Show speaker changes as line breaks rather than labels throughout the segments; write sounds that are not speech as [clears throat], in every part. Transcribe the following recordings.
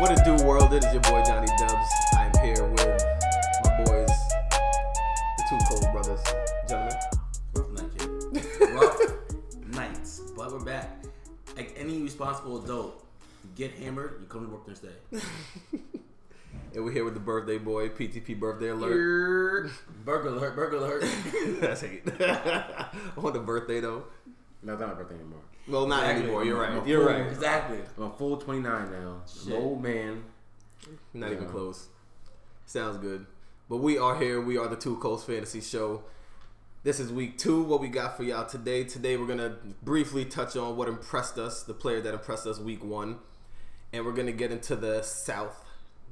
What it do, world? It is your boy Johnny Dubs. I am here with my boys, the two cold brothers, gentlemen.
Rough
[laughs]
night, kid. Rough nights. But we're back. Like any responsible adult, you get hammered, you come to work the next day.
And we're here with the birthday boy, PTP birthday alert.
Burger alert, burger alert.
[laughs] That's hate. [laughs] On the birthday though.
No, it's not my birthday anymore.
Well, not
Exactly.
anymore. You're right.
I'm
You're
full.
right.
exactly.
I'm a full 29 now. I'm
Shit.
an old man.
Not even
Yeah.
close. Sounds good. But we are here. We are the Two Coast Fantasy Show. This is week two. What we got for y'all today? Today we're gonna briefly touch on what impressed us, the player that impressed us week one, and we're gonna get into the South.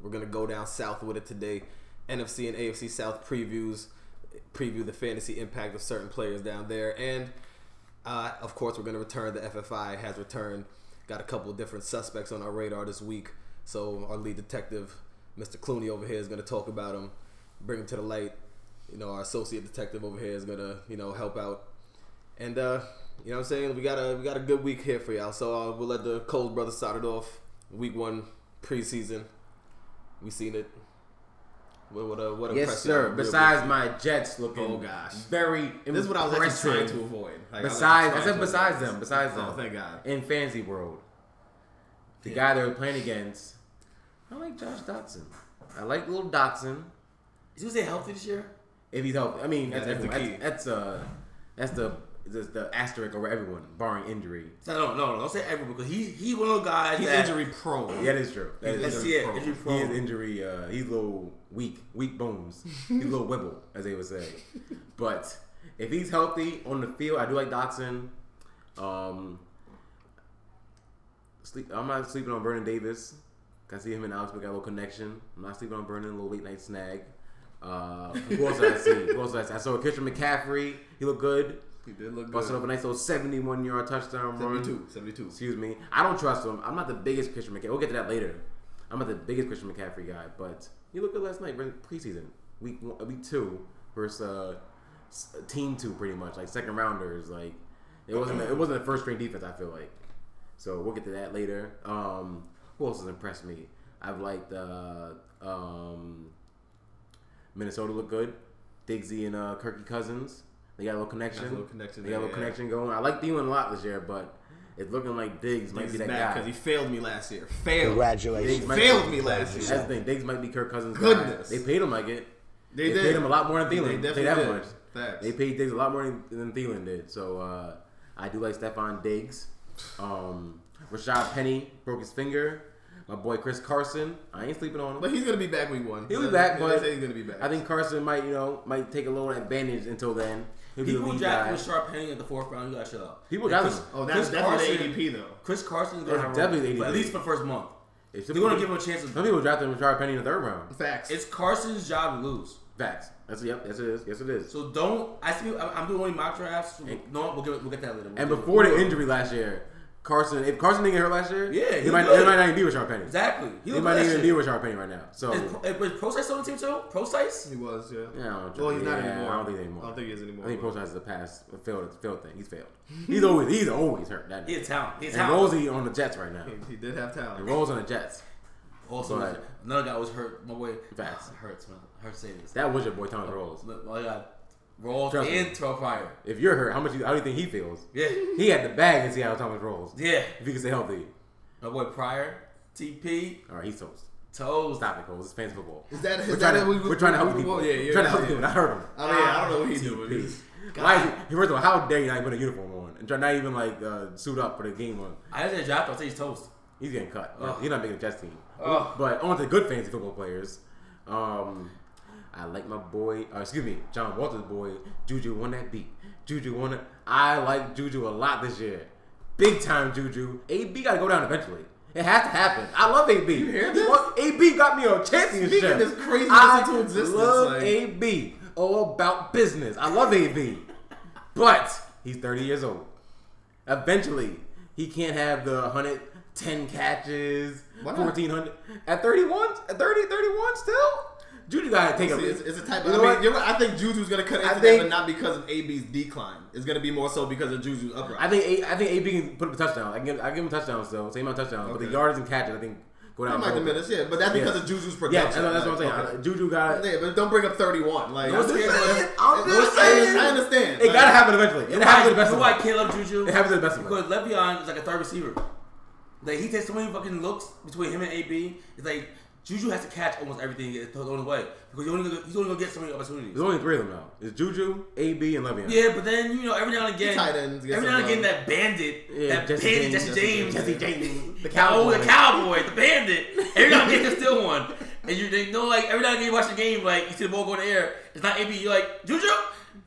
We're gonna go down south with it today. NFC and AFC South previews, preview the fantasy impact of certain players down there, and uh, of course, we're going to return. The FFI has returned. Got a couple of different suspects on our radar this week. So our lead detective, Mr. Clooney over here, is going to talk about them, bring them to the light. You know, our associate detective over here is going to, you know, help out. And uh, you know, what I'm saying we got a we got a good week here for y'all. So uh, we'll let the Coles brothers start it off. Week one preseason, we seen it. What what uh, what
Yes,
impressed
sir.
y'all?
Besides my Jets looking
Oh, gosh.
very
this is what I was actually trying
impressive.
to avoid. Like, was
Besides, I
trying
said
to
besides
avoid.
them, besides them.
Oh, thank God.
In fantasy world, the guy they were playing against, I like Josh Dotson. I like little Dotson
Is you say healthy this year?
if he's healthy. I mean,
Yeah,
that's,
that's the
everyone.
key.
That's, that's, uh, that's the that's the asterisk over everyone, barring injury.
No, no, no, no. Don't say everyone because he he one of those guys.
He's
that,
injury prone.
Yeah, that is true. That is
That's
true.
it.
prone.
Injury
He
prone.
is injury. Uh, he's a little weak, weak bones. He's a little wibble, as they would say. But if he's healthy on the field, I do like Dotson. Um, sleep. I'm not sleeping on Vernon Davis. I see him and Alex. We got a little connection. I'm not sleeping on Vernon. A little late night snag. Uh, who else did I see? Who else did I see? I saw Christian McCaffrey. He looked good.
He did look
Busted up a
good.
nice little 71 yard touchdown run.
72, 72.
Excuse me. I don't trust him. I'm not the biggest Christian McCaffrey. We'll get to that later. I'm not the biggest Christian McCaffrey guy, but you look good last night during preseason week one, week two versus uh, s- team two, pretty much like second rounders. Like it wasn't it wasn't a first string defense. I feel like. So we'll get to that later. Um, who else has impressed me? I've liked uh, um, Minnesota look good. Digsy and uh, Kirky Cousins. They got a little connection.
Nice little connection
They got a
there,
little
yeah.
connection going. I like Thielen a lot this year, but it's looking like Diggs might
Diggs
be
is
that
back
guy.
because he failed me last year. Failed.
Congratulations.
Diggs might-
Failed me last
That's the
year.
thing. Diggs might be Kirk Cousins. guy.
Goodness.
They paid him like it.
They,
paid him a lot more than
They
Thielen. They
definitely
that
did.
much.
Facts.
They paid Diggs a lot more than, than Thielen did. So uh, I do like Stephon Diggs. Um, Rashad Penny broke his finger. My boy Chris Carson. I ain't sleeping on him.
But he's gonna be back week one.
He'll be
They-
back,
they
but
say he's gonna be back.
I think Carson might, you know, might take a little advantage until then. He'll be the
People
lead
draft
guy.
Chris Sharp Penny at the fourth round. You gotta shut up.
People
Like,
draft
Chris-
him.
Oh, that's
Chris
definitely
Carson-
ADP though.
Chris Carson's gonna
That's
have
definitely
a role, but at
ADP.
least for the first month.
If
They're gonna give him a chance.
some
To,
people drafted him Rashard Penny in the third round.
Facts.
it's Carson's job to lose.
Facts. That's yep. Yes, it is. Yes, it is.
So don't. I see. I'm I'm doing only mock drafts. So
And-
no, we'll get we'll get that later. We'll
and
do it.
before the injury last year, Carson. If Carson didn't get hurt last year,
Yeah,
he
he
might.
good.
He might not even be Rashard Penny.
exactly, he
He
looked
might
at
not
that shit.
even be Rashard Penny right now. So
Is, is, is Procyse on the team too? Procyse?
he was, yeah.
Yeah, I don't
Well, he's not
yeah,
anymore.
I don't think anymore.
I don't think he is anymore.
I think Post has the past a failed a failed thing. He's failed. He's always he's always hurt. That
He a talent. He a
and
talent.
Rosie on the Jets right now.
He- he did have
And
talent.
Rose on the Jets.
also,
Right.
Oh, another guy was hurt. My boy
Facts.
hurts, man. Hurts saying this.
That was your boy Thomas Rose.
My my God, Rolls
Trust me.
and Terrell Pryor.
If you're hurt, how much you, how do you think he feels?
Yeah,
He had the bag in Seattle Thomas Rose.
yeah.
If he can stay healthy.
My boy Pryor, TP,
All right, he's toast.
toes.
Stop it, Cole. It's fancy football.
Is that-
we're,
is
trying
that
to,
what we-
we're trying to help
we-
people.
yeah, yeah,
we're trying to help
yeah.
people. I hurt him.
I, mean, yeah, I don't know what he's doing. He's-
Why? is he- First of all, how dare you not put a uniform on and try not even like uh, suit up for the game on?
I didn't say draft. I say he's toast.
He's getting cut.
Ugh.
He's not making the Jets team.
Ugh.
But on to good fantasy football players. Um, I like my boy. Uh, excuse me, John Walters' boy Juju won that beat. Juju won it. I like Juju a lot this year. Big time Juju. AB got to go down eventually. It has to happen. I love AB. You
hear this?
AB got me a championship.
Speaking this craziness
I
into existence,
love
like-
AB. All about business. I love AB. but he's 30 years old. Eventually, he can't have the 110 catches,
Why not?
1400 at 31, at 30, 31 still. Juju gotta take a.
See, it's, it's a type
You
of.
know
I,
what?
mean, you're right, I think Juju's gonna cut into that,
think-
but not because of AB's decline. It's gonna be more so because of Juju's upright.
I think a, I think AB can put up a touchdown. I can give, I give him touchdowns though, same amount of touchdowns, but
Okay.
the yards and catches I think go
He
down.
might
cold.
diminish, yeah, but that's because
Yeah.
of Juju's
Yeah,
production.
that's, what- that's what I'm saying.
Like, okay.
I- Juju got it.
Yeah, but don't bring up 31. Like,
No,
I'm scared
just
of
saying.
that.
[laughs] I'm just
I under-
saying.
I understand.
It
Like,
gotta happen eventually.
You
It
know
happens
why,
to the best
you
of
know why I
us.
can't love Juju?
It happens to the best of
Because
us.
Le'Veon is like a third receiver. Like he takes so many fucking looks between him and AB. It's like Juju has to catch almost everything that's thrown away because he's only gonna, he's only gonna get so many opportunities.
There's only three of them now. It's Juju, AB, and Le'Veon.
Yeah, but then you know every now and again,
Tight ends get
every
some
now and again
love.
that bandit,
Yeah,
that
Jesse
bandit,
James,
Jesse
Jesse
James,
James. Jesse
James,
the
Oh,
cowboy.
the cowboy, the
[laughs]
bandit. Every now and again, there's still one. And you they know, like, every now and again you watch the game, like, you see the ball go in the air. It's not AB. You're like, Juju?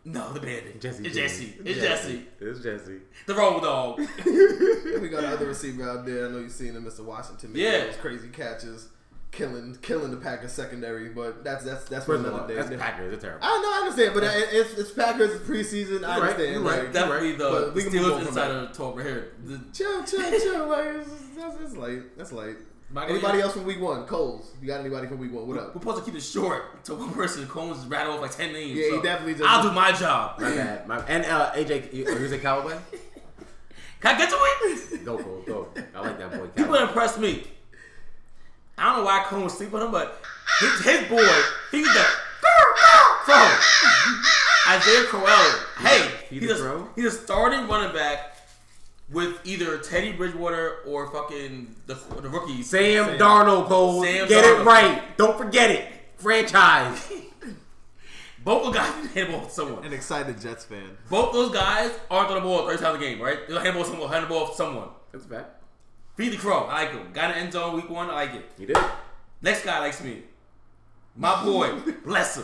No, the bandit.
Jesse.
it's
James.
Jesse. It's Jesse.
It's Jesse.
The road dog. [laughs]
Then we got another receiver out there. I know you've seen him, Mr. Washington. making
Yeah.
those crazy catches, killing killing the Packers secondary. But that's that's that's for
First of all,
another day.
that's Packers. It's terrible.
I know, I understand, but it- it's, it's Packers it's preseason. I
You're right,
understand.
you're right.
like,
Definitely, though.
But we
the
can move on
Steelers
from
insider talk right here. The,
Chill, chill, chill. Like it's, that's, it's light. That's light.
My guy-
Anybody else from week one? Coles. You got anybody from week one? What
we're
up?
supposed to keep it short to one person. Combs just rattled off like 10 names.
Yeah, he
so
definitely just-
I'll do my job.
My bad. My, and uh, AJ, you, you say [laughs] cowboy?
Can I get to it?
Go, go, go. I like that boy.
People
Cowboy.
impressed me. I don't know why Combs sleep on him, but his, his boy, he's the. So, Isaiah Crowell. Hey,
He's
he's,
a
a,
pro?
he's a starting running back with either Teddy Bridgewater or fucking the, the rookie.
Sam, Darnold, Cole.
Sam
Get
Darnold.
it right. Don't forget it. Franchise.
Both of [laughs] guys handball to someone.
An excited Jets fan.
Both those guys aren't on the ball 30 times a game, right? They'll handball someone, handball to someone.
That's bad.
Feed the crow. I like him. Got an end zone week one. I like it.
You did.
Next guy likes me. My boy. [laughs] Bless him.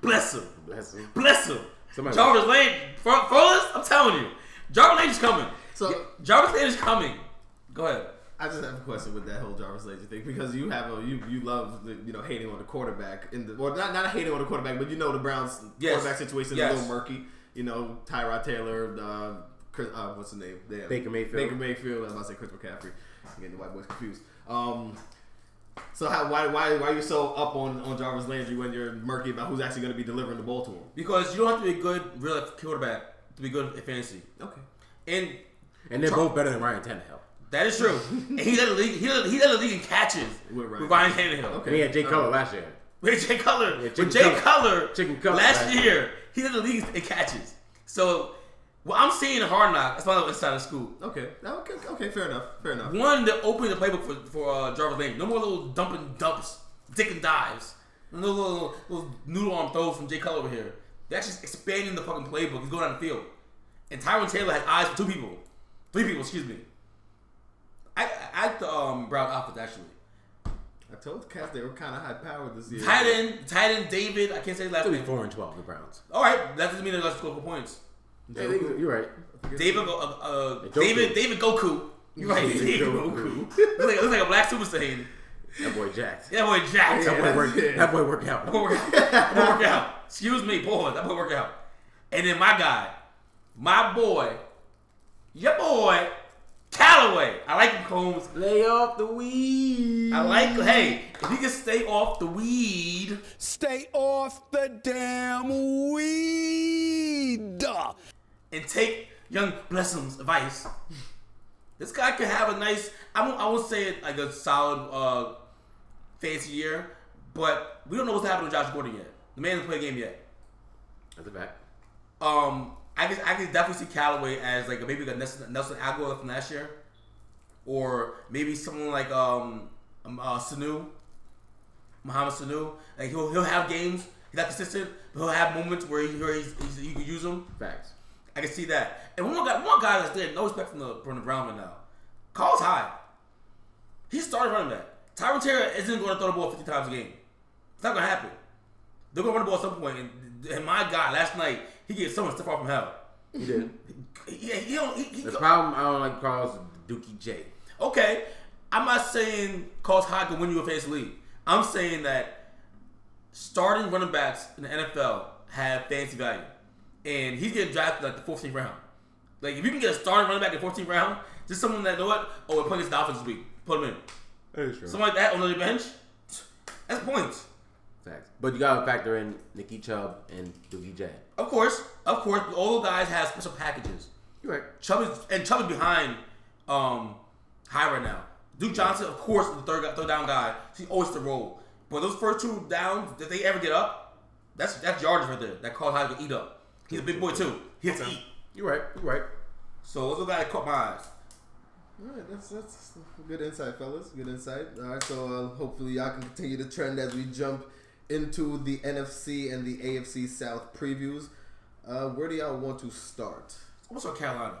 Bless him.
Bless him.
Bless him.
Somebody-
Jarvis Lane. Fur- Furless, I'm telling you. Jarvis Lane is coming.
So-
So, Jarvis Lane is coming. Go ahead.
I just have a question with that whole Jarvis Landry thing because you have a you you love the, you know hating on the quarterback in the well not not hating on the quarterback but you know the Browns
Yes.
quarterback situation
Yes.
is a little murky you know Tyrod Taylor uh, Chris, uh what's his name Damn.
Baker Mayfield.
Baker Mayfield I was about to say Chris McCaffrey I'm getting the white boys confused um so how why why why are you so up on on Jarvis Landry when you're murky about who's actually going to be delivering the ball to him
Because you don't have to be a good real life quarterback to be good at fantasy.
okay
And
And they're both better than Ryan Tannehill.
that is [laughs] true. and he's at the league he led, he led the league in catches
With
with
Ryan.
Ryan, Tannehill.
Okay.
We had Jay Cutler last year.
With Jay Cutler.
Yeah, Chicken
with Jay
Cutler.
Cutler.
Chicken Cutler,
Last
right.
year, he led the league in catches. So what I'm seeing in hard knock, that's my little inside of school.
okay okay okay fair enough fair enough
One, they're opening the playbook for, for uh, Jarvis Landry. No more little dumping dumps, dick and dives. No little, little, little noodle arm throws from Jay Cutler over here. That's just expanding the fucking playbook. He's going down the field. And Tyron Taylor has eyes for two people. Three people, excuse me. I, I like the um, Brown outfits, actually.
I told the cats they were kind of high powered this year
Tight end, tight end David, I can't say his last
They'll be
name.
four and twelve. The Browns.
All right, that doesn't mean they're going to score points.
Yeah, they- you're right.
David, Go- uh, uh,
Goku.
David, David Goku. You're right, David
[laughs]
Goku. Looks like, looks like a black Super Saiyan.
That boy Jax.
Yeah, boy, Jack.
That boy work.
Yeah.
That boy work out.
boy work out. That boy work out. Excuse me, boy. That boy work out. And then my guy, my boy, your boy, Callaway. I like him, Combs.
Lay off the weed.
I like. Hey, if he can stay off the weed,
Stay off the damn weed.
and take young Blessum's advice. This guy could have a nice. I won't. I won't say it like a solid, uh, fancy year, but we don't know what's happening with Josh Gordon yet. The man hasn't played a game yet.
That's a fact.
Um, I can I can definitely see Callaway as like maybe like Nelson, Nelson Aguilar from last year, or maybe someone like um, um uh, Sanu, Muhammad Sanu. Like he'll he'll have games. He's not consistent, but he'll have moments where he where he's, he's, you can use him.
Facts.
I can see that. And one more guy, one guy that's there, no respect from the from the Brown right now. Carl's high. He started running back. Tyron Taylor isn't going to throw the ball 50 times a game. It's not going to happen. They're going to run the ball at some point. And, and my guy, last night, he gave someone stuff off from hell.
You did.
Yeah, he don't. He, he
The problem I don't like Carl's Dookie J.
okay, I'm not saying Carl's high can win you a fantasy league. I'm saying that starting running backs in the NFL have fantasy value, and he's getting drafted like the 14th round. Like if you can get a starting running back in 14th round, just someone that know what, oh we're playing this Dolphins this week, put him in.
That is true.
Someone like that on the bench, that's points.
Facts. But you gotta factor in Nikki Chubb and Dookie J.
Of course, of course, all those guys have special packages.
You're right.
Chubb is and Chubb is behind um high right now. Duke Johnson, of course, is the third guy, third down guy. She always the roll. But those first two downs, if they ever get up, that's that's yardage right there. That caused Hyde to eat up. He's a big boy too. He has to eat.
You're right. You're right.
So those are the guys that caught my eyes.
All right, that's that's good insight, fellas. Good insight. All right, so uh, hopefully y'all can continue the trend as we jump into the NFC and the AFC South previews. Uh, where do y'all want to start?
What's up, Carolina?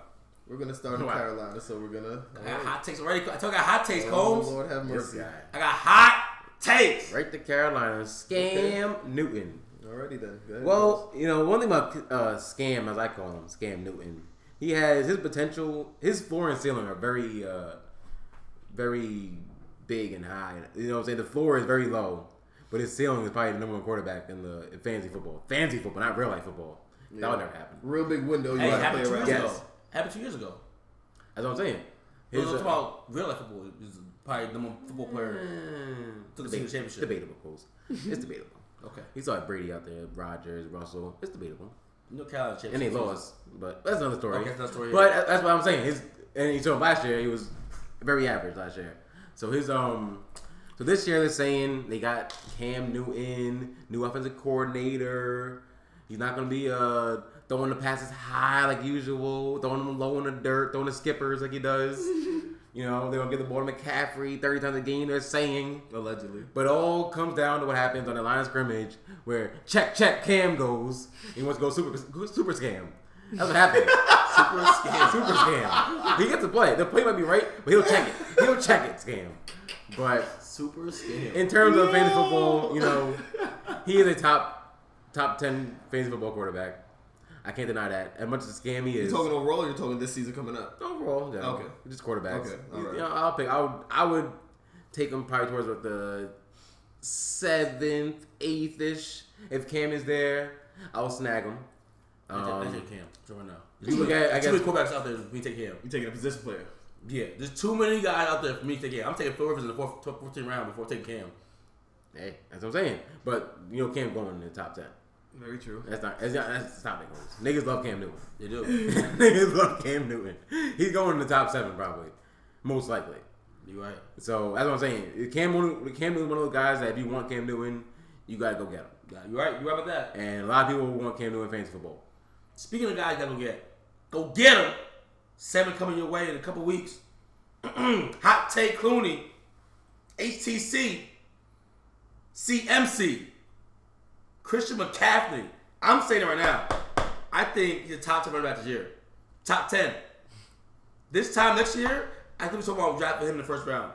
We're gonna start in Carolina, so we're gonna.
I got hot takes already. I told you I got hot takes, Combs.
Oh, Lord have
This
mercy.
guy.
I got hot takes.
Right to Carolina. Scam Newton.
Alrighty then. Go ahead,
Well, you know, one thing about uh, Scam, as I call him, Scam Newton, he has his potential. His floor and ceiling are very, uh, very big and high. You know what I'm saying? The floor is very low, but his ceiling is probably the number one quarterback in the in fantasy football. Fantasy football, not real life football. That would never happen.
real big window you
Hey, it
gotta
happened
play
two years
around.
Yes.
ago. Happened two years ago.
That's what I'm saying.
It
His,
was
uh,
about real life football. Is probably the most football player.
mm,
to the senior championship.
Debatable, Coles. It's debatable.
Okay.
He saw Brady out there, Rogers, Russell. It's debatable.
No Carolina championship.
and they lost. But that's another story.
Okay, that's another story.
But that's what I'm saying. His and he told last year he was very average last year. So his um, so this year they're saying they got Cam Newton, new offensive coordinator. He's not gonna be uh throwing the passes high like usual, throwing them low in the dirt, throwing the skippers like he does. you know they're gonna give the ball to McCaffrey thirty times a game. They're saying.
Allegedly.
But it all comes down to what happens on the line of scrimmage where check, check, Cam goes. He wants to go super, super scam. That's what happened.
Super scam.
super scam. He gets to play. The play might be right, but he'll check it. He'll check it, scam. But
Super scam.
in terms of fantasy football, you know, he is a top top ten fantasy football quarterback. I can't deny that. As much as scam he
You
is,
talking overall? Or you're talking this season coming up.
overall, no,
Okay.
just quarterbacks.
Okay,
You-
alright.
you know, I'll pick. I would, I would take him probably towards what the seventh, eighth ish. If Cam is there, I'll snag him.
I
Um,
take Cam. So right now.
you look at, I
Too many
guess,
quarterbacks out there for me to take Cam.
You taking a position player?
Yeah, there's too many guys out there for me to take Cam. I'm taking Phil Rivers in the fourth, 12th, 14th round before taking Cam.
hey, that's what I'm saying. But you know, Cam going in the top ten.
Very true.
That's not. That's not. That's not big goals. Niggas love Cam Newton. [laughs]
They [laughs] do.
Niggas love Cam Newton. He's going in the top seven probably, most likely.
you right.
So that's what I'm saying. Cam Newton, Cam Newton, one of those guys that if you want Cam Newton, you gotta go get him.
Yeah, you right. You right about that.
And a lot of people want Cam Newton fantasy football.
Speaking of guys you gotta go get, go get them. Seven coming your way in a couple weeks. Hot take Clooney, HTC, CMC, Christian McCaffrey. I'm saying it right now. I think he's a top 10 running back this year. Top 10. This time next year, I think we're talking about drafting him in the first
[laughs]
round.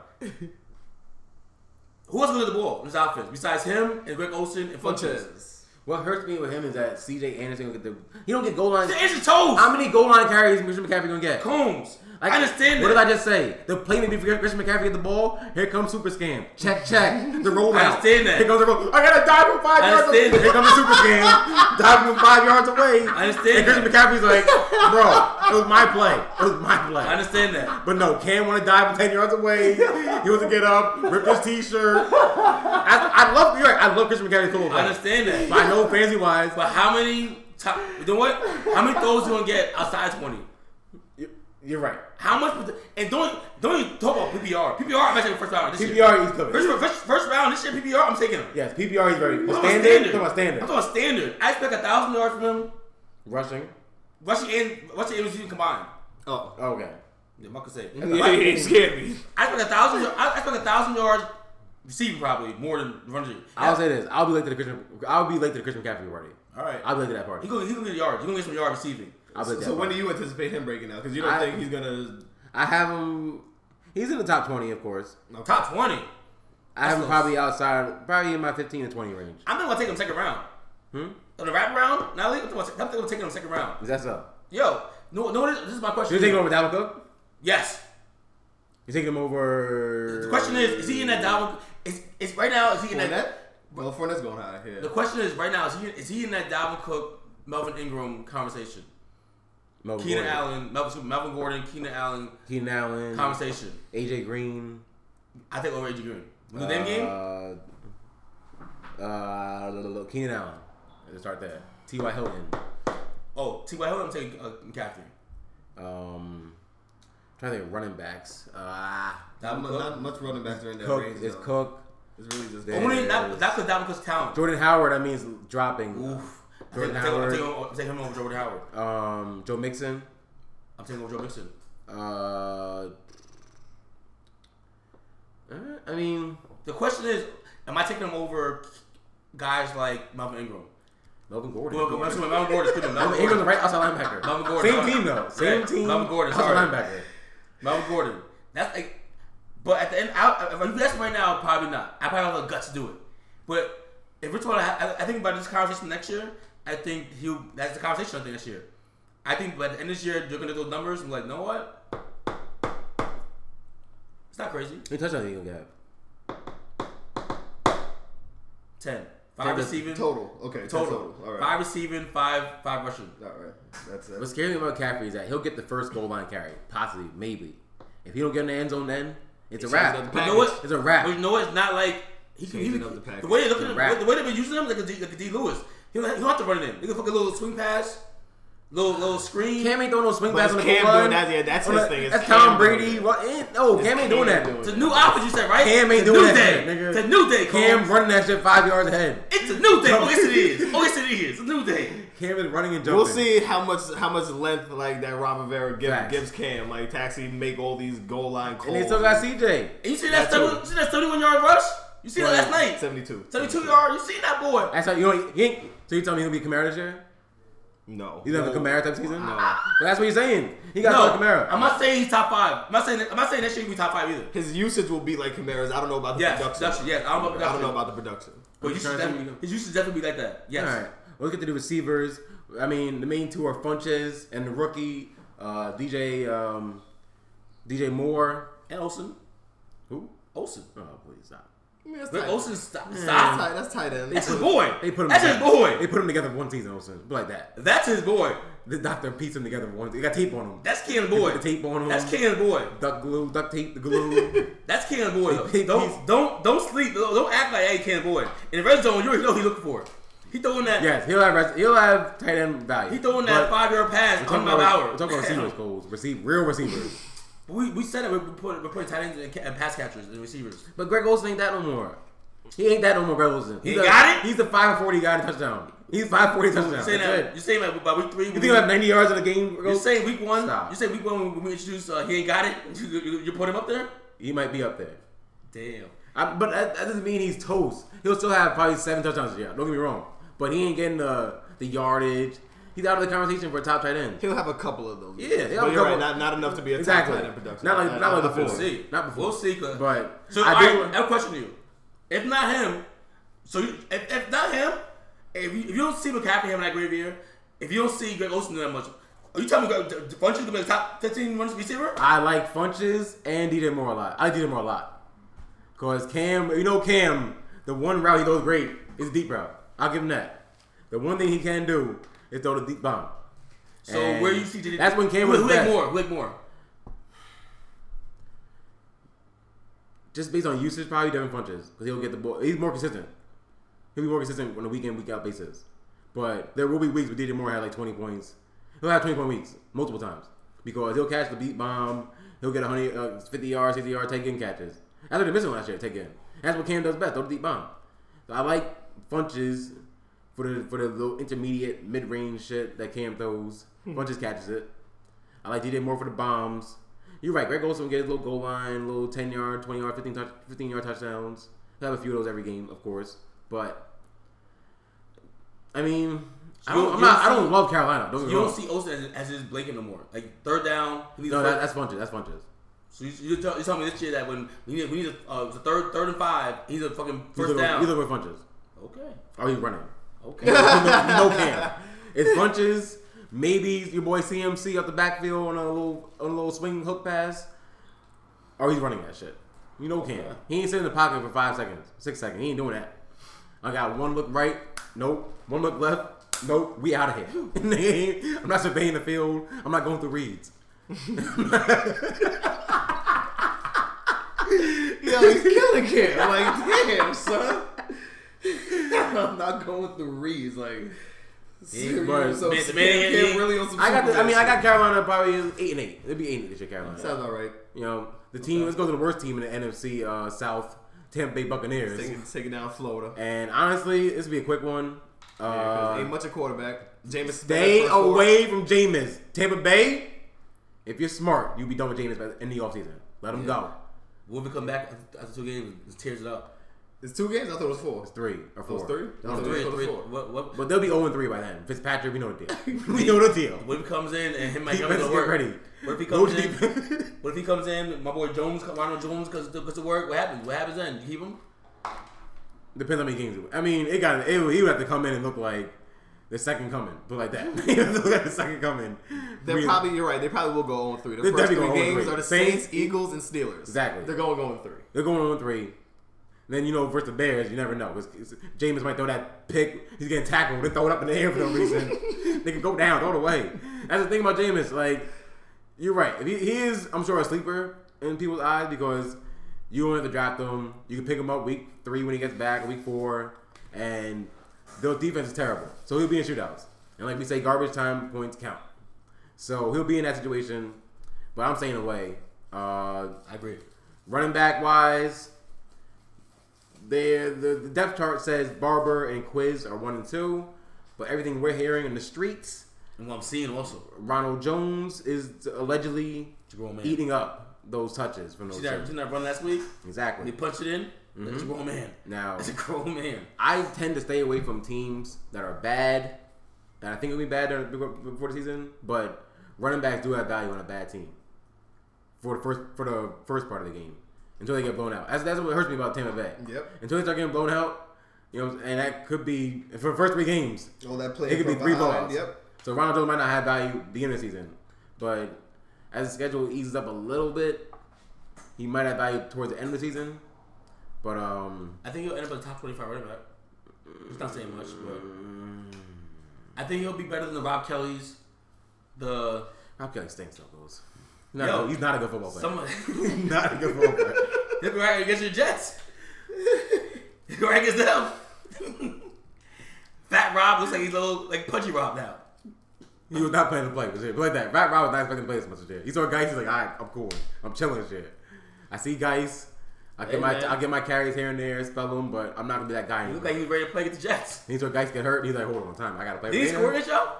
Who else going to the ball in this offense besides him and Greg Olsen and Funches?
Funches.
What hurts me with him is that C.J. Anderson gonna get the. He don't get goal line.
It's your toes.
How many goal line carries is Christian McCaffrey gonna get?
Combs.
Like,
I understand
What
that.
did I just say? The play may be for Christian McCaffrey get the ball. Here comes super scam. Check, check.
[laughs]
The roll
I
out.
understand that.
Here comes the roll. I gotta dive from five
I
yards. away.
understand
Here comes the super
[laughs]
scam. Diving from five yards away.
I understand
And Christian McCaffrey's like, bro, it was my play. It was my play.
I understand that.
But no, Cam want to dive from ten yards away. He wants to get up, rip his t-shirt. I, I love you're right. I love Christian McCaffrey football.
I understand that.
But I know fantasy wise,
But how many top? You know what? How many throws you gonna get outside twenty?
you're right.
How much? And don't don't even talk about PPR. PPR, I'm actually first round this year.
PPR he's
First,
covered.
first, first round this year, PPR, I'm taking him.
Yes, PPR he's very
I'm
standard.
talking
Standard. Talking about standard.
I'm talking about standard. I expect a thousand yards from him,
Rushing.
rushing and rushing and receiving combined.
[laughs]
Oh.
Okay.
Yeah, Mark could say.
Yeah,
Like,
he scared me.
I expect a thousand. y- I expect a thousand yards receiving probably more than running.
I'll say this. I'll be late to the Christian. I'll be late to the Christian McCaffrey party.
All right.
I'll be late to that
He
party.
gonna he gonna get yards. He gonna get some yard receiving.
I'll be late to that
So when
party.
do you anticipate him breaking out? Because you don't
I-
think he's gonna.
I have him. He's in the top twenty, of course.
Top twenty.
I have him
That's
probably outside, probably in my fifteen to twenty range.
I'm not gonna take him second round.
Hmm.
On the wrap round, now I'm thinking about I'm thinking about taking him second round.
Is that so?
Yo, no, no, this, this is my question.
You taking over Dalvin Cook?
Yes.
You taking him over?
The question is, is he in that Dalvin? Is is right now? Is he in that?
Fournette? Well, Fournette's going high. Yeah.
The question is right now. Is he is he in that Dalvin Cook, Melvin Ingram conversation?
Melvin
Keenan
Gordon.
Allen, Melvin, Melvin Gordon, Keenan Allen
Keenan Allen.
conversation.
AJ Green.
I think over AJ Green. In the name game,
Uh, uh, l- l- l- Keenan Allen. Let's start there. T. Y. Hilton.
oh T. Y. Hilton, I'm taking uh, McCaffrey.
Um, trying to think of running backs. Uh,
Not,
Dalvin
mu-
Cook?
not much running backs during that
Cook
range.
is
though.
Cook.
It's really just
Damn.
Only
Yeah,
that
it's-
that's because Dalvin Cook's talent.
Jordan Howard. That means dropping.
Oof. I think-
Jordan
I think- I
Howard.
think I'll I'll take him over Jordan Howard.
Um, Joe Mixon.
I'm taking over Joe Mixon.
Uh, eh, I mean,
The question is, am I taking him over guys like Melvin Ingram?
Melvin Gordon.
Well, Melvin Melvin Gordon, excuse me, Melvin
[laughs] Melvin Ingram's
Gordon.
the right outside linebacker.
Melvin Gordon.
Same
Melvin-
team though. Same
Yeah,
team.
Melvin Gordon,
Outside
sorry.
linebacker.
Melvin Gordon. That's like, but at the end, I, if you ask me right now, probably not. I probably don't have the guts to do it. But if we're talking, I, I think about this conversation next year. I think he that's the conversation I think this year. I think by the end of this year, you're gonna do numbers and be like, you know what? It's not crazy.
How many touchdowns do you think he'll have?
Ten.
Ten
Five
to-
receiving.
total. Okay, ten
Total.
total. All right.
Five receiving, five five rushing.
All right. That's it.
What's scary thing about McCaffrey is that he'll get the first goal line carry, possibly, maybe. If he don't get in the end zone, then it's a
changed
wrap.
up
But you know what?
It's a wrap.
But you know what? It's not like he can.
Changing
He,
up the
the,
package.
way they look at
It's a
him, the way they've been using him, like a D, like a D Lewis, he don't, he don't have to run it in. They can fucking little swing pass, little little screen.
Cam ain't throwing no swing
But
pass
it's
on the
Cam
goal line.
doing that, yeah, that's
On
his
the-
thing, it's
That's
Cam
Tom
doing
Brady.
it.
What? eh, No, Cam ain't doing that.
it's a new offense, you said, right?
Cam ain't
it's a
doing
new
that
day.
shit, nigga.
It's a new day, Cole.
Cam running that shit five yards ahead.
It's a new day. Oh yes, it
[laughs]
is. Oh yes, it is. It's a new day.
Cam is running and jumping.
We'll see how much how much length like that Rob Rivera gives,
Facts.
gives Cam like to actually make all these goal line calls.
And they still got CJ.
And you see that,
That
seven-
too.
you see that seventy-one yard rush? You see
Right.
that last night?
seventy two.
Seventy-two yard. You see that boy?
That's how you know. He ain't, so you tell me he'll be Kamara this year?
No,
You don't have a Kamara type season?
No.
But that's what he's saying. He got
No,
to throw Kamara.
I'm not saying he's top five. I'm not saying. I'm not saying that shit be top five either.
His usage will be like Kamara's. I don't know about the
Yes,
production.
production. Yes, I don't know.
I don't
production.
know about the production.
But you should
Trying to
definitely,
think.
his usage definitely be like that. Yes.
All right. Let's get to the receivers. I mean, the main two are Funches and the rookie uh, DJ um, DJ Moore.
And Olsen.
Who?
Olsen.
Oh, please stop.
I mean, that's
But
tight.
Olsen, stop.
That's
Stop.
tight. That's tight end.
That's his boy.
They put them.
That's his
together. They
boy.
put them together for one season. Also, like that.
That's his boy.
The doctor pieced them together for one. They got tape on them.
That's Ken's
They
boy.
put the tape on them.
That's Ken's boy.
Duct glue, duct tape,
[laughs]
the glue.
That's Ken's boy. though.
He-
Don't
he's-
don't don't sleep. Don't don't act like hey Ken's boy. In the red zone, you already know he looking for. it. He throwing that.
yes, he'll have rest, he'll have tight end value.
He throwing that
But
five yard pass
we're
on
talking
my
about,
Bauer.
we're talking about receivers, Coles. Receive real receivers.
[laughs] we we said that we're putting we're putting tight ends and ca- and pass catchers and receivers.
But Greg Olson ain't that no more. He ain't that no more, Greg Olson. He's
He
a,
got it?
He's the 540 guy in touchdown. He's 540 touchdown.
Saying
That's
that
it.
you saying that by week three.
You think about 90 yards in a game, Greg
You
Olson?
say week one.
Stop.
You say week one when we introduced uh, he ain't got it. [laughs] You, you, you put him up there.
He might be up there.
Damn.
I, but that, that doesn't mean he's toast. He'll still have probably seven touchdowns this year. Don't get me wrong. But he ain't getting the, the yardage. He's out of the conversation for a top tight end.
He'll have a couple of those.
Yeah, he'll have
but
a
you're
couple.
right. Not, not enough to be a
Exactly.
top tight end production.
Not like-
I-
not
I-
like
I feel
before.
you.
See,
Not before.
We'll see. 'cause-
But
so
I
I
do-
will question you: If not him, so you, if, if not him, if you, if you don't see McCaffrey having that great of a year, if you don't see Greg Olsen doing that much, are you telling me Greg- D- D- Funch is gonna be the top fifteen runs receiver?
I like Funches and DJ Moore a lot. I like DJ Moore a lot. Because Cam, you know Cam, the one route he throws great is deep route. I'll give him that. The one thing he can do is throw the deep bomb.
So
And
where you see JJ
that's when Cam
who,
was
who had
best.
more? Who had more?
Just based on usage, probably Devin Funches. Because he'll get the ball. He's more consistent. He'll be more consistent on a week in, week out basis. But there will be weeks where DJ Moore had like 20 points. He'll have 20 point weeks multiple times. Because he'll catch the deep bomb. He'll get 100, uh, 50 yards, 60 yard take in catches. That's what they missed him last year, take in. That's what Cam does best, throw the deep bomb. So I like Funches for the for the little intermediate mid range shit that Cam throws. Funches catches it. I like DJ Moore for the bombs. You're right. Greg Olson will get his little goal line, little 10 yard, 20 yard, 15, touch, 15 yard touchdowns. He'll have a few of those every game, of course. But, I mean, I
you-
don't, I'm
you
not, I
don't see-
don't love Carolina. Don't get
You don't
me wrong.
see Olsen as, as his blanket no more. Like third down, he needs
No,
a
that,
first-
that's Funches. That's Funches.
so you, you tell, you're telling me this year that when we need, we need a, uh, the third third and five, he's a fucking first
either,
down.
Either way, Funches.
okay,
Are you Oh, running?
okay. [laughs]
no, no Cam. It's Funches. Maybe your boy CMC up the backfield on a little on a little swing hook pass. Or he's running that shit. You know Cam. He ain't sitting in the pocket for five seconds, six seconds. He ain't doing that. I got one look right. Nope. One look left. Nope. We out of here. [laughs] I'm not surveying the field. I'm not going through reads.
Yo, he's killing Cam. [laughs] Like, damn, son. I'm not going through Reeves. Like,
was.
so
Man,
Cam,
the man-
Cam
he-
really on some
I got. The,
Superman
I mean, I
shit.
got Carolina probably in eight and eight. It'd be eight and eight this year, Carolina.
Sounds all right.
You know, the team. Let's go to the worst team in the NFC uh, South, Tampa Bay Buccaneers.
Taking, taking down Florida.
And honestly, this would be a quick one. Uh,
ain't much a quarterback. James
stay away from Jameis. Tampa Bay, if you're smart, you'll be done with Jameis by the end of the offseason. Let him go.
What if we come back after- after two games and tears it up?
It's two games. I thought it was four.
It's three or
It
four.
was three. I thought it was
Three,
close to
three.
four.
What? What?
But they'll be 0 3 by then. Fitzpatrick, we know
[laughs]
the deal. we know the deal.
What if he comes in and him might come
Defense,
to
get
work?
ready.
What if he
No
comes in?
[laughs] defense.
What if he comes in? My boy Jones, Ronald Jones, because because of work. What happens? What happens then? You keep him?
Depends on how many games. it- I mean, it got it, he would have to come in and look like the second coming, but like that. [laughs] He would have to look like the second coming.
They're
Real-
probably you're right. They probably will go on three. The
They're
first
definitely
three
going on
games
three.
are the
Saints-
Saints, Eagles, and Steelers.
Exactly.
They're going on three.
They're going on three. Then you know versus the Bears, you never know. 'cause- 'cause Jameis might throw that pick. He's getting tackled. They throw it up in the air for no reason. they can go down, throw it away. That's the thing about Jameis. Like you're right. If he, he is, I'm sure a sleeper in people's eyes because you don't have to draft him. You can pick him up week three when he gets back, week four, and their defense is terrible. So he'll be in shootouts. And like we say, garbage time points count. So he'll be in that situation. But I'm saying away. Uh,
I agree.
Running back wise, they're- the the depth chart says Barber and Quiz are one and two, but everything we're hearing in the streets,
And what I'm seeing also,
Ronald Jones is allegedly
Jerome Man.
eating up those touches from those
See that,
two.
see that run last week? They
Exactly.
punch it in. That's a grown man.
Now
That's a grown man.
I tend to stay away from teams that are bad, and I think it'll be bad during- before the season. But running backs do have value on a bad team for the first for the first part of the game until they get blown out. That's, that's what hurts me about Tampa Bay.
Yep.
Until they start getting blown out, you know, and that could be for the first three games.
All Oh, that play.
It could be
from
three
behind,
blowouts. So Ronald Jones might not have value beginning of the season, but as the schedule eases up a little bit, he might have value towards the end of the season. But um,
I think he'll end up in the top 25 running back. It's not saying much, but I think he'll be better than the Rob Kelly's. The
Rob Kelly stinks though, goes.
Yo.
No, he's not a good football player.
someone
He's not a good football player.
he'll be right against your Jets. he'll be right against them. Fat Rob looks like he's a little like punchy Rob now.
He was not playing to play this year. But like that, Rob, Rob was not expecting to play this much this year. He saw Geis, he's like, all right, I'm cool. I'm chilling this year. I see Geis. I get
Hey,
my
man.
I get my carries here and there, spell them, but I'm not gonna be that
He
guy anymore.
looked like he was ready to play against the Jets.
he saw Geis get hurt. He's like, hold on, time. I gotta play.
Did he
with him.
score this show?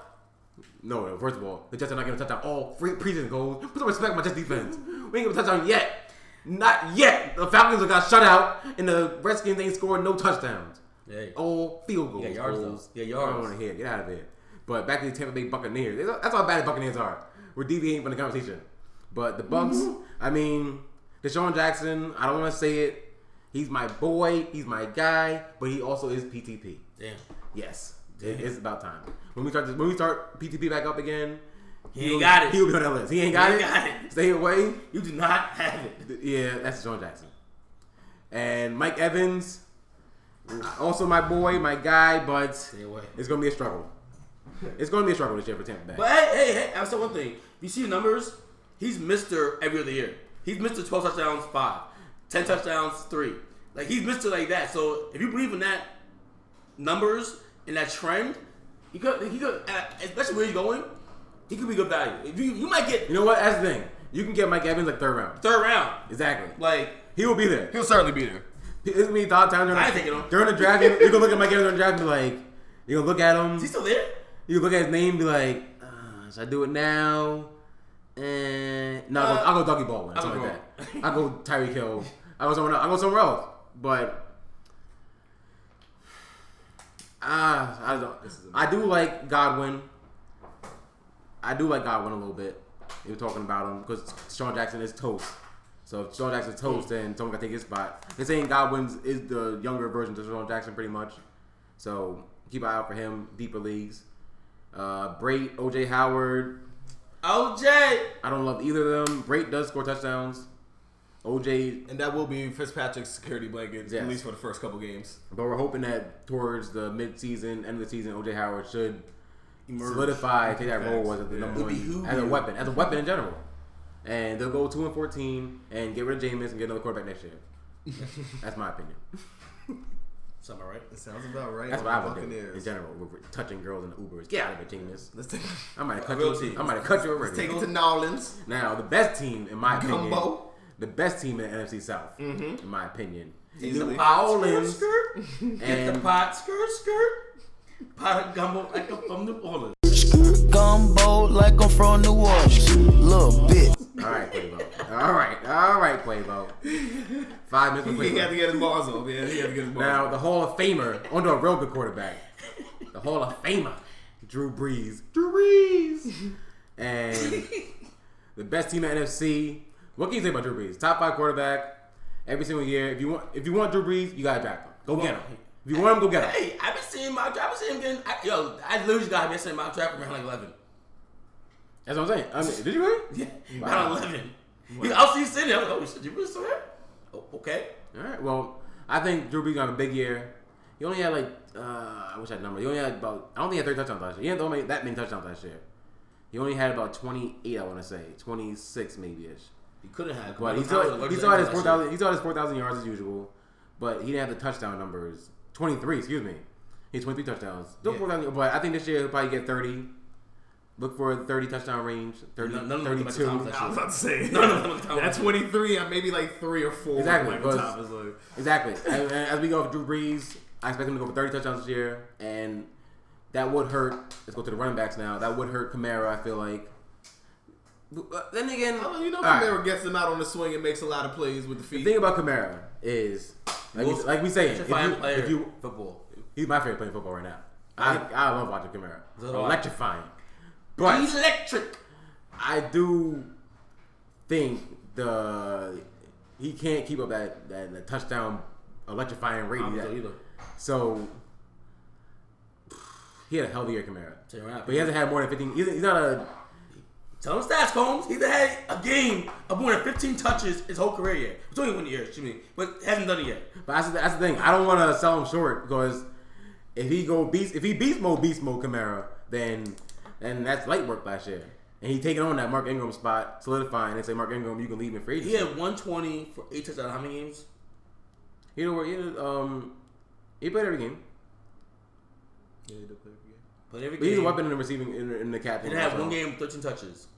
No, no, first of all, the Jets are not gonna touch on all free preseason goals. Put some respect on my Jets defense. We ain't gonna touch on yet. Not yet. The Falcons got shut out, and the Redskins ain't scored no touchdowns.
Yeah.
all field goals.
Yeah, yards,
goals.
though. Yeah, yards.
I don't want to hear. it. Get out of here. But back to the Tampa Bay Buccaneers. That's how bad the Buccaneers are. We're deviating from the conversation. But the Bucks.
Mm-hmm.
I mean, Deshaun Jackson. I don't want to say it. He's my boy. He's my guy. But he also is PTP.
Damn.
Yes, It- it's about time. When we start this, when we start PTP back up again,
He ain't got it.
He'll be on that list. He ain't got
He
it.
ain't got it.
Stay away.
You do not have it.
Yeah, that's John Jackson. And Mike Evans, also my boy, my guy, but
away.
it's gonna be a struggle. It's gonna be a struggle this year for Tampa Bay.
But hey, hey, hey, I'll say one thing. If you see the numbers, he's Mr. every other year. He's Mr. 12 touchdowns, 5. 10 touchdowns, 3. Like, he's Mr. like that. So, if you believe in that numbers and that trend, he could, he could uh, especially where he's going, he could be good value. If you, you might get
you know what? That's the thing. You can get Mike Evans like third round.
third round.
Exactly.
Like,
He will be there.
He'll certainly be there.
It's gonna be thought time during,
I take it on.
during the draft. You you can look at Mike Evans during the draft and be like, you gonna look at him.
is he still there?
You look at his name and be like, uh, should I do it now? Eh, no, I'll, go,
Uh,
I'll go Dougie Baldwin.
I'll
Something
go
like that. I'll go Tyreek Hill. I'll go somewhere else. I'll go somewhere else. But, ah, I don't. I do like Godwin. I do like Godwin a little bit. You were talking about him because Sean Jackson is toast. So if Sean Jackson's toast, then someone got to take his spot. They're saying Godwin's is the younger version of Sean Jackson, pretty much. So keep an eye out for him, deeper leagues. Uh, Brait, OJ Howard.
OJ!
I don't love either of them. Brait does score touchdowns. OJ,
And that will be Fitzpatrick's security blanket,
Yes.
at least for the first couple games.
but we're hoping that towards the mid-season, end of the season, OJ Howard should
Emerge.
solidify, take that role was at the
Yeah.
number
It'd be
one
who
as a
you-
weapon, as a weapon in general. And they'll go two and fourteen and get rid of Jameis and get another quarterback next year. That's my opinion.
Sound about right?
It sounds about right.
That's
on
what I
the
would do in
Buccaneers.
general. We're, we're touching girls in the Ubers. Get out of it, genius.
Let's take,
I
[laughs]
might have cut
Real
you.
team.
I might have cut you already.
take it to New Orleans.
Now, the best team, in my opinion,
Gumbo.
the best team in the NFC South, in my opinion, is the
Easily.
Skirt,
Paolins [laughs]
skirt. Get the
and
pot, skirt, skirt. Pot of gumbo like I'm from New Orleans.
Gumbo like I'm from New Orleans. Little bitch.
all right, Quavo. All right, all right, Quavo. Five minutes for
He had to
Quavo.
get his balls off. Yeah, he had to get his balls
Now,
off.
the Hall of Famer onto a real good quarterback. The Hall of Famer, Drew Brees. Drew Brees. And the best team in the NFC. What can you say about Drew Brees? Top five quarterback every single year. If you want, if you want Drew Brees, you gotta draft him. Go get him. If you want him, go get him.
Hey, I've been seeing my draft. I've been seeing him getting. I, yo, I literally just got him yesterday. My draft around like 11. [laughs]
That's what I'm saying. I mean, did you really?
Yeah,
Wow.
around 11. He, I was sitting there. I was like, oh, shit, you really still there? Oh, okay.
All right. Well, I think Drew Brees gonna have a big year. He only had like uh, I wish I had number. He only had about I don't think he had three touchdowns last year. He didn't throw many- that many touchdowns last year. He only had about twenty eight. I want to say twenty six maybe ish.
He couldn't have. I
But he's
was
still
allergic
he's
to
still at his
that
four
shit.
thousand he's still at his four thousand yards as usual. But he didn't have the touchdown numbers. Twenty three. Excuse me. He's twenty three touchdowns. Still
Yeah.
4,000, but I think this year he'll probably get thirty. Look for a thirty touchdown range. 30,
None- none of them look like
32.
Thomas last
I was about to say.
No, no, no, no.
That 23, I maybe like three or four.
Exactly,
Like
but-
top is like,
Exactly. And- and as we go with Drew Brees, I expect him to go for 30 touchdowns this year, and that would hurt. Let's go to the running backs now. That would hurt Kamara. I feel like. But Then again,
oh, you know,
all right.
Romero gets him out on the swing and makes a lot of plays with the feet.
The thing about Kamara is, like, we,
Wolf-
like we say,
He's a
if
fine
you,
player.
if you,
football.
he's my favorite playing football right now. I, I love watching Kamara.
So do I.
Electrifying. But
He's electric.
I do think the he can't keep up that that, that touchdown electrifying rate.
I'm
that-
either.
So he had a healthy year, Kamara.
Tell you right now,
But he hasn't had more than 15. He's, he's not a.
Tell him stats, Combs. He's had a game of more than 15 touches his whole career yet. It's only one year, excuse me, but hasn't done it yet.
But that's the, that's the thing. I don't want to sell him short because if he go beats, if he beats Mo beats Mo Kamara, then then that's light work last year. And he taking on that Mark Ingram spot, solidifying and say Mark Ingram, you can leave in free
He
agency.
had 120 for eight touchdowns. How many games?
You know where? You know, um, he played every game.
But every
But
game.
he's a weapon in the receiving in, in the captain.
And had one game, 13 touches.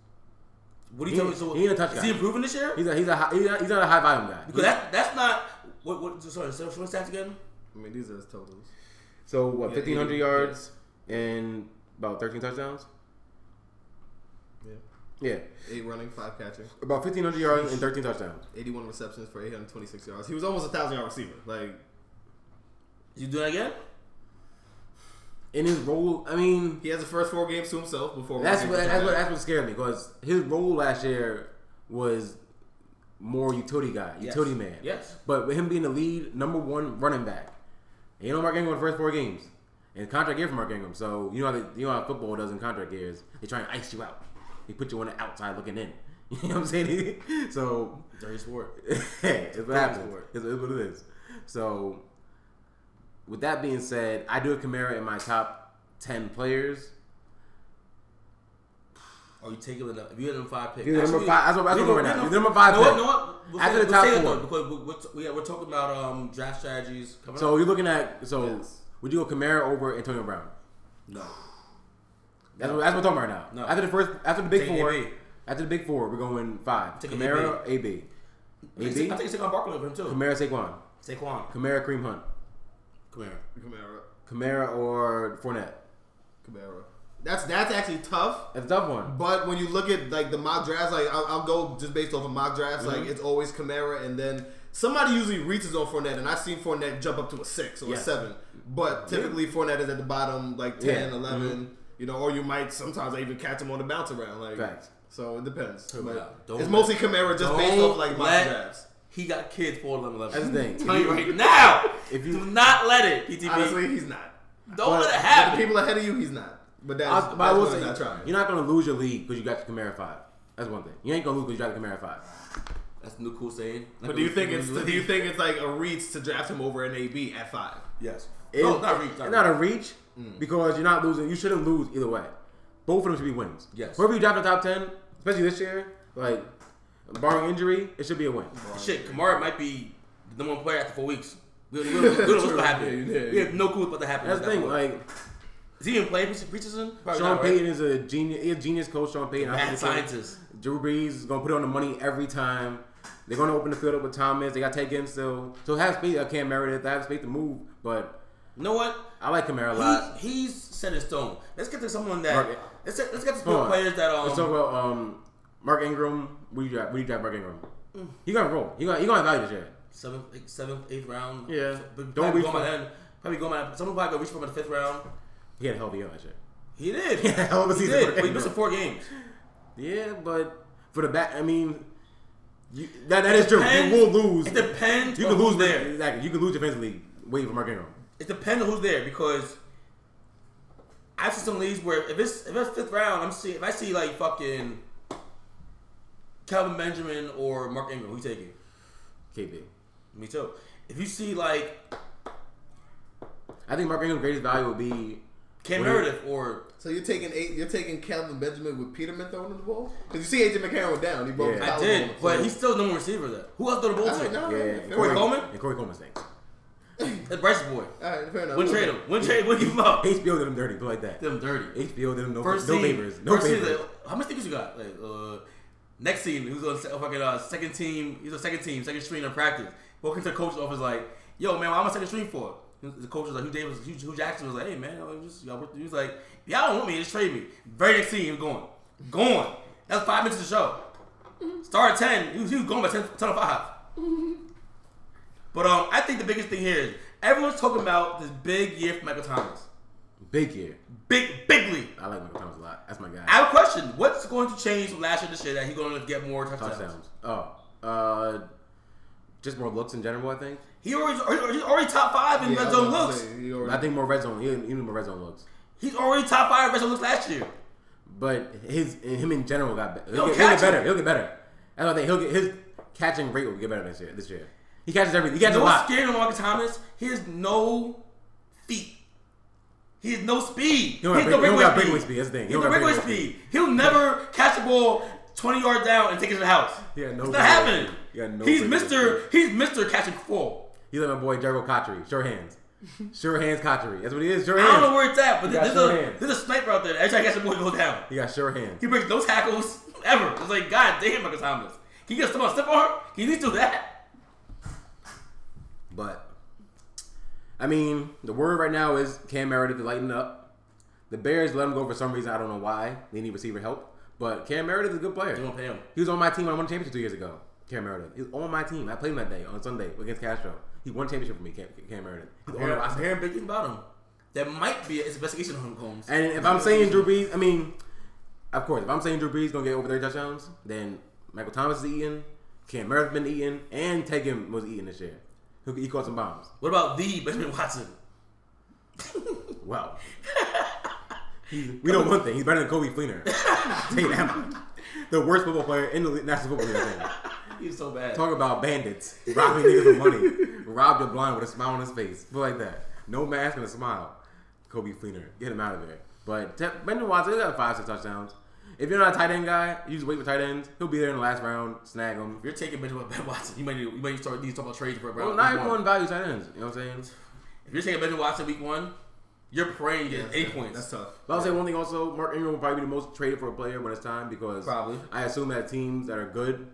What do you
He-
tell me? So
he ain't a touch
is
guy.
he improving this year?
He's a he's a high, he's not, he's not a high volume guy.
Because that, that's not. What, what, sorry, so what's stats again?
I mean, these are his totals.
So what?
Yeah,
Fifteen hundred
he-
yards and about thirteen touchdowns.
Yeah.
Yeah,
Eight running, five catching,
about fifteen hundred yards and thirteen touchdowns.
81 receptions for 826 yards. He was almost a thousand yard receiver. Like,
You doing that again?
In his role, I mean,
he has the first four games to himself before.
that's
Rodgers
what
got
that's what
back.
that's what scared me because his role last year was more utility guy, utility man.
Yes.
But with him being the lead number one running back, and you know Mark Ingram the first four games, and contract year for Mark Ingram. So you know how they, you know how football does in contract years. They try and ice you out. They put you on the outside looking in. [laughs] You know what I'm saying? [laughs] so
Dirty sport.
[laughs] it's what happens.
sport.
It's, it's what it is. So, with that being said, I do have Kamara in my top ten players.
Are you taking it up? If you had him five picks,
You're the number
Actually,
five- that's what- that's
we
what we're
know- we
now. You're
know-
the number five
No,
pick.
no, what? We'll
After
say-
the
we'll
top
say that
four.
though, because we- we're, yeah, we're talking about um, draft strategies coming
So
up.
you're looking at so
Yes.
would you go Kamara over Antonio Brown?
No,
That's what that's what I'm talking about right now.
No.
After the first, after the big
Taking
four,
AB.
after the big four, we're going five.
Taking
Kamara, AB,
I think
AB,
I think Saquon Barkley over him too.
Kamara, Saquon,
Saquon,
Kamara, Kareem Hunt,
come here.
Kamara.
Kamara or Fournette.
Kamara. That's that's actually tough.
That's a tough one.
But when you look at like the mock drafts, like I'll, I'll go just based off of mock drafts.
Mm-hmm.
Like it's always Kamara, and then somebody usually reaches on Fournette, and I've seen Fournette jump up to a six or
Yeah.
a seven. But typically Fournette is at the bottom, like 10,
Yeah. Mm-hmm.
11, You know, or you might sometimes I even catch him on the bounce around. Like
Facts.
so, it depends.
Turn it
But
out. Don't
it's
let-
mostly Kamara just based
Don't
off like mock
let-
drafts.
He got kids for 11 11.
That's the
[laughs]
thing.
I'm telling you right now.
If
If
you-
you do not let it, PTB.
Honestly, he's not.
don't
but-
let it
But the
happen.
people ahead of you, he's not. But that's,
I,
that's
but I will
what
say,
he's not trying.
you're not gonna lose your league because you got the Kamara five. That's one thing. You ain't gonna lose because you got the Kamara five.
That's the new cool saying.
but do you think it's do you think it's like a reach to draft him over an AB at five?
yes?
It-
no, not reach. Not,
it's not
reach.
a reach because you're not losing. You shouldn't lose either way. Both of them should be wins.
Yes.
Whoever you draft in the top ten, especially this year, like barring injury, it should be a win.
Shit, Kamara might be the number one player after four weeks. We We don't we don't- we
[laughs]
don't know what's gonna happen.
Yeah, yeah,
We have no clue what's about to happen.
That's
at
the
that
thing.
point.
Like
is he even playing Richardson? Probably
Sean
not, right?
Payton is a genius. He's a genius coach. Sean Payton. I
Mad
think so.
scientist.
Drew Brees is gonna put on the money every time. They're gonna open the field up with Thomas. They got to take him still. So have space. I can't merit it. I have space to move, but
You know what?
I like Kamara a lot.
He, he's set in stone. Let's get to someone that
Mark-
let's get, let's get to
Hold
some
on.
players that
Let's talk
um.
about um, Mark Ingram. Where you draft? Where you draft Mark Ingram? He gonna roll. He gonna he gonna have value this year.
Seventh, eighth- seventh, eighth round.
Yeah.
But
Don't
probably
reach
go by
for-
then. Probably go by. Someone probably gonna reach for him in the fifth round.
He had a healthy year last year.
He
[laughs]
did.
hell of a
he
season
did.
for
But he
Ingram.
missed four games.
Yeah, but for the back, I mean, you, that that is true.
Depends-
you will lose.
It depends.
You
on
can lose
who's there.
there. Exactly. You can lose defensively waiting for Mark Ingram.
It depends on who's there because I've seen some leagues where if it's if it's fifth round, I'm see if I see like fucking Calvin Benjamin or Mark Ingram, who you taking?
KB.
Me too. If you see like
I think Mark Ingram's greatest value would be
Cam
Wait.
Meredith or
So you're taking eight. You're taking Calvin Benjamin with Peterman throwing him the ball because you see AJ McCarron went down. He broke.
Yeah.
his
I
I
collarbone.
did,
So-
but he's still no receiver though. Who else throw the ball
All right,
to?
no,
yeah,
no,
and
fair
Corey
enough.
Coleman?
and Corey Coleman stinks.
That's Bryce
All
Boy.
right, fair enough.
One
Okay.
trade him. One trade. One give him up.
HBO did him dirty, but like that.
Them dirty.
HBO did him no,
First
no
team.
favors. No
first team,
favors.
like, how much tickets you got? Like, uh, next team, he was on se- fucking uh, second team. He was on second team, second string in practice. Walking to the coach's office, like, yo, man, why am I second string for? The coach was like, Hugh Davis, Hugh, Hugh Jackson was like, hey, man, I was just, y'all, work- he was like, y'all don't want me, just trade me. Very next team, he was going. Going. That's five minutes of the show. Start at 10, he was, he was going by 10, 10 to 5. But um, I think the biggest thing here is everyone's talking about this big year for Michael Thomas.
Big year.
Big, big league.
I like Michael Thomas a lot. That's my guy.
I have a question. What's going to change from last year to this year that he's going to get more touchdowns?
Touchdowns. Oh, uh, just more looks in general. I think.
He already, he's already top five in
Yeah, I
red
was
zone
about to
looks.
say, he already-
I think more red zone. Even even more red zone looks.
He's already top five in red zone looks last year.
But his him in general got better.
Yo,
He'll, get, he'll
catch
get
him.
better. He'll get better. That's what I think. He'll get his catching rate will get better next year. This year, he catches everything. He
You
catches
know
a
what's
lot.
scary about Marcus Thomas? He has no feet. He has no speed. He
don't
has
got
no
break- he don't
breakaway
got
speed.
breakaway speed. That's the thing.
He
He
has
don't
no
got
breakaway
breakaway
speed. He'll never catch the ball 20 yards down and take it to the house.
Yeah, no
it's
breakaway
not happening.
speed. He got no
he's
breakaway
Mr. He's Mr. Catch and fall.
He's like my boy Jergo Cotchery. Sure hands. Sure hands Cotchery. That's what he is. Sure
I don't know
hands.
where it's at, but
got
there's
short
a,
hands.
there's a sniper out there. that Every time he catches the ball, he goes down.
He got sure hands.
He breaks no tackles ever. It's like, God damn, Michael Thomas. He gets someone step on. He needs to do that.
But I mean, the word right now is Cam Meredith to lighten up. The Bears let him go for some reason. I don't know why. They need receiver help. But Cam Meredith is a good player.
They won't pay him.
He was on my team when I won the championship two years ago. Cam Meredith. He was on my team. I played him that day on Sunday against Castro. He won championship for me, Cam, Cam Meredith. He's on the
Hearing
roster.
hearing big things about him. There might be an investigation on him, Combs.
And if I'm saying Drew Brees, I mean, of course, if I'm saying Drew Brees gonna get over 30 touchdowns, then Michael Thomas is eating, Cam Meredith been eating, and Tegan was eating this year. He- He caught some bombs.
What about the Benjamin Watson?
Wow. we know one thing. He's better than Kobe Fleener. Tell you that much. The worst football player in the le- National Football League. I think.
He's so bad.
Talk about bandits robbing niggas of money. Robbed a blind with a smile on his face. Feel like that. No mask and a smile. Kobe Fleener, get him out of there. But Te- Brendan Watson he got five six touchdowns. If you're not a tight end guy, you just wait for tight ends. He'll be there in the last round. Snag him.
If you're taking Benjamin Ben Watson, you might need, you might need to start need to talk about trades for a
Well,
round.
not
week one.
everyone values tight ends. You know what I'm saying?
If you're taking Benjamin Watson week one, you're praying you
Yeah,
get eight
that's-
points.
That's tough.
But I'll say one thing also, Mark Ingram will probably be the most traded for a player when it's time because
Probably.
I assume that teams that are good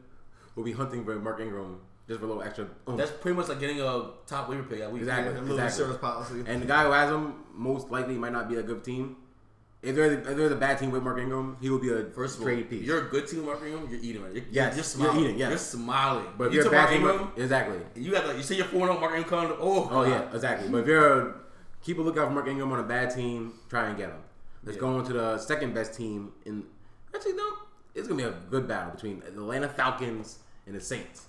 will be hunting for Mark Ingram just for a little extra. oomph.
That's pretty much like getting a top waiver pick that week.
Yeah,
Exactly.
a little
exactly.
insurance policy.
and the guy who has him most likely might not be a good team. If there's if there's a bad team with Mark Ingram, he will be a
First of all,
trade piece.
you're a good team, Mark Ingram. You're eating right. You're,
Yes,
you're
you're
smiling.
eating, yes.
You're smiling.
but if
you
you're a
took
bad
Mark
team,
Ingram,
exactly.
and you have like you say you're four zero. Mark Ingram comes. Oh,
Oh
God.
yeah, exactly. But if you're a, keep a lookout for Mark Ingram on a bad team, try and get him. Let's go on to the second best team in. Actually, no, it's gonna be a good battle between the Atlanta Falcons and the Saints.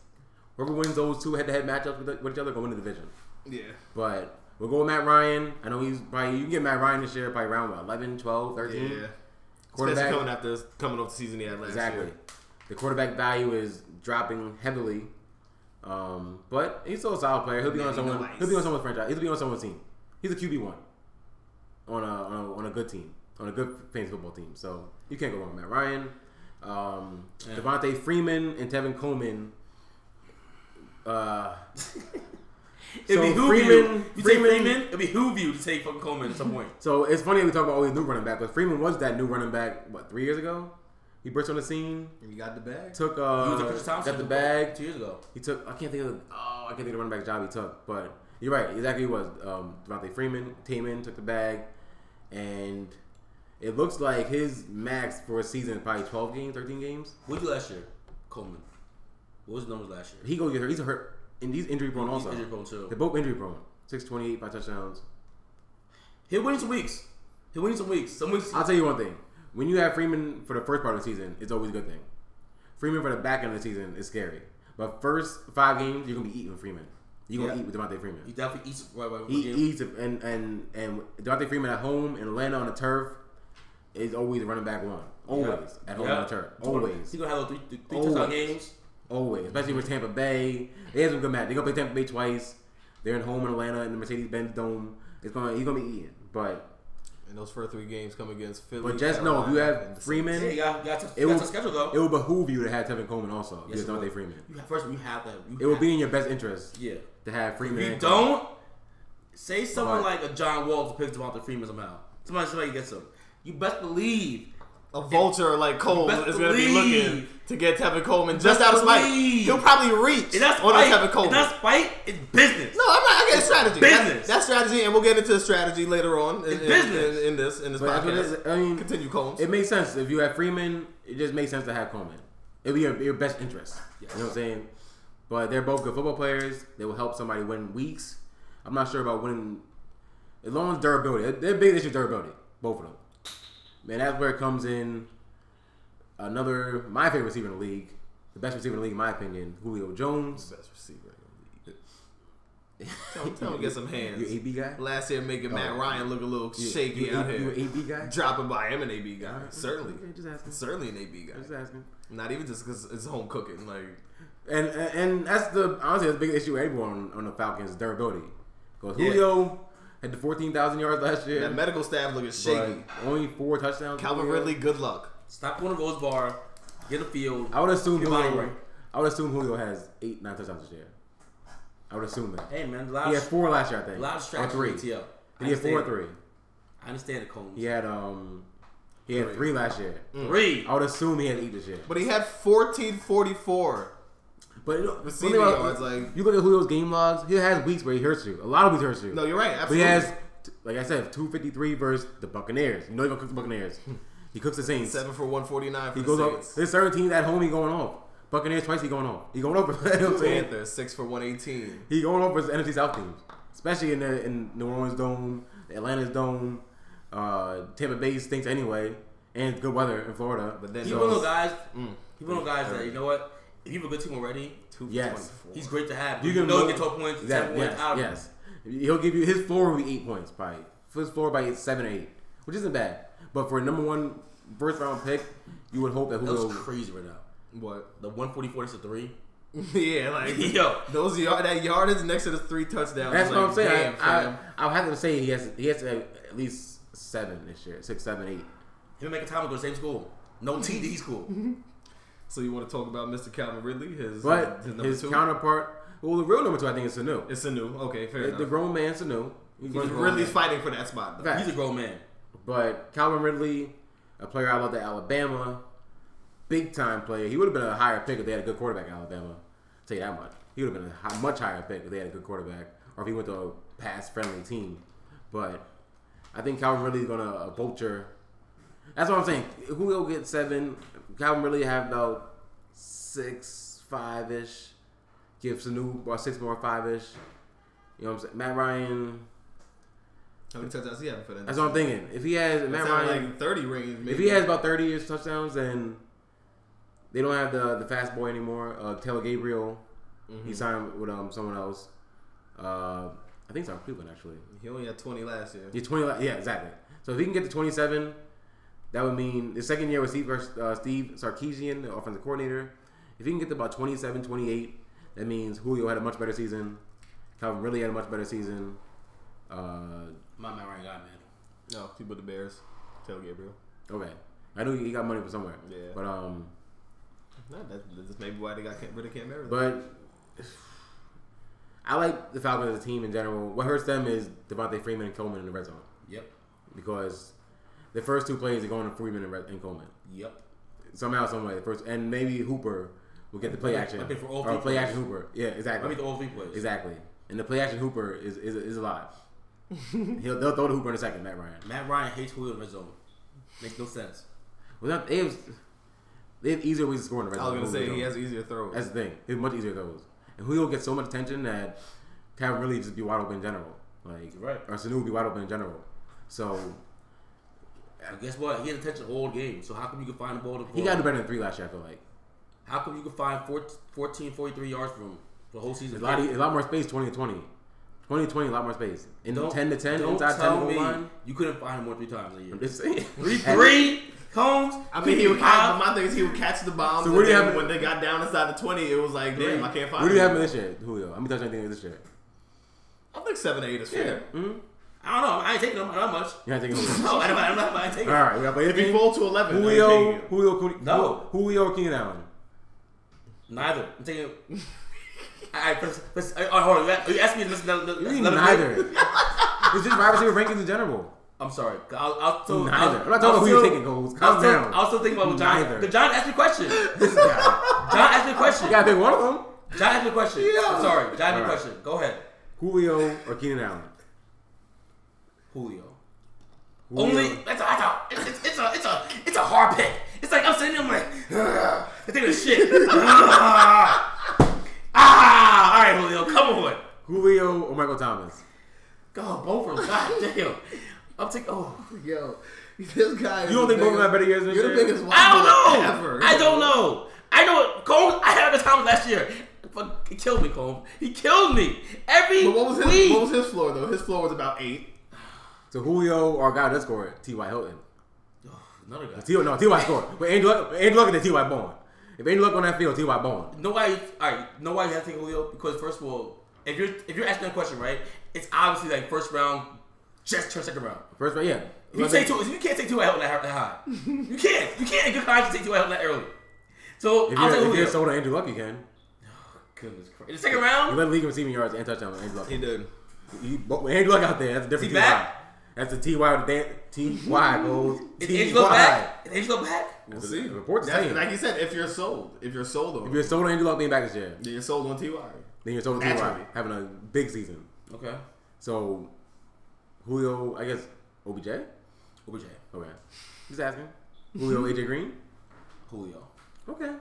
Whoever wins those two head-to-head matchups with, with each other, gonna win the division.
Yeah.
But we'll go with Matt Ryan. I know he's probably you can get Matt Ryan this year probably around what 11, 12, 13.
Yeah. Especially
Quarterback
coming after coming off the season he had last
exactly.
year.
The quarterback value is dropping heavily. Um, but he's still a solid player. He'll be on
Maybe
someone.
nice.
He'll be on someone's franchise. He'll be on someone's team. He's a QB one on a, on a on a good team on a good fantasy football team. So you can't go wrong with Matt Ryan, um, Devontae Freeman, and Tevin Coleman. Uh,
[laughs] It'd
So
be who
Freeman-
you. You take
Freeman-
Freeman. It'd be who you to take fucking Coleman at some point.
So it's funny we talk about all these new running back, but Freeman was that new running back what three years ago. He burst on the scene,
You got the bag.
took uh,
He was at Chris Thompson
got the bag.
two years ago.
He took I can't think of the, oh I can't think of the running back job he took, but you're right exactly he was um, Devontae Freeman came in took the bag, and it looks like his max for a season is probably 12 games, 13 games.
What did you last year, Coleman? What was the numbers last year?
He go get hurt. He's a hurt and he's injury prone also.
injury prone, too.
They're both injury prone. Six twenty eight, five touchdowns.
He'll win some weeks. He'll win some weeks. Some weeks.
I'll tell you one thing. When you have Freeman for the first part of the season, it's always a good thing. Freeman for the back end of the season is scary. But first five games, you're gonna be eating with Freeman. You're gonna
Yeah.
eat with Devontae Freeman.
he definitely eats right right.
He
game.
eats E, and and and Devontae Freeman at home in Atlanta on the turf is always running back one. Always at home
Yeah.
on the turf.
He's gonna-
Always,
He's gonna have those three, three, three
Always.
touchdown games.
always. Especially with Tampa Bay, they have some good match. They gonna play Tampa Bay twice. They're at home in Atlanta in the Mercedes Benz Dome. It's gonna he's gonna be eating, but.
And those first three games come against Philly.
But just know if you
Carolina, and the
have Freeman,
Yeah, you got, you got, to,
it
you got
will,
to schedule though.
it will behoove you to have Tevin Coleman also.
Yes,
Yes,
it will.
Devontae Freeman.
you have, first, you have that. You
It will
have-
be in your best interest
Yeah.
to have Freeman.
If you
and Coleman.
don't, say someone
Right.
like a John Wall to pick Devonta Freeman somehow. Somebody, somebody gets him. You best believe
A vulture like Cole
best
is going to be
believe-
looking to get Tevin Coleman just
best
out of spite.
believe-
He'll probably reach
It's not
on
spite.
a Tevin Coleman.
It's not spite. It's business.
no, I'm not. I get strategy.
business.
That, that strategy, and we'll get into the strategy later on in,
It's
in-
business.
in, in this in this
But that's what it is.
podcast.
I mean,
Continue, Combs.
it makes sense if you have Freeman. It just makes sense to have Coleman. It'll be your, your best interest. You know what I'm saying? But they're both good football players. They will help somebody win weeks. I'm not sure about winning as long as durability. Their- Their big issue is durability. Both of them. Man, that's where it comes in. Another my favorite receiver in the league, the best receiver in the league in my opinion, Julio Jones.
best receiver. in the league.
[laughs]
Tell him- tell him to get some
You
hands.
AB guy?
Last year, making Matt
Oh.
Ryan look a little shaky
you,
out
you,
here.
You an AB guy?
Dropping by him an AB guy, certainly,
Okay, just asking.
certainly an AB guy.
Just asking.
Not even just because it's home cooking. Like
And and and that's the honestly that's the biggest issue with everyone on the Falcons durability. Because Julio had the fourteen thousand yards last year.
that medical staff looking
but
shaky.
Only four touchdowns.
Calvin
Julio.
Ridley, good luck.
Stop going to Rose Bar. Get a field.
I would assume
Get
Julio.
body right.
I would assume Julio has eight nine touchdowns this year. I would assume that.
Hey man, a lot
He
of,
had four last year, I think.
a lot of
or
strategy.
three.
in ATL. I
He had four or
understand.
three.
I understand it, Combs.
He had um. He had
Three. Mm.
three last year.
Three.
I would assume he had eight this year.
But he had fourteen forty four.
But you know, one
Receiving
thing about-
yards, like-
you look at Julio's game logs, he has weeks where he hurts you. A lot of weeks he hurts you.
No, you're right.
But he
Absolutely.
has, t- like I said, 253 versus the Buccaneers. You know he's going to cook
[laughs]
the Buccaneers. he cooks the Saints.
seven for one forty nine for
he
the
goes up.
Saints.
There's certain teams at home he going off. Buccaneers twice he going off. He going over. [laughs] you know what I'm saying?
Panthers six for one eighteen.
He going over his NFC South teams. Especially in the in New Orleans Dome, Atlanta's Dome, uh, Tampa Bay stinks anyway, and it's good weather in Florida.
But then
He
those-
one of those guys.
Mm.
He one of those guys that you know what? If you have a good team already,
two for
Yes.
24.
he's great to have.
You
You can
can
know
look-
get twelve points,
Exactly.
ten points
Yes.
out of him.
yes. He'll give you his floor will be eight points by his floor by eight, seven or eight, which isn't bad. But for a number one first round pick, you would hope that
That
Julio.
was crazy right now.
What? [laughs]
The one forty four to three.
yeah,
[laughs]
like
Yo.
those yard that yardage next to the three touchdowns.
That's
like,
what I'm
damn,
saying. I,
fam.
I, I have to say he has he has to have at least seven this year, six, seven, eight.
Him and Mike Thomas go to the same school.
[laughs]
No TD school.
so you want to talk about Mr. Calvin Ridley? His uh,
But
his, number
his
two?
counterpart, well, the real number two, I think, is Sanu.
It's a new. Okay, fair
the
enough.
grown man, Sanu. He's
He's really fighting for that spot. Though.
He's a grown man.
But Calvin Ridley, a player out of the Alabama, big time player. He would have been a higher pick if they had a good quarterback in Alabama. I'll tell you that much. He would have been a hi- much higher pick if they had a good quarterback, or if he went to a pass friendly team. But I think Calvin Ridley is going to vulture. That's what I'm saying. Julio get seven. Calvin Ridley have about six, five ish. Give Sanu about six more, five ish. You know what I'm saying? Matt Ryan.
How many touchdowns he having for that?
That's what I'm thinking. If he has Matt
It's
Ryan,
not like thirty range. Maybe.
if he has about 30 years touchdowns, then they don't have the the fast boy anymore. Uh, Taylor Gabriel, he signed with um someone else. Uh, I think it's on Cleveland actually.
he only had twenty last year.
Yeah, 20. li- Yeah, exactly. So if he can get to 27, that would mean the second year with Steve, uh, Steve Sarkeesian, the offensive coordinator. If he can get to about 27, 28, that means Julio had a much better season. Calvin really had a much better season. Uh,
My man right guy, man.
No, he put the Bears. Tell Gabriel.
okay, I knew he got money from somewhere.
Yeah.
But um.
No, that's, that's maybe why they got rid of Cam Everett.
But I like the Falcons as a team in general. What hurts them is Devontae Freeman and Coleman in the red zone
Yep.
because the first two plays are going to Freeman and Red- and Coleman
Yep.
somehow, some way. First, and maybe Hooper will get the play
Like-
action
like they for all three
or play
plays.
action Hooper. Yeah,
I
exactly.
mean, the all three plays.
Exactly. And the play action Hooper is is,
[laughs]
is alive. He'll they'll throw the Hooper in a second, Matt Ryan.
Matt Ryan hates Julio in the red zone. Makes no sense.
Well, not, they have they have easier ways to score in the red
I was
zone.
gonna
than
say he
Julio.
has easier throws.
That's the thing. It's much easier goes. And Julio gets so much attention that can really just be wide open in general. Like
Right.
or Sanu will be wide open in general. So
And guess what? He had attention all game. So how come you can find the ball to
he got to do better than three last year. I feel like
How come you can find 14, 14 43 yards from him for the whole season?
a lot of, a lot more space. 20 to 20. 20 to 20, a lot more space. In
Don't-
10 to 10,
Don't
inside 10
tell
to
me
line.
you couldn't find him more than three times a year.
I'm just saying.
[laughs]
[laughs]
Three, three, Combs.
I mean, he would catch,
five.
my thing is he would catch the bombs.
So
and
what do you
then
have-
when they got down inside the twenty? It was like, damn, I can't find.
What do you
him.
have this year, Julio? I'm gonna touch anything this year.
I think seven eight is fair.
Hmm? I don't know. I ain't taking him. Not much.
You're not taking
[laughs]
Julio.
No, I don't, I'm not. I ain't taking
All
him.
right, we got
If he
anything.
fall to eleven, then I
Julio,
take him.
Julio, Cooney,
No.
Julio, or Keenan Allen.
Neither. I'm taking. [laughs] All right, let's, let's, all right, hold on. You asked- You asked me to listen. to-
You need
let- let-
neither. it's just wide receiver rankings in general.
[laughs] I'm sorry. I'll, I'll still,
Neither.
I'll,
I'm not talking about who you're
I'll still-
taking goals.
I'll
Calm
still,
down.
I'll still think about what John.
Neither.
Because John asked me a question. John
This guy.
asked me a question.
you gotta pick one of them.
John asked me a question. I'm sorry. John asked me a
All right.
question. Go ahead.
Julio or Keenan Allen.
Julio.
Julio.
Only that's a, that's a it's, it's, it's a it's a it's a hard pick. It's like I'm sitting there I'm like "Ugh," I think of shit. [laughs] Ugh. ah, all right, Julio, come on.
Julio or Michael Thomas.
God, both of them. God damn. I'm taking. Oh,
Yo, this guy.
You don't think both of them have better years than
You're the
this year?
biggest.
I don't
wild
know.
ever.
I don't know. I know. Cole, I had a good time last year. Fuck, he killed me, Cole. He killed me every
But what was his?
week.
What was his floor though? His floor was about eight.
So Julio or a guy that scored T.Y. Hilton.
Another guy.
T.Y. No, T.Y. scored. But Andrew Luck, Andrew Luck and then T.Y. Bowen. If Andrew Luck on that field, T.Y. Bowen.
Know why? All right. Know why you have to take Julio? Because first of all, if you're if you're asking that question, right, it's obviously like first round, just turn second round.
First round, yeah.
If you take two, if you can't take two out that that high. you can't. You can't in good conscience take two out that early. So
If
I'll take
you're, if
Julio.
you're sold on Andrew Luck, you can.
Goodness Christ. In the second
You
round,
let the league in receiving yards and touchdowns with Andrew Luck.
He did.
You, but when Andrew Luck out there, that's a different
Is he
T.Y.
back?
That's a T.Y. with a dan- T.Y. goes.
is
T.Y.
Angelo back? Is Angelo back?
We'll
That's
see.
what the report's
That's-
saying.
Like you said, if you're sold, if you're sold on,
If you're sold on Andrew Luck being back this year,
then you're sold on Ty.
then you're sold on T.Y.
Naturally.
having a big season.
Okay.
So, Julio, I guess, OBJ?
OBJ.
Okay. Just asking. Julio, AJ Green?
Julio.
Okay.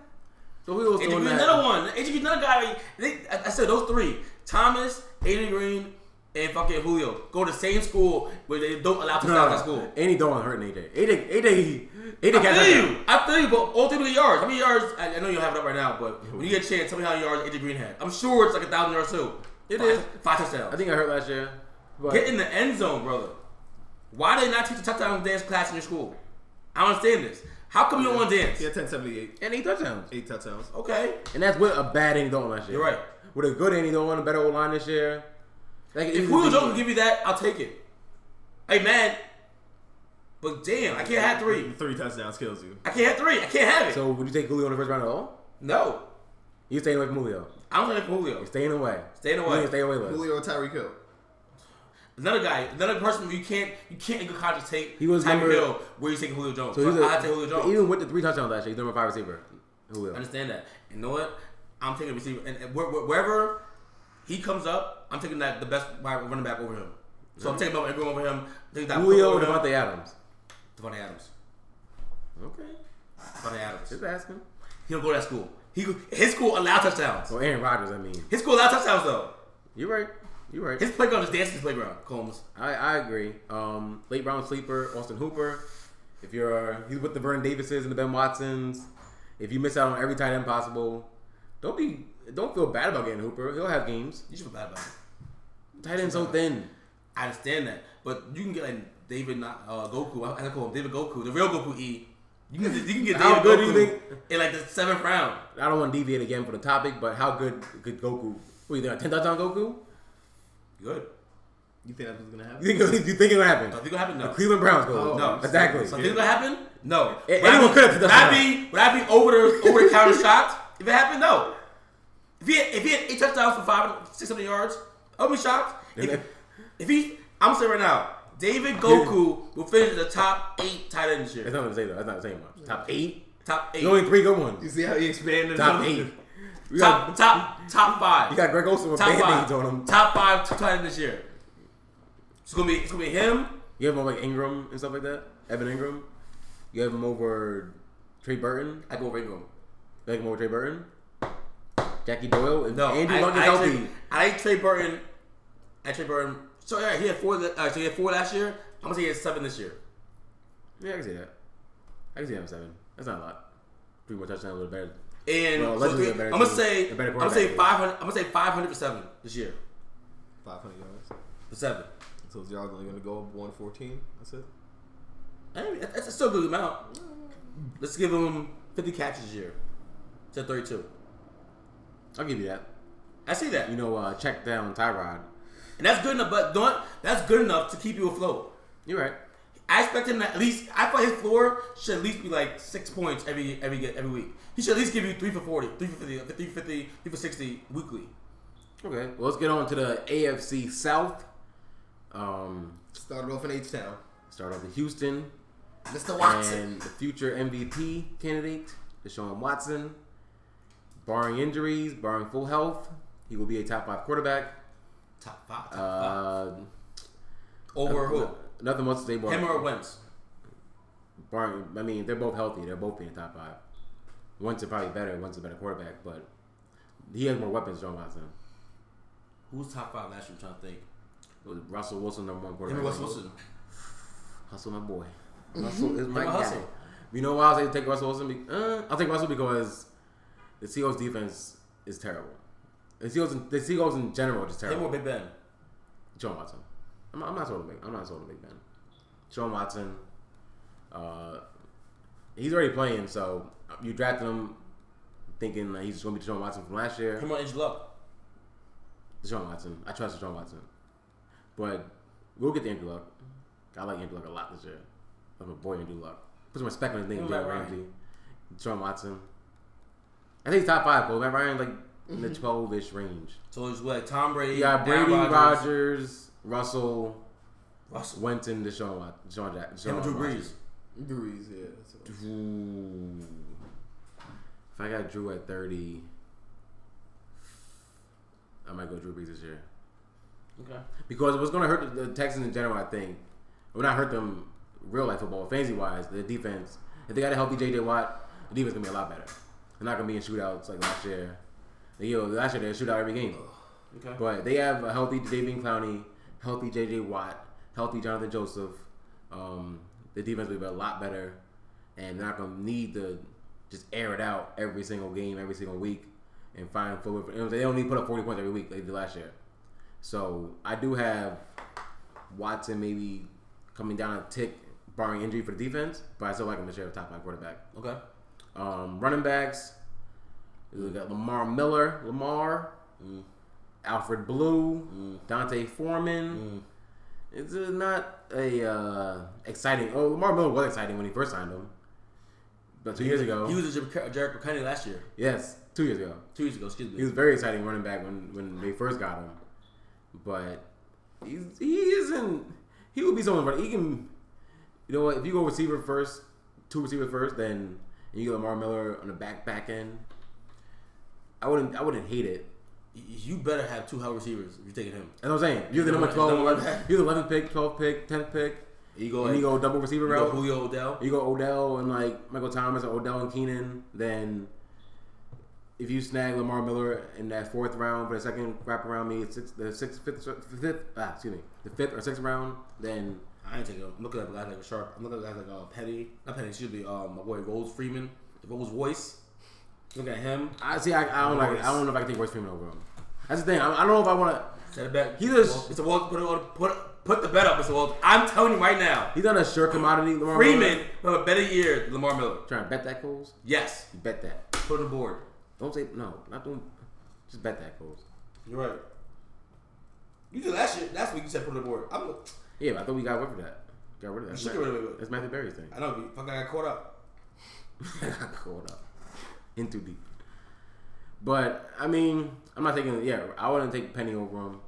So Julio's
AJ
doing
Green,
that.
another one. AJ Green, another guy. They, I, I said those three: Thomas, AJ Green, and fucking Julio. Go to same school where they don't allow touchdowns
No,
at
no,
school.
no. And he don't hurt AJ. AJ, AJ, AJ
I feel
can't touch
you. I feel you, but ultimately yards. How many yards? I, I know you don't have it up right now, but when you get a chance, tell me how many yards AJ Green had. I'm sure it's like a thousand yards too. It
is.
is five, touchdowns.
I think I hurt last year. But
get in the end zone, brother. Why they not teach a touchdown dance class in your school? I don't understand this. How come you don't want to dance?
He had ten seventy eight,
and he touchdowns.
eight touchdowns.
Okay,
And that's with a bad Andy Dalton last year.
You're right.
With a good Andy Dalton, a better O line this year. Like,
if Julio Jones can give you that, I'll take it. Hey man, but damn, I can't have three.
Three touchdowns kills you.
I can't have three. I can't have it.
So would you take Julio in the first round at all?
no,
You staying away from Julio.
I don't like Julio.
You're staying away.
Staying away.
You ain't staying away with.
Julio or Tyreek Hill.
Another guy, another person you can't you can't in good conscience take
He was
Tyreek
number-
Hill where you take Julio Jones.
So he's
I take Julio Jones.
even with the three touchdowns last year, he's number five receiver. Julio.
I understand that. And you know what? I'm taking a receiver, and, and where, where- wherever he comes up, I'm taking that the best wide running back over him. So I'm taking Melvin Ingram over him. I'm taking that
Julio and
over him.
Devontae Adams.
Devontae Adams.
Okay.
Devontae Adams.
Just asking.
He don't go to that school. He his school allow touchdowns.
Well, Aaron Rodgers, I mean.
His school allow touchdowns though.
You're right. You're right.
His playground is dancing playground. Combs.
I, I agree. Um, late round sleeper, Austin Hooper. If you're he's with the Vernon Davises and the Ben Watsons. If you miss out on every tight end possible, don't be don't feel bad about getting Hooper. He'll have games.
You should feel bad about it.
Tight end's so thin.
I understand that, but you can get like David Na- uh, Goku. I, I call him David Goku, the real Goku E. You can, you can get David
How good
Goku
do you think-
in like the seventh round.
I don't want to deviate again from the topic, but how good could Goku? What you think? a Ten touchdown Goku?
Good.
You think that's what's gonna happen?
You think [laughs] you think it'll happen?
Nothing gonna happen. No.
Cleveland Browns Goku.
Oh, No.
exactly.
Something gonna happen? No.
A-
Would I
anyone
be-
could've done
Would I be would I be over the over the counter shocked if it happened? No. If he had, if he had eight touchdowns for five, six hundred yards. I'll be shocked. If, if he, I'm saying right now, David Goku will finish in the top eight tight end this
That's
year.
not the same though. That's not the same one. Top eight.
Top eight.
You only three good
You
ones.
see how he expanded?
Top
on-
eight.
[laughs]
We
top,
got-
top, top five.
You got Greg Olson with
top
band-aids
five.
on him.
Top five tight end this year. It's gonna be, it's gonna be him.
You have him over like Ingram and stuff like that. Evan Ingram. You have him over Trey Burton.
I go over Ingram.
You like him over Trey Burton. Jackie Doyle. If
No,
Andrew
I,
Luck is
I,
healthy.
Trey, I like Trey Burton. I like Trey Burton. So yeah, he had four. the- Uh, so he had four last year. I'm gonna say he had seven this year.
yeah, I can see that. I can see him seven. That's not a lot. Three more touchdowns, a little better.
And
Well,
so
Legends
three-
are better
I'm gonna
team.
say
They're
I'm
better
gonna say
quarterback.
500. I'm gonna say 500 for seven this year.
500 yards.
For seven.
So is y'all only gonna go up 114? That's it.
I mean, that's that's still a good amount. Let's give him 50 catches this year. To 32.
I'll give you that.
I see that,
You know, uh, check down Tyrod.
and that's good enough. But don't that's good enough to keep you afloat.
You're right.
I expect him to at least. I thought his floor should at least be like six points every every ge- every week. He should at least give you three for 40, three for 50, three for 50, three for 60 weekly.
Okay. Well, let's get on to the AFC South. Um,
Started off in H Town.
start off with Houston
Mr.
and the future MVP candidate, Deshaun Watson. Barring injuries, barring full health, he will be a top five quarterback.
Top five, top five.
Uh,
Over who?
Nothing much to say. Barring,
Him or Wentz?
barring, I mean, they're both healthy. They're both being top five. One's a probably better. One's a better quarterback, but he has more weapons. Deshaun Watson.
Who's top five last year? I'm trying to think.
It was Russell Wilson, number one quarterback.
Him or Russell Wilson?
Hustle my boy. Russell is
Mm-hmm.
my
Take my
guy.
Hustle.
You know why I'll say take Russell Wilson? Be- uh, I'll take Russell because the Seahawks defense is terrible. The Seahawks, in, the Seahawks in general are just
Him
terrible.
or Big Ben?
John Watson. I'm, not- I'm not sold on Big. I'm not sold on Big Ben. John Watson. Uh, he's already playing, so you drafted him thinking that he's just going to be John Watson from last year.
Him or Andrew Luck?
Deshaun Watson. I trust Deshaun Watson. But we'll get the Andrew Luck. I like Andrew Luck a lot this year. I'm a boy Andrew Luck. Put some respect on his name,
Who,
Jalen
Matt Ryan?
Ramsey. Deshaun Watson. I think he's top five, but Matt Ryan like
[laughs]
in the twelve ish range.
So it's like Tom Brady,
You got
Aaron
Brady,
Rodgers,
Rogers, Russell,
Russell,
Wenton, Deshaun Watson, Deshaun Jack, Deshaun
him or Drew Brees.
Watson.
Breeze, yeah. that's what-
Drew. If I got Drew at thirty, I might go Drew Brees this year.
Okay.
Because what's going to hurt the the Texans in general, I think, well, not hurt them real life football, fantasy wise, the defense. If they got a healthy JJ Watt, the defense going to be a lot better. They're not going to be in shootouts like last year. They, you know, last year they had a shootout every game.
Okay.
But they have a healthy Davian Clowney, healthy JJ Watt, healthy Jonathan Joseph. Um, the defense will be a lot better, and they're not going to need to just air it out every single game, every single week, and find forward. You know, what I'm saying? they don't need to put up 40 points every week like they did last year. So I do have Watson maybe coming down a tick, barring injury for the defense, but I still like him to share the top five quarterback.
Okay.
Um, running backs, we got Lamar Miller, Lamar, mm. Alfred Blue,
Mm.
Dante Foreman. It's uh, not a uh, exciting. Oh, Lamar Miller was exciting when he first signed him, but two years ago.
He was a Jericho Kennedy last year.
yes, two years ago.
Two years ago, excuse me.
He was very exciting running back when, when they first got him, but he's, he isn't. He would be someone, but he can. You know what? If you go receiver first, two receivers first, then and you get Lamar Miller on the back back end. I wouldn't. I wouldn't hate it.
you better have two high receivers if you're taking him.
That's what I'm saying. You're the
Number-
number 12,
number
11, you're the 11th pick, 12th pick, 10th pick.
You go,
And you go double receiver
you go
route.
Julio Odell.
You go Odell and like Michael Thomas or Odell and Keenan. Then if you snag Lamar Miller in that fourth round for the second wraparound, maybe six, the sixth, fifth, fifth, ah, excuse me, the fifth or sixth round, then
I ain't taking him. I'm looking at guys like Sharp. I'm looking at guys like uh, Petty. Not Petty, excuse me. Um, my boy Rose Freeman. Rose Royce. Look at him.
I see. I, I don't like. I don't know if I can take Royce Freeman over him. That's the thing. I, I don't know if I want to.
Set it back.
He just-
Well, It's a Walt. Put, it on- put, put the bet up. It's a Walt. I'm telling you right now.
He's not a sure commodity. Lamar
Freeman
Miller.
will have a better year than Lamar Miller.
Trying to bet that Coles.
Yes.
Bet that.
Put on the board.
Don't say no. Not don't. Just bet that Coles.
You're right. You did last year. Last week you said put on the board. I'm.
Yeah, but I thought we got rid of that. Got rid of that.
You should get rid of it.
That's Matthew Berry's thing.
I know.
[laughs]
you- Fuck, I got caught up.
Hold up. In too deep. But I mean, I'm not taking. Yeah, I wouldn't take Penny over him.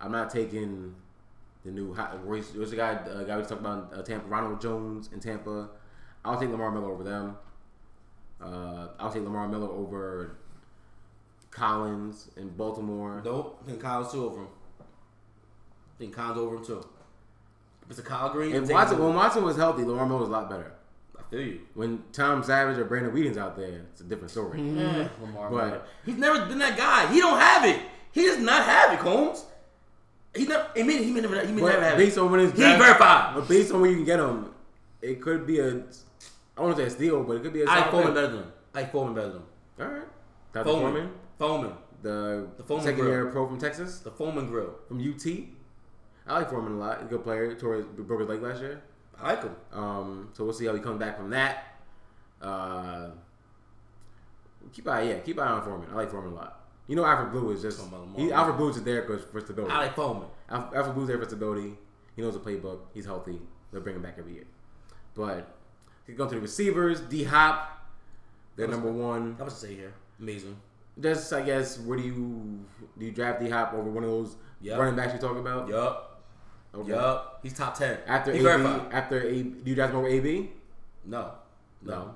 I'm not taking the new hot Royce. There's a guy, a guy we talked about in uh, Tampa, Ronald Jones in Tampa. I'll take Lamar Miller over them. Uh, I'll take Lamar Miller over Collins in Baltimore.
Nope. Think Kyle's two over him. Think Kyle's over him too. If it's a Kyle Green,
If
take
Watson,
him.
when Watson was healthy, Lamar Miller was a lot better.
I feel you.
When Tom Savage or Brandon Whedon's out there, it's a different story.
Mm-hmm. Lamar.
But-
Miller. he's never been that guy. He don't have it. He does not have it, Combs. He never. He may, he may never. He may never
But
have
based
it.
on when his
He ain't verified.
but based on where you can get him, it could be a. I don't want to say a steal, but it could be
I
a. solid
like Foreman
pick.
better than him. I like Foreman better than him.
All right. Dr.
Foreman.
Foreman,
Foreman.
the,
The Foreman
second
grill.
year pro from Texas,
The Foreman grill.
from UT. I like Foreman a lot. He's a good player. Tore his, broke his leg last year.
I like him.
Um, so we'll see how he comes back from that. Uh, keep eye, yeah, keep eye on Foreman. I like Foreman a lot. You know, Alfred Blue is just
Come on, Lamar.
he, Alfred Blue's just there 'cause- for stability.
I like Foreman.
Alf- Alfred Blue's there for stability. He knows the playbook. He's healthy. They'll bring him back every year. But he's going to the receivers. D Hop, they're number one.
That was to say here. Amazing.
Just I guess, what do you do? You draft D Hop over one of those
Yep.
running backs you talk about?
Yup.
Okay.
Yup. He's top ten.
After
he
AB,
verified.
after AB, do you draft him over AB?
No. No.
Okay,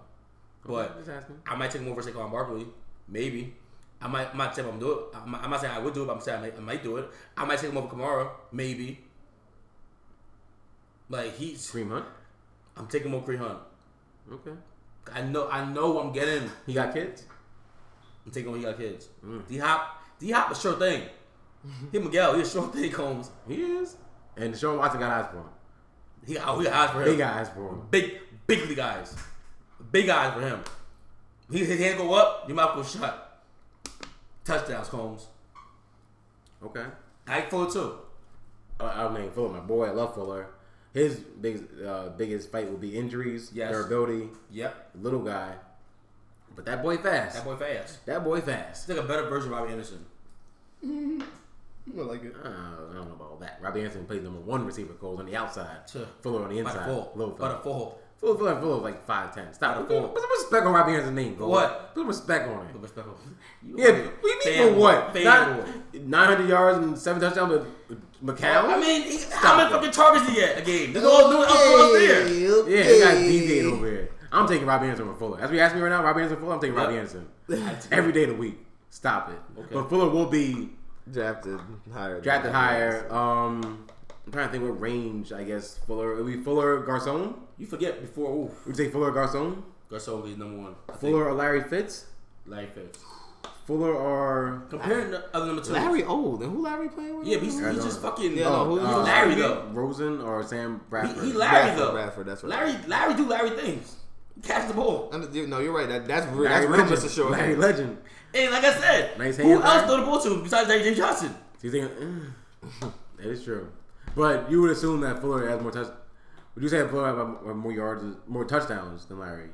But
just asking.
I might take him over Saquon Barkley. Maybe. I might, I might say I'm do it. I'm, I'm not saying I would do it, but I'm saying I might, I might do it. I might take him over Kamara. Maybe. Like he's,
Kareem Hunt.
I'm taking him over Kareem Hunt.
Okay.
I know, I know, I'm getting.
He got kids.
I'm taking when he got kids.
Mm.
D Hop, D Hop, a sure
[laughs]
thing. He Miguel, he a sure thing. Combs,
He is. And Deshaun Watson got eyes for him.
he got, he got eyes for him.
Big eyes for him.
big, big league eyes, big eyes for him. He, his hand go up, your mouth go shut. Touchdowns, Combs.
Okay.
I like Fuller too.
I, I mean, Fuller, my boy. I love Fuller. His biggest uh, biggest fight will be injuries,
Yes.
durability.
Yep,
Little guy, but that boy fast.
that boy fast.
That boy fast.
He's like a better version of Robbie Anderson.
I like it.
Uh, I don't know about all that. Robbie Anderson plays number one receiver, Cole on the outside,
Sure.
Fuller on the
By the
inside. Little
fall, by the
fella.
fall.
Fuller, Fuller, Fuller, like five ten. Stop.
By the fall.
Put some respect on Robbie Anderson's name, Cole.
What?
Put some respect on it.
Respectful.
Yeah, we mean
Fanboy.
for what?
Fanboy.
Nine hundred yards and seven touchdowns with McCown.
I mean, he, how many
it.
fucking targets he get a game? There's all new up there.
yeah, you guys deviate over here. I'm taking Robbie Anderson over Fuller. As we ask me right now, Robbie Anderson Fuller. I'm taking Robbie Anderson every day of the week. Stop it. But Fuller will be
Drafted higher. than
drafted
that.
higher. Um, I'm trying to think what range. I guess Fuller. It'll be Fuller Garcon.
You forget before. Oof.
We take Fuller Garcon.
Gasol is number one. I think
Fuller or Larry Fitz.
Larry Fitz.
Fuller or
Comparing to other number two.
Larry old and who Larry playing with?
Yeah, but he's,
I
he's
don't
just
know.
fucking.
Yeah, no, who-
he's
uh,
Larry though.
Rosen or Sam
He,
Bradford.
he Larry
Bradford,
though.
Bradford, that's right.
Larry, Larry do Larry things. Catch the ball.
I'm- you- no, you're right. That, that's real.
Larry
That's real, Mr.
Legend.
Short.
Larry Legend.
And like I said,
Nice
who
hand,
else
Larry.
throw the ball to besides Larry J. Johnson?
So you think mm, that is true, but you would assume that Fuller has more touch. Would you say that Fuller has more- more yards, more touchdowns than Larry?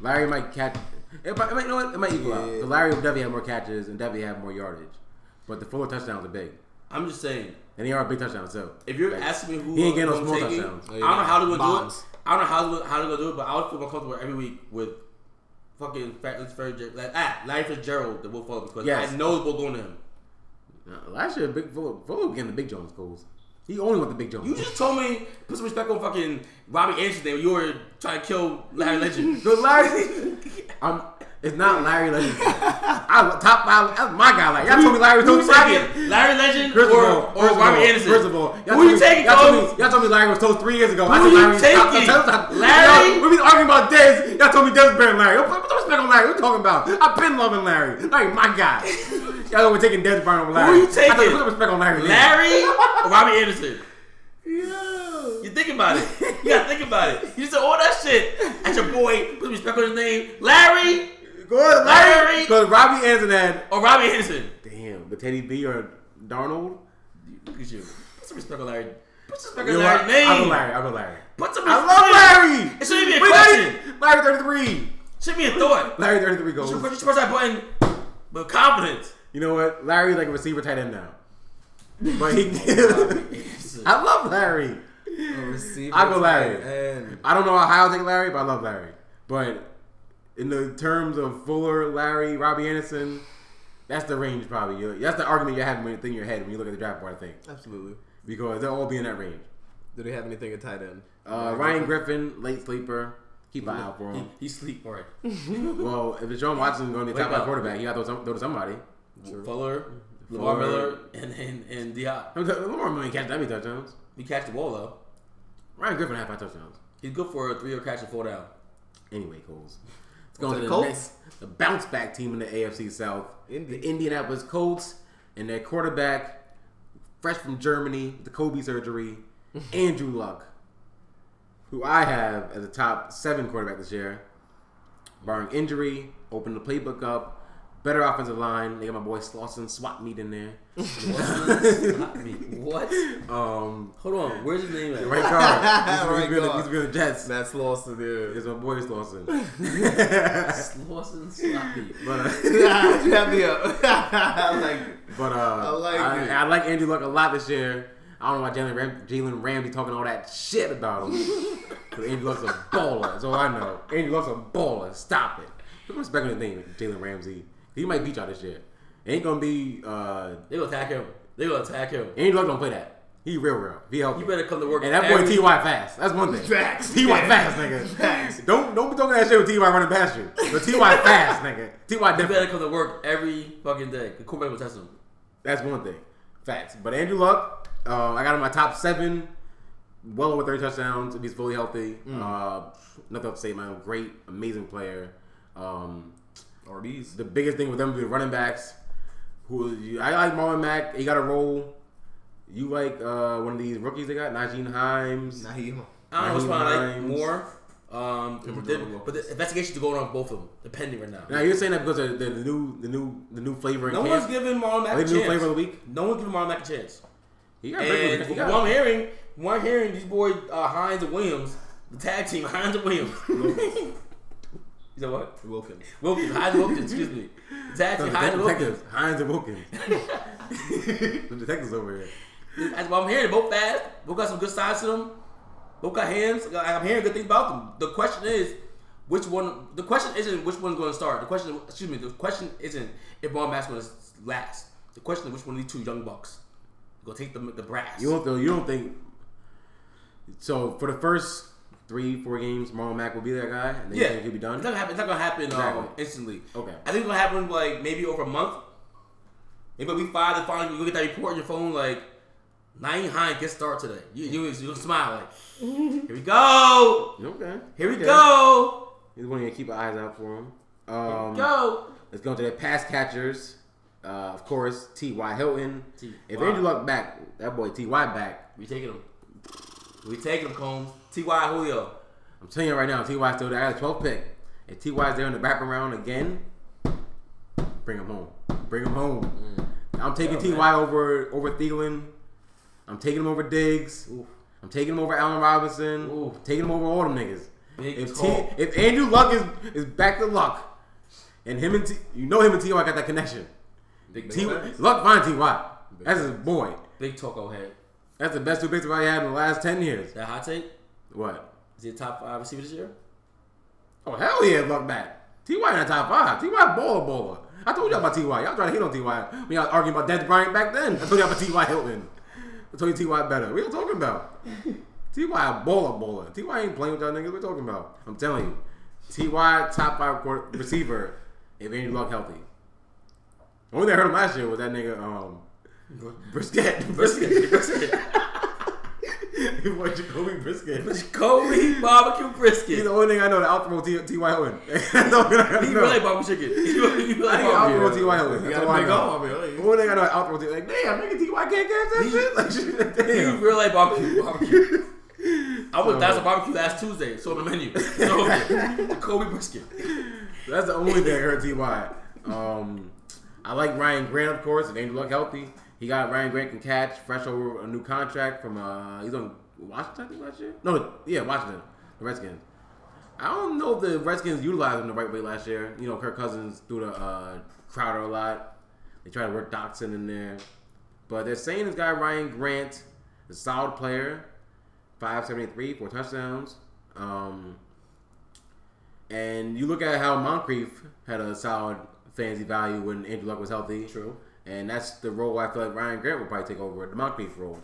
Larry might catch. It might, it might, you know what? It might equal out.
Yeah.
The Larry would definitely have more catches and definitely have more yardage, but the Fuller touchdowns are big,
I'm just saying.
and they are big touchdowns too.
If you're
Like,
asking me who
he ain't getting
who
no
I'm
small
taking,
touchdowns.
I don't know how they're gonna do it.
Bombs.
I don't know how they're, how they're gonna do it, but I would feel more comfortable every week with fucking Fat Larry Fitzgerald, like, ah, Larry Fitzgerald that will follow because
Yes.
I know we're going to him.
Nah, last year, big Fuller, Fuller was getting the big Jones goals. He only went the big Jones.
You just told me put some respect on fucking Robbie Anderson when you were trying to kill Larry
[laughs]
Legend.
The Larry, I'm. It's not Larry
[laughs]
Legend. I top five. That's my guy. Like y'all told me Larry
Who
was
you
so second.
taking? Larry Legend
First
or,
of all,
or
first of
Robbie
all,
Anderson?
First of all, y'all
who
told
you
me-
taking,
Y'all
Coach?
told, me, y'all told me Larry was toast three years ago. I
Who
said
you
Larry- I- I-
taking?
I- I-
Larry?
Y'all, we been arguing about Dez. Y'all told me Dez was better than Larry. Yo, Put put the respect on Larry. What you talking about? I've been loving Larry. Larry, my
[laughs]
guy. y'all were taking Dez Bryant over Larry.
you
I thought,
taking?
put the respect on Larry. then.
Larry or
[laughs]
Robbie Anderson? You think about it. You gotta think about it. You said all that shit. That's your boy. Put some respect on his name. Larry
Go ahead, Larry.
Larry.
Because Robbie Anderson had.
or Robbie Anderson?
Damn, the Teddy B or Darnold.
Look at you. Put some respect on Larry. Put some respect
You
on
know
Larry's
what? I'll go
name.
Larry. I'll go Larry.
Put some
I
respect.
love Larry.
It shouldn't be a
Wait,
question.
Larry, Larry 33.
Should be a thought.
Larry 33
You should put-
goes.
you should press that button with confidence.
You know what? Larry's like a receiver tight end now.
[laughs]
But he [laughs] I love Larry.
Receiver
I go Larry.
tight end.
I don't know how I'll take Larry, but I love Larry. But in the terms of Fuller, Larry, Robbie Anderson, that's the range probably. You- That's the argument you're having with- in your head when you look at the draft board, I think,
Absolutely.
because they'll all be in that range.
Do they have anything at tight end?
Uh, Ryan Griffin, late sleeper. Keep an eye out
[laughs]
for him.
He sleep all right.
well, if it's John Watson going to be a top
Wake
five
up.
quarterback, you got to throw, some, throw to somebody.
Fuller, Lamar
Fuller.
Miller, and and and Diop.
Lamar Miller ain't catch that many touchdowns.
He catch the ball though.
Ryan Griffin had five touchdowns.
He's good for a three-yard catch and four down.
Anyway, Coles. It's going
To
to
the
the
Colts?
next, the bounce back team in the AFC South,
Indy.
the Indianapolis Colts, and their quarterback, fresh from Germany, the Kobe surgery, Andrew Luck, who I have as a top seven quarterback this year, barring injury, open the playbook up, better offensive line. They got my boy Slauson Swap Meet in there.
Not me. What?
Um,
Hold on. Where's his name at?
right guard.
Right
He's really,
guard.
he's really Jets.
Matt Slauson,
[laughs]
dude.
It's my boy Slauson.
Slauson Sloppy.
But, uh,
you [laughs] have me up. [laughs] I like it.
But uh, I
like
like I,
it.
like Andy Luck a lot this year. I don't know why Jalen, Ram- Jalen Ramsey talking all that shit
[laughs]
about him. but Andy Luck's a baller. That's all I know. Andy Luck's a baller. Stop it. Put respect on the name, Jalen Ramsey. He might beat y'all this year. It ain't gonna be. Uh,
They gonna attack him. They gonna attack him.
Andy Luck don't play that. He real real. He healthy.
You better come to work.
And that boy
every-
Ty fast. That's one thing.
Facts.
Ty
Yeah.
fast, nigga.
Facts.
Don't don't be talking that shit with Ty running past you. But
[laughs]
Ty fast, nigga. Ty
You
different.
better come to work every fucking day. The quarterback will test him.
That's one thing. Facts. But Andrew Luck, uh, I got him in my top seven, well over 30 touchdowns if he's fully healthy.
Mm.
Uh, nothing else to say, man. Great, amazing player. Um,
RBs.
the biggest thing with them would be the running backs. Who I like Marlon Mack. He got a role. You like uh, one of these rookies they got, Najee Himes.
Naheem.
I don't know which one I like
Naheem
more. Um, but,
Jordan
the,
Wilkins.
but the investigations are going on with both of them, depending right now.
Now you're saying that because they're, they're the new, the new, the new flavor. In
No
camp.
one's giving Marlon Mack
Are
a
they the new flavor of the
chance.
week.
No one's giving Marlon Mack a chance.
He got
And
regular. He
from
got,
what I'm hearing, from what I'm hearing, these boys, uh, Hines and Williams, the tag team, [laughs] Hines and Williams. you [laughs] know what?
Wilkins.
Wilkins, Hines and Wilkins, excuse me. The tag team, Hines
the
and Wilkins.
detectives, Hines and Wilkins.
[laughs]
[laughs] the detectives over here.
That's what I'm hearing. They're both fast. Both got some good size to them. Both got hands. I'm hearing good things about them. The question is, which one? The question isn't which one's going to start. The question, excuse me, the question isn't if Von Bass going to last. The question is which one of these two young bucks go take the the brass.
You don't though. You don't think. So for the first three, four games, Marlon Mack will be that guy, and then you
yeah,
think he'll be done.
It's not gonna happen. It's not gonna happen um,
Exactly.
instantly.
Okay.
I think it's gonna happen like maybe over a month. Maybe we five. and finally you get that report on your phone like. Nine Hine gets start today. You you you smile like, [laughs] here we go,
Okay.
here we
Okay.
go.
He's one you to keep your eyes out for him. Um,
Go.
Let's go to their pass catchers. Uh, of course, T. Y. Hilton.
T.Y..
If Andrew Luck back, that boy T. Y. back.
We taking him. We taking him, Combs. T.Y. Julio.
I'm telling you right now, T. Y. still there. I got a 12 pick. If T. Y. is there in the background again, bring him home. Bring him home.
Mm.
I'm taking T. Y. over over Thielen. I'm taking him over Diggs. I'm taking him over Allen Robinson.
Ooh.
I'm taking him over all them niggas.
Big
if,
talk.
if Andrew Luck is, is back to luck, and him and T, you know him and T.Y. got that connection.
Big,
T,
talk.
Luck find T.Y. That's his boy.
Big talk overhead.
That's the best two picks I've ever had in the last 10 years.
That hot take?
What?
Is he a top five receiver this [laughs] year?
Oh, hell yeah, Luck back. T.Y. in the top five. T.Y. baller baller. I told y'all about T.Y. Y'all trying to hit on T.Y. when y'all arguing about Des Bryant back then. I told y'all about T.Y. Hilton. I told you T.Y. better. What y'all talking about? T.Y. baller baller. T.Y. ain't playing with y'all niggas. What y'all talking about? I'm telling you. T.Y. top five quarter- receiver if Andrew Luck healthy. Only thing I heard him last year was that nigga, um, Brisket. [laughs] Brisket. Brisket. what, Jacoby Brisket.
Kobe barbecue brisket.
He's the only thing I know that outthrow T- T.Y. Hilton. [laughs] That's the only thing I
he
know.
really barbecue chicken. [laughs] He really, he really
I think
barbecue.
outthrow T.Y. Hilton.
You
That's
gotta
all I
make
know.
up, I mean,
The
like-
only thing I know is outthrow T.Y. Like, damn, nigga, T.Y. can't catch that shit? [laughs] Like, shit,
He
damn.
really like barbecue. barbecue.
[laughs]
I went down to barbecue last Tuesday. It's on the menu. It's over. The Kobe brisket.
That's the only thing I heard T.Y. Um, I like Ryan Grant, of course, if Andrew Luck healthy. He got Ryan Grant can catch, fresh over a new contract from, uh, he's on Washington, I think, last year? No, yeah, Washington, the Redskins. I don't know if the Redskins utilized him the right way last year. You know, Kirk Cousins threw the uh, Crowder a lot. They tried to work Doxson in there. But they're saying this guy, Ryan Grant, is a solid player, 573, four touchdowns. Um, And you look at how Moncrief had a solid fantasy value when Andrew Luck was healthy. True. And that's the role I feel like Ryan Grant will probably take over the Moncrief role,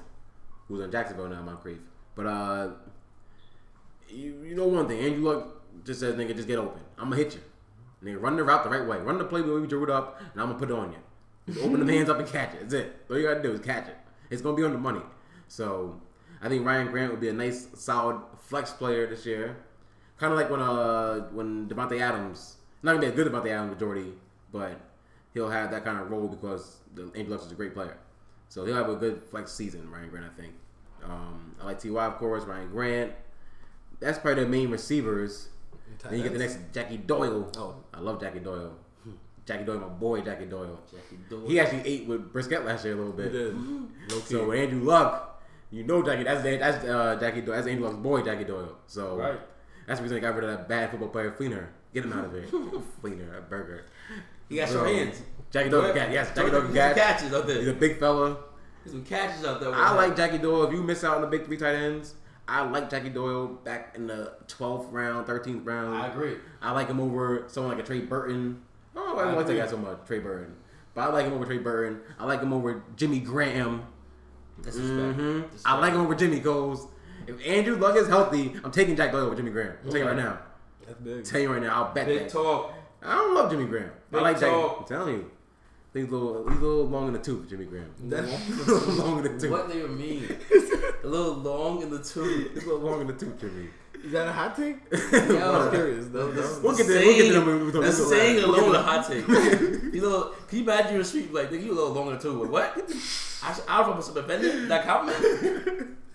who's in Jacksonville now, Moncrief. But uh, you, you know one thing, Andrew Luck just says, "Nigga, just get open. I'm gonna hit you. Nigga, run the route the right way. Run the play the way we drew it up, and I'm gonna put it on you. Just open the [laughs] hands up and catch it. That's it. All you gotta do is catch it. It's gonna be on the money. So I think Ryan Grant would be a nice, solid flex player this year. Kind of like when uh when Devontae Adams, not gonna be a good Devontae Adams majority, but he'll have that kind of role because the Andrew Luck is a great player. So he'll have a good flex season, Ryan Grant. I think. Um, I like Ty of course, Ryan Grant. That's probably the main receivers. Then you get the next Jackie Doyle.
Oh.
I love Jackie Doyle. Jackie Doyle, my boy, Jackie Doyle. Jackie
Doyle.
He actually ate with Brisket last year a little bit.
Low key.
So with Andrew Luck, you know Jackie. That's that's uh, Jackie. Doyle, that's Andrew Luck's boy, Jackie Doyle. So
Right.
that's the reason they got rid of that bad football player, Fleener. Get him out of here, Fleener, a burger.
He got
Bro.
your hands.
Jackie Doyle can
Doyle-
catch. Yes, Jackie
Doyle
Doyle can
can
catch.
catches out there.
He's a big fella.
There's some catches out there. with
I
him.
like Jackie Doyle. If you miss out on the big three tight ends, I like Jackie Doyle back in the twelfth round, thirteenth round.
I agree.
I like him over someone like a Trey Burton. Oh, I don't like that guy so much, Trey Burton. But I like him over Trey Burton. I like him over Jimmy Graham.
That's respect.
hmm
That's
I
respect.
like him over Jimmy Coles. If Andrew Luck is healthy, I'm taking Jack Doyle over Jimmy Graham. I'm taking it right now.
That's big.
tell you right now, I'll bet
Big
that.
talk.
I don't love Jimmy Graham. I
Big
like Jack.
talk.
I'm telling you, he's a little, he's a little long in the tooth, Jimmy Graham.
[laughs]
[laughs]
That's-
long in the tooth.
What do you mean? a little long in the
[laughs]
tooth.
He's a little long in the tooth, Jimmy.
[laughs] Is that a hot [laughs] take?
Yo.
[laughs]
I'm curious. though.
We'll get there. We'll
Saying-
get there. when we talk-
That's
we'll talk
saying
about it.
alone a hot take.
[laughs]
you know, can you imagine you in the street like, nigga, you a little longer too? Like, what? I, should, I don't know if I'm supposed to offended. That compliment?
[laughs]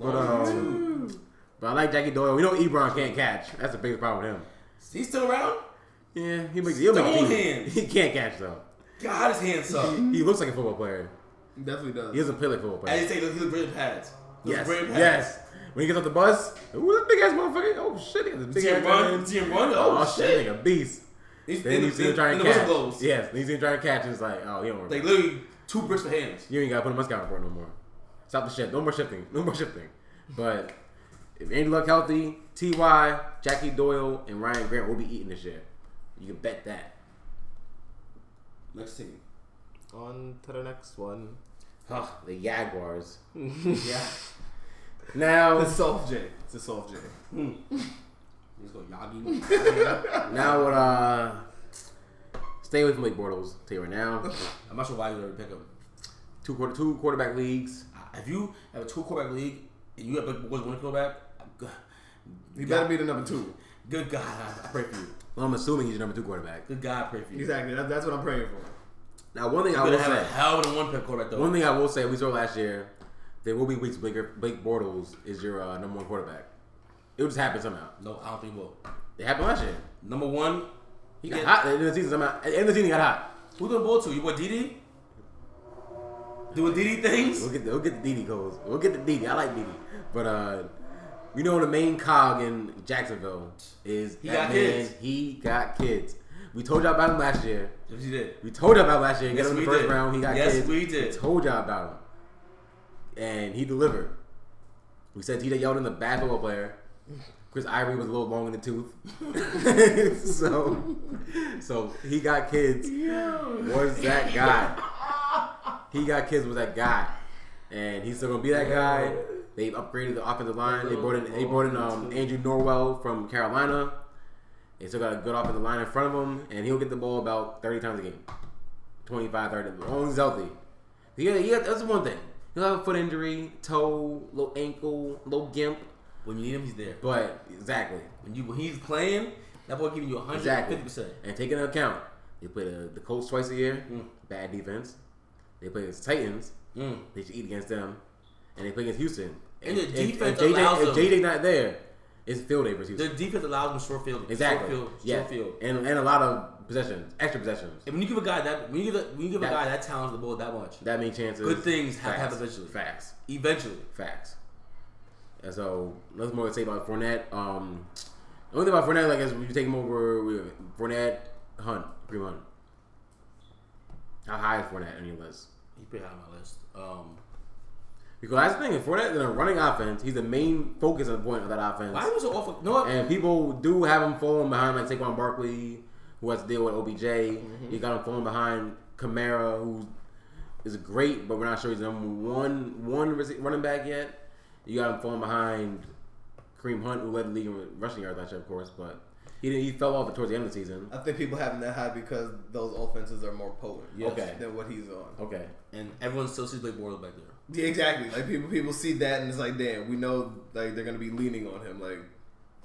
But, um, but I like Jackie Doyle. We know Ebron can't catch. That's the biggest problem with him.
He's still around?
Yeah, he makes. He'll make
Stone
it.
hands.
[laughs] He can't catch though.
God, his hands
[laughs]
suck.
He looks like a football player.
Definitely does.
He doesn't play like a football
I
player.
just take those little brim pads. Those
Yes,
brim pads.
yes. When he gets off the bus, ooh, that big ass motherfucker. Oh shit, he has a big
See
ass
him run,
hand.
see him run.
Oh,
Oh,
shit,
shit.
like a beast.
He's
Then you
in
see him
the,
trying
in
to
the
catch.
whistle blows.
Yes, then you see him trying to catch. And it's like, oh, you don't.
Like literally two bristle hands.
You ain't gotta put a mask on for it no more. Stop the shift. No more shifting. No more shifting. But if Andy Luck healthy, Ty, Jackie Doyle, and Ryan Grant will be eating this year. You can bet that.
Next team.
On to the next one.
Huh, the Jaguars.
[laughs] Yeah.
Now,
It's a soft J. It's a soft J.
Let's go Yagi.
[laughs] now what? Uh, stay away from Blake Bortles. Tell you
[laughs]
right now,
I'm not sure why you would ever pick him.
two quarter, two quarterback leagues.
If you have a two quarterback league and you have Blake Bortles one quarterback, good,
He better be the number two.
good God, I- I pray for you.
Well, I'm assuming he's your number two quarterback.
Good God, I pray for you.
Exactly. That, that's what I'm praying for.
Now, one thing I
You're
will
gonna have
say,
a hell of a one pick quarterback though.
one thing I will say, we saw last year, there will be weeks Blake, Blake Bortles is your uh, number one quarterback. It will just happen somehow.
no, I don't think he will.
It happened last year.
Number one,
He got
Yeah.
hot at the end of the season. Somehow. At the end of the season, he got hot.
who's gonna bowl to? You boy Didi? Doing Didi
We'll
things?
get the, we'll get the DD goals. We'll get the DD. I like DD. But uh, you know the main cog in Jacksonville is
He
that
got
man.
kids.
He got kids. We told y'all about him last year.
Yes, he did.
We told y'all about him last year. Get
Yes,
him in
we
the first
did.
round. He got
Yes,
kids.
we did.
told y'all about him, and he delivered. We said T.J. Yeldon's a bad football player. Chris Ivory was a little long in the tooth, [laughs] so so he got kids. Was that guy? He got kids with that guy, and he's still gonna be that guy. They upgraded the offensive line. They brought in they brought in um, Andrew Norwell from Carolina. They still got a good offensive line in front of him, and he'll get the ball about thirty times a game, 25, 30. As long as he's healthy. Yeah, yeah, that's one thing. He'll have a foot injury, toe, low ankle, low gimp,
When you need him, he's there.
but exactly,
When you when he's playing, that boy giving you 150
exactly.
percent.
And take into account, they play the, the Colts twice a year, bad defense. They play against Titans,
Mm.
they should eat against them, and they play against Houston.
And the defense
JJ,
allows
if
them-
JJ not there, it's field day for Houston.
Their defense allows him short field.
exactly.
Short field.
yeah.
Short field.
And and a lot of possessions, extra possessions.
And when you give a guy that when you give a, when you give a
That-
guy that talent to the ball that much,
That many chances.
Good things have to
Facts.
happen eventually.
Facts.
eventually.
Facts. And so nothing more to say about Fournette. Um, the only thing about Fournette, like, is you take him over with Fournette, Hunt, Kareem Hunt. How high is Fournette on your list?
He pretty high on my list. Um,
Because that's the thing. For that, in a running offense, he's the main focus and point of that offense.
Why was it awful? No, what?
And people do have him falling behind, like Saquon Barkley, who has to deal with OBJ.
Mm-hmm.
You got him falling behind Kamara, who is great, but we're not sure he's number one one rece- running back yet. You got him falling behind Kareem Hunt, who led the league in rushing yards last year, of course, but he didn't, he fell off towards the end of the season.
I think people have him that high because those offenses are more potent
Okay.
than what he's on.
Okay,
And everyone still sees Blake Bortles back there.
Yeah, exactly. Like people, people see that and it's like, damn, we know like they're gonna be leaning on him. Like,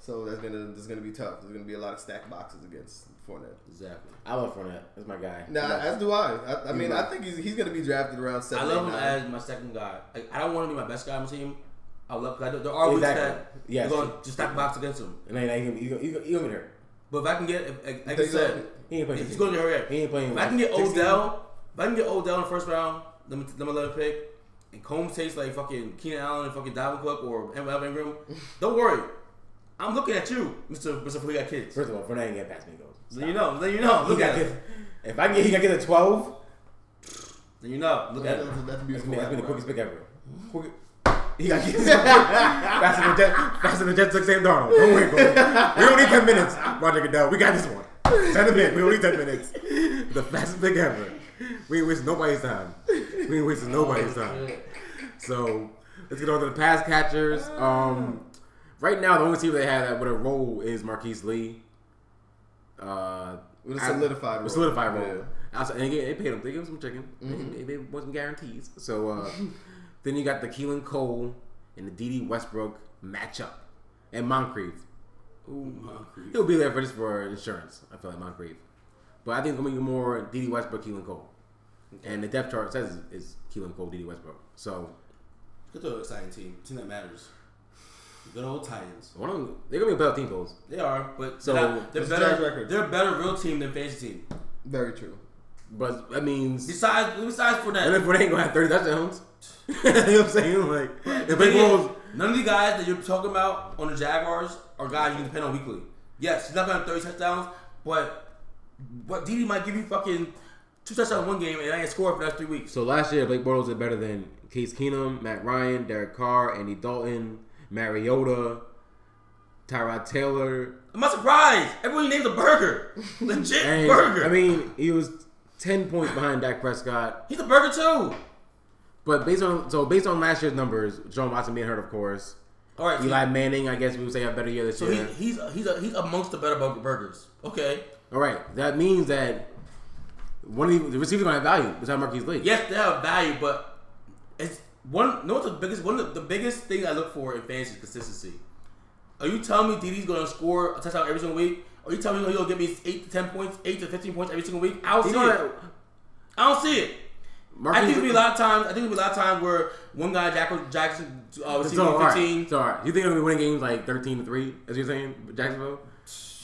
so that's gonna that's gonna be tough. There's gonna be a lot of stack boxes against Fournette.
Exactly.
I love Fournette. That's my guy.
Nah,
Love-
as do I. I, I mean,
right.
I think he's, he's gonna be drafted around
I
seven.
love
eight,
him
nine.
as my second guy. Like, I don't want him to be my best guy on the team. I love because there are weeks
Exactly.
that
Yes.
you're going to just stack box against him.
and then he gonna- he gonna- he gonna get hurt.
But if I can get, if, like, like I
They
said,
love it.
He ain't playing.
if he's going to hurry up.
He ain't playing.
If I can get
16.
Odell, if I can get Odell in the first round, number number eleven pick, and Combs tastes like fucking Keenan Allen and fucking Dalvin Cook or
[laughs]
Evan Ingram, don't worry. I'm looking at you, Mister Mister. We
[laughs]
got kids.
First of all, Fournette ain't get past me though.
Then you know. Then you know.
He
Look
got
at
get,
it.
if I can get, he got get a twelve.
Then you know. Look at
[laughs]
That's, that's, that's
it.
a
That's
beautiful.
been, that's been the
wrap-around.
quickest pick ever. Quick, he got get [laughs] faster than Jet, faster than Jet took Sam Darnold. Don't worry, bro. We don't need ten minutes, Roger Goodell. We got this one. Ten minutes. We don't need ten minutes. The fastest pick ever. We ain't wasting nobody's time. We ain't wasting nobody's time. So let's get on to the pass catchers. Um, right now, the only team they have that with a role is Marquise Lee. Uh,
With a
I-
solidified
with a
role.
solidified role.
Yeah. Mm-hmm.
Outside- and again, they paid him. They gave him some chicken. They, they, they want some guarantees.
[laughs]
So uh, then you got the Keelan Cole and the D.D. Westbrook matchup, and Moncrief. He'll be there for just for insurance. I feel like Moncrief, but I think it's gonna be more D.D. Westbrook, Keelan Cole, and the depth chart says is Keelan Cole, D.D. Westbrook. So
Get to an exciting team. Team that matters. Good old Titans.
one of them, they're gonna be better team goals.
They are, but
So,
they're, not, they're
let's judge
better.
record.
They're a better real team than fantasy team.
Very true.
But that means
Besides, besides for
and
that,
if they ain't gonna have thirty touchdowns, [laughs] you know what I'm saying? Like if Blake Bortles,
none of the guys that you're talking about on the Jaguars are guys you can depend on weekly. Yes, he's not gonna have 30 touchdowns, but but Didi might give you fucking two touchdowns one game and I ain't score for the next three weeks.
So last year, Blake Bortles did better than Case Keenum, Matt Ryan, Derek Carr, Andy Dalton, Mariota, Tyrod Taylor.
I'm not surprised. Everyone you named a burger, [laughs] legit
And,
burger.
I mean, he was ten points behind Dak Prescott.
he's a burger too.
But based on so based on last year's numbers, John Watson being hurt, of course.
All right, so-
Eli Manning, I guess we would say, had a better year this
So
year.
he, he's he's a, he's amongst the better burger burgers. Okay.
All right, that means that one of the, the receivers gonna have value besides Marquise Lee.
Yes, they have value, but it's one. No, what's the biggest one. Of the, the biggest thing I look for in fantasy is consistency. Are you telling me Didi's going to score a touchdown every single week? Are you telling me he'll give me eight to ten points, eight to fifteen points every single week? I don't
You
see
know
it.
that
I don't see it. I
Marquise
think it'll be
Lee-
a lot of times. I think it'll be a lot of times where one guy Jack- Jackson uh,
So,
receiving
all right.
fifteen.
So, all right. You think they're gonna be winning games like thirteen to three, as you're saying,
[laughs]
Jacksonville?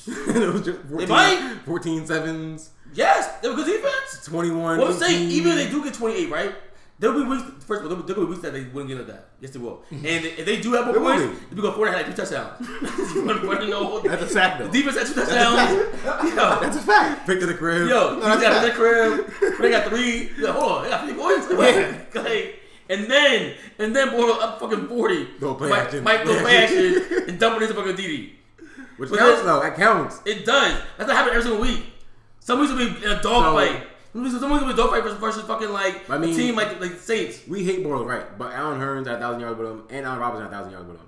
it [laughs] was just 14,
might.
14 sevens,
Yes, they have a good defense.
21.
Well, I'm saying
18.
even if
Mm-hmm.
they do get 28, right? There'll be weeks. First of all, there'll be, there'll be weeks that they wouldn't get like that. Yes, they will.
Mm-hmm.
And if they do have more
There will
points,
be.
they'll be going forward and have like
[laughs]
two [laughs] touchdowns.
That's a fact, though.
The defense had two touchdowns. [laughs]
That's a fact.
picked to the crib.
No,
Yo, yo, he
that's
got
not-
the crib. but They got three. Yo, hold on, they got three points. Like, [laughs] like, and then and then Bortles up fucking 40.
Go play
Mike,
action.
Mike go
Yeah.
[laughs]
play action and dumping into fucking DD.
which
but
counts
then-
though. That counts.
It does. That's not happening every single week. Some weeks will be in a dog
So-
fight. Some weeks some weeks will be a dog fight versus, versus fucking like
I mean-
a team like like Saints.
We hate Bortles, right? But Allen Hearns had thousand yards with him, and Allen Robinson had thousand yards with him.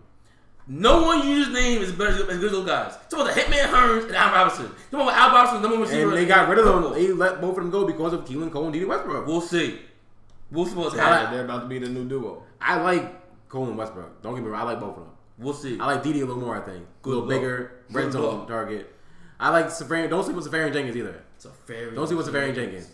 No one you just name is better as good as those guys. Talk about the Hitman Hearns and Al Robinson. Talk about Al Robinson, number one receiver.
And they got rid of them. They let both of them go because of Keelan Cole and D.D. Westbrook.
We'll see. We'll see what's
I,
happening.
like,
They're about to be the new duo.
I like Cole and Westbrook. Don't get me wrong. I like both of them.
We'll see.
I like D.D. a little more. I think a little
Good
bigger,
Good
red zone
look.
target. I like Safarian. Don't sleep with Safarian Jenkins either.
It's a fair.
Don't see what's Safarian Jenkins.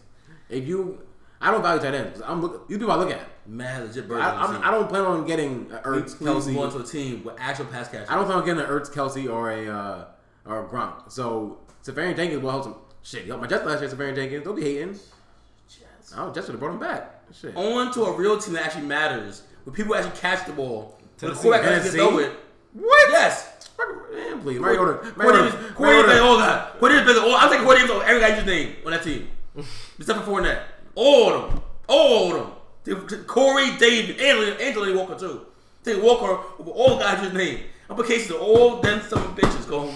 If you, I don't value tight ends. I'm look. You people I look at.
Mad legit
I,
burger.
I'm, I don't plan on getting a Ertz Kelsey.
going to a team with actual pass catch.
I don't plan on getting an Ertz Kelsey or a uh, or a Gronk. So Safarian Jenkins will help some shit. Yo, my Jets last year, Safarian Jenkins. Don't be hating. Oh, Jets would have brought him back. Shit.
On to a real team that actually matters, where people actually catch the ball. Where The
Tennessee.
quarterback actually gets
Tennessee?
throw it.
What?
Yes.
Man, please. Mariota.
Corey Davis,
Mariota.
Corey Davis,
Mariota.
all that. Corey Davis, all. I'm taking
[laughs]
Corey Davis over every guy you just named on that team, except for Fournette. All of them, all of them. Corey David, Angela, Angela Walker too. Take Walker over all guys his name. I'm put cases of all them some bitches going.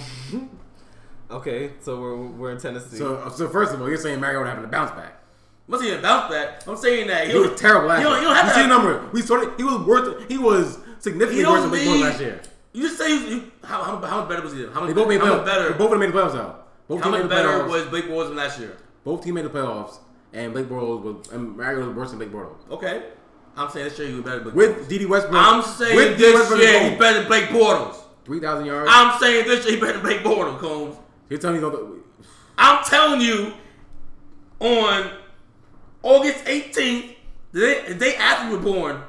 Okay, so we're we're in Tennessee.
So, so first of all, you're saying Mario would having a bounce back.
I'm not saying about that. I'm saying that
He was terrible last
You don't,
year.
you don't have
you
to
see the number. We started. He was worth. He was significantly
He don't
worse than Wake Forest
lead.
last year.
You just say he was, you, how, how, how much better was he? How much,
They both made
how
playoffs.
much
Better.
better?
Both of them made the playoffs though. Both
how
teams
much
made the
better
playoffs.
was Blake Bortles than last year?
both teams made the playoffs, and Blake Bortles was and Mario was worse than Blake Bortles.
Okay, I'm saying this year he was better. Than Blake Bortles.
With D.D. Westbrook,
I'm saying
with D.D.
this
Westbrook
year
alone,
he's better than Blake Bortles.
three thousand yards.
I'm saying this year he better than Blake Bortles, Combs.
you're telling me about
I'm telling you, on August 18th, the day, the day after we were born,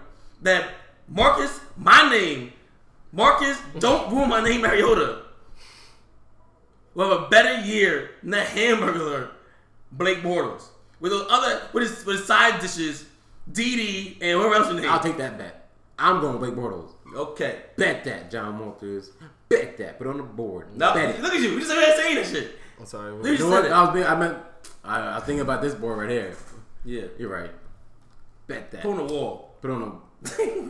that Marcus, my name, Marcus, don't ruin my name, Mariota. Will have a better year than the hamburger Blake Bortles with those other with his, with his side dishes, Dee Dee and whoever else in
I'll
there.
take that bet. I'm going Blake Bortles.
Okay,
Bet that, John Walters. Bet that. Put it on the board.
now
Bet it.
look at you. You just over here saying that shit.
I'm sorry.
You
What,
just
You know
said
what?
it.
I was being, I meant. I, I was thinking about this board right here.
Yeah,
You're right. Bet that.
put on the wall.
Put on a. [laughs]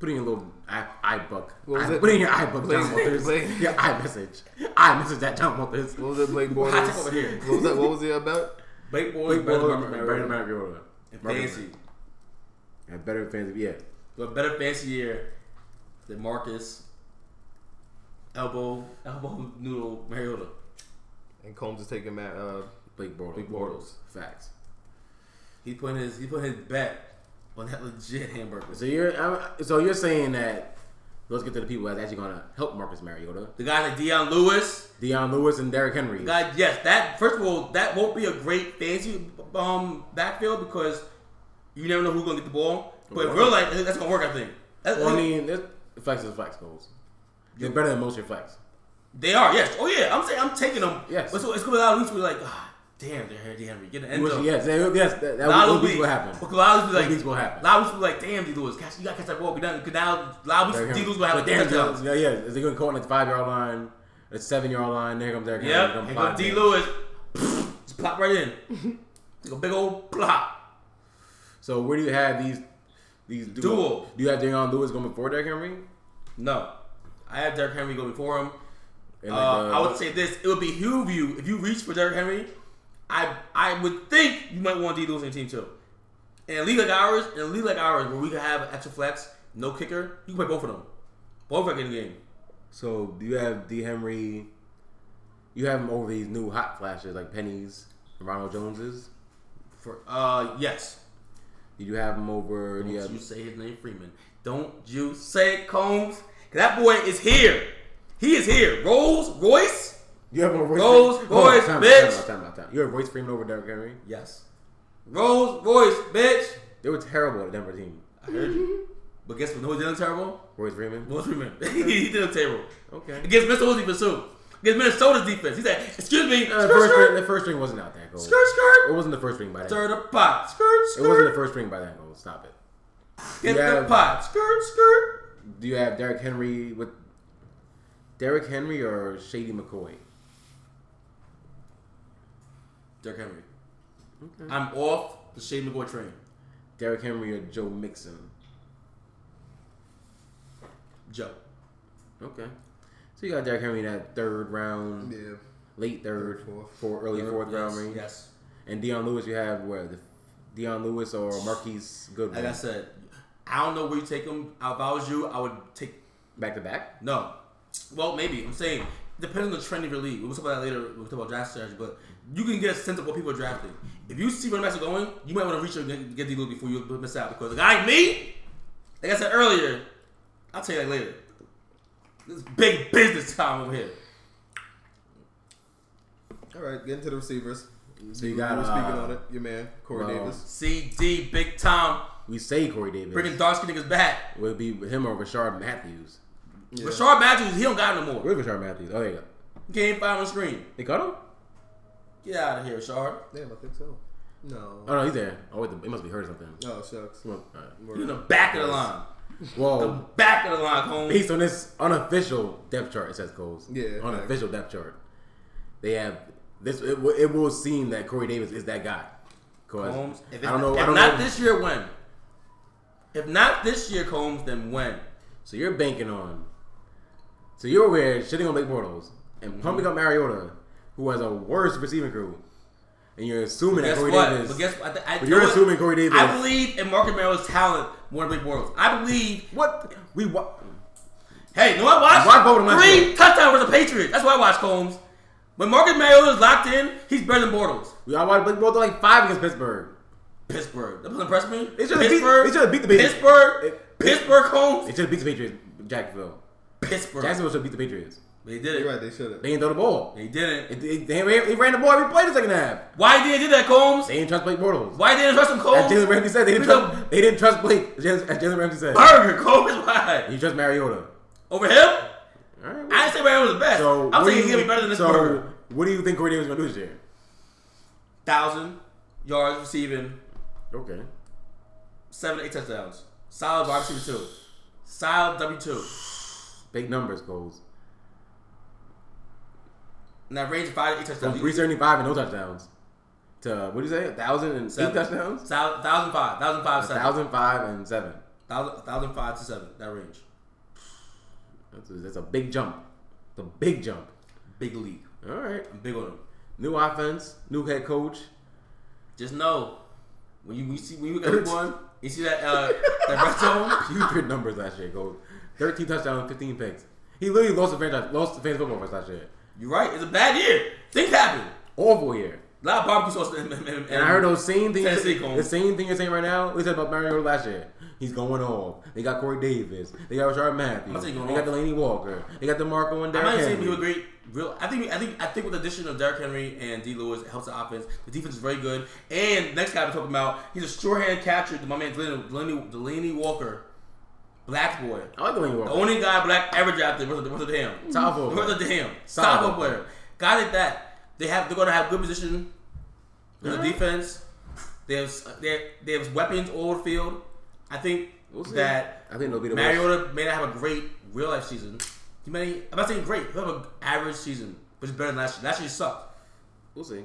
Put in your little eye, eye book.
What was
Eye-
it?
Put in your eye book, John
Blaze-
Walters.
Blaze-
[laughs] Your eye message. I message that John Walters.
what was that Blake
Hot take over here.
Bortles? what was that? What was it about?
Blake
Blake
Bortles, better than
Bortles,
Marcus
better than
Mariota.
Mariota.
Fancy.
And better fans. Yeah.
a better fancy year than Marcus Elbow Elbow Noodle Mariota.
And Combs is taking Matt. Uh,
Blake Bortles.
Blake Bortles.
Facts.
He put his he put his bet on that legit hamburger.
So you're I'm- so you're saying that let's get to the people that's actually going to help Marcus Mariota,
The guy like Deion Lewis.
Deion Lewis and Derrick Henry.
Guy, yes, that first of all, that won't be a great fancy um backfield because you never know who's gonna get the ball. But in real life, that's gonna work. I think. That's,
Well, I mean, that's- flex is flex goals. They're better than most of your flex.
they are yes. Oh yeah, I'm saying I'm taking them.
Yes.
But so it's gonna be a lot of weeks where you're like, ah, damn, they're here, Henry, get an end
Which,
zone.
yes, they- yes, that, that
A lot
will
of
be
weeks
what happened.
[laughs] Because a lot of people like,
These will happen.
A lot of people like, damn, D Lewis, catch, you gotta catch that ball. Because now, a lot of
Derrick
people, D Lewis
Henry.
will have a
But Derrick
damn touchdowns.
Henry- Yeah, yeah. Is they going to call it at the five yard line, the seven yard line? There comes Derrick Henry.
Yep,
come
here
five
goes D
yards.
Lewis, just plop right
[laughs]
in. Like a big old plop.
So where do you have these these duo?
Duo.
Do you have Deion Lewis going before Derrick Henry?
No, I have Derrick Henry go before him.
And
Uh,
like, uh,
I would say this: it would be huge of you if you reach for Derrick Henry. I I would think you might want D Lewis on your team too. And a league like ours, in a league like ours, where we can have extra flex, no kicker, you can play both of them. Both are getting a game.
So do you have D Henry? You have him over these new hot flashes like pennies, and Ronald Joneses.
For uh, yes,
Did you have him over?
Don't
Yeah,
you say his name Freeman. Don't you say it, Combs. 'Cause that boy is here. He is here. Rolls Royce?
you have him over
Rolls
Freeman- Hold on,
Royce,
time out,
bitch.
time out, time out, time out. You have Royce Freeman over Derrick Henry.
Yes. Rolls Royce, bitch.
They were terrible at the Denver team.
I heard you. [laughs] But guess what? No, he didn't terrible.
Royce Freeman.
Royce
[laughs]
Freeman. he didn't terrible.
Okay.
Against Minnesota's defense, too. Against Minnesota's defense. He said, excuse me.
Uh, the,
Skirt,
first string,
skirt.
the first string wasn't out that goal.
Skirt,
It
skirt.
wasn't the first string by that.
Stir the pot. Skirt,
It wasn't the
skirt.
first string by that goal. Stop it.
Get
yeah.
the pot. Skirt, skirt.
Do you have Derrick Henry with Derrick Henry or Shady McCoy?
Derrick Henry. I'm off the Shane McGoy train.
Derrick Henry or Joe Mixon?
Joe.
Okay. So you got Derrick Henry in that third round.
yeah.
late third,
Fourth.
four early fourth round range.
Yes.
And Deion Lewis, you have where the Deion Lewis or Marquise Goodwin
Like I said, I don't know where you take him. If I was you, I would take
back to back.
no. Well, maybe I'm saying depends on the trend of your league. We'll talk about that later. We'll talk about draft strategy, but you can get a sense of what people are drafting. If you see running backs are going, you might want to reach or get, get D Lou before you miss out because a guy like me, like I said earlier, I'll tell you that later. This is big business time over here.
All right, getting to the receivers.
So you got
we were speaking
uh,
on it. Your man Corey
well,
Davis.
CD, big time,
We say Corey Davis.
bringing dark skin niggas back.
Would it be him or Rashard Matthews?
Yeah.
Rashard Matthews, he don't got it no more.
Where's Rashard Matthews? Oh, there you go.
Game five on the screen.
They got him?
Get out of here, Rashard.
Damn, I think so. No.
Oh no, he's there. Oh, wait, he must be hurt or something.
Oh shucks.
Well, alright.
You're in the back of the line.
Well,
Back of the line, Combs.
based on this unofficial depth chart, it says goals.
Yeah,
unofficial depth chart. They have this. It, will- it will seem that Corey Davis is that guy. Cause
Combs. If it's,
I don't know.
If
I don't
not
know.
this year, when? If not this year, Combs, then when?
So you're banking on. So you're aware shitting on Blake Bortles and
Mm-hmm.
pumping up Mariota, who has a worse receiving crew, and you're assuming that
Guess
Corey
what?
Davis.
But guess what? I, th- I,
But
you
you're
know what?
assuming Corey Davis.
I believe in Mark Romero's talent more than Blake Bortles. I believe.
what we wa-
Hey, you know what I watched?
Why vote him last
Three
year?
touchdowns for the Patriots. That's why I watched Combs. When Marcus Mariota is locked in, he's better than Bortles.
we all watched Blake Bortles like five against Pittsburgh.
Pittsburgh. That doesn't impress me.
They should have beat.
Pittsburgh.
They should have beat the Patriots.
Pittsburgh.
It-
Pittsburgh Combs.
They should have beat the Patriots. Jacksonville.
Pittsburgh.
Jacksonville should beat the Patriots.
they did it.
You're right, they should have.
They didn't throw the ball.
They didn't.
They, they, they ran- they ran the ball every play the second half.
Why did they do that, Combs?
They didn't trust Blake Bortles.
Why didn't they trust him,
As
Combs?
Jalen Ramsey said, they didn't
We
trust. They didn't trust Blake. As Jalen as Jalen Ramsey said,
Burger, Combs, why?
you trust Mariota.
Over him?
All right.
I didn't say Mariota was the best.
So
I'm
what do
saying he's
you-
gonna be better than this
so
Burger.
What do you think Corey Davis is gonna do this year?
Thousand yards receiving,
Okay.
seven, eight touchdowns. Solid wide receiver two. Solid W two.
Big numbers goals.
And that range of five to eight touchdowns.
From three seventy five and no touchdowns. To what do you say? A thousand and eight touchdowns?
Thousand thousand five. Thousand five
A
seven.
thousand five and seven.
Thousand thousand five to seven. That range.
That's a, that's a big jump. The big jump.
Big league.
All right.
I'm big on him.
New offense, new head coach.
Just know when you we see when you look at
[laughs]
one, you see that uh that red zone.
Putrid numbers last year, goals. Thirteen touchdowns, fifteen picks. He literally lost the franchise, lost the fans football for us last year.
You're right. It's a bad year. Things happen.
Awful year.
A lot of barbecue sauce. And, and, and,
And I heard those same things.
Tennessee going.
The same thing you're saying right now. We said about Mariota last year. He's going off. They got Corey Davis. They got Richard Matthews.
I
They
think he going
got
off.
Delaney Walker. They got DeMarco and
I
Derrick
might say
Henry.
we were great. Real, I think I think I think with the addition of Derrick Henry and D. Lewis it helps the offense. The defense is very good. And next guy we're talking about, he's a shorthand catcher. My man Delaney, Delaney, Delaney Walker, black boy.
I like Delaney
The
Walker.
only guy black ever drafted was was a damn
Oh. Top four
Was a
player.
damn
Top
stop
four
up player. Got it. That they have. They're gonna have good position. in The defense. They have s- they have, they have weapons all over the field. I think
We'll see.
that
I think they'll be the worst.
Mariota may not have a great real life season. He may, I'm not saying great. He'll have an average season, which is better than last year. Last year sucked.
We'll see.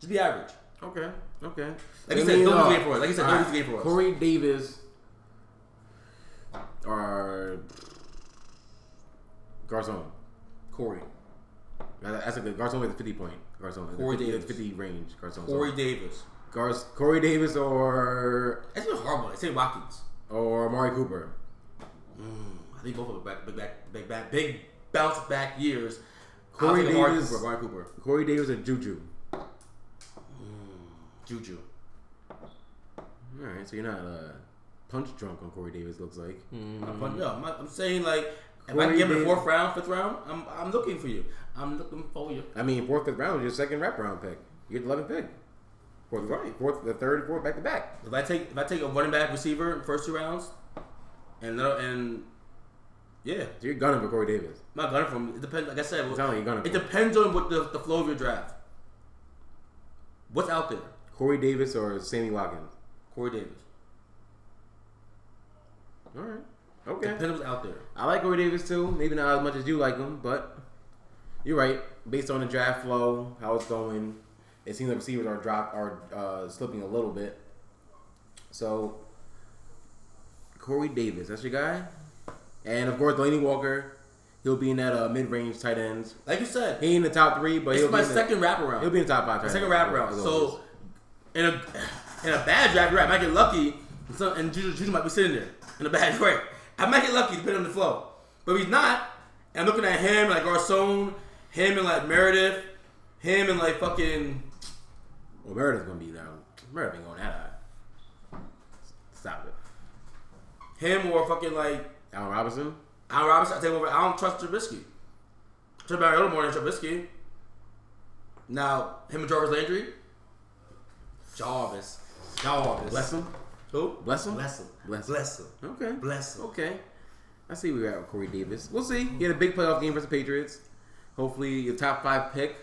Just be average.
Okay. Okay.
Like you said, don't lose the game for us. Like you said, don't lose the game for us.
Corey Davis or Garcon.
Corey,
That- That's a good Garcon with a fifty point. Garcon.
Corey
50,
Davis.
fifty range. Garcon.
Corey
So,
Davis.
Gar- Corey Davis or
That's been horrible. I say Watkins.
or Amari Cooper.
I think both of them back, big back, big back, big bounce back years.
Corey
I'll take Amari
Davis.
Cooper, Amari Cooper,
Corey Davis or Juju.
Juju.
All right, so you're not uh, punch drunk on Corey Davis. Looks like
I'm, fun- yeah, I'm, I'm saying like, if I
Mm. Corey
can get him in the
Davis.
fourth round, fifth round, I'm I'm looking for you. I'm looking for you.
I mean, fourth, fifth round is your second wraparound pick. You get the eleventh pick. Fourth, right? Fourth, the third, fourth, back to back.
If I take if I take a running back receiver in the first two rounds, and no- and yeah,
So you're gunning for Corey Davis.
I'm not gunning for him. It depends. Like I said,
It's not like you're gunning for
it
him.
depends on what the, the flow of your draft. What's out there,
Corey Davis or Sammy Watkins.
Corey Davis?
All right, okay.
Depends on what's out there.
I like Corey Davis too. Maybe not as much as you like him, but you're right. Based on the draft flow, how it's going, it seems like receivers are drop are uh, slipping a little bit. So Corey Davis, that's your guy, and of course Delaney Walker. He'll be in that uh, mid-range tight ends.
Like you said,
He ain't in the top three, but he'll
it's
be
my
in the,
second wraparound.
He'll be in the top five. tight
second
ends,
wraparound.
as always.
So in a in a bad draft, you're right, I might get lucky, and, some, and Juju, Juju might be sitting there in a bad [laughs] draft. I might get lucky depending on the flow, but if he's not. And I'm looking at him like Garcon, him and like Meredith, him and like fucking
well, Meredith's gonna be down. Meredith ain't going that high. Stop it.
him or fucking like
Allen Robinson.
Allen Robinson. I take over. I don't trust Trubisky. Trust Mariota more than Trubisky. Now him and Jarvis Landry. Jarvis, Jarvis.
Bless him.
Who?
Bless him.
Bless him.
Bless him.
Bless him.
Okay.
Bless him.
Okay. I see where we're at with Corey Davis. We'll see. He had a big playoff game versus the Patriots. Hopefully, a top five pick.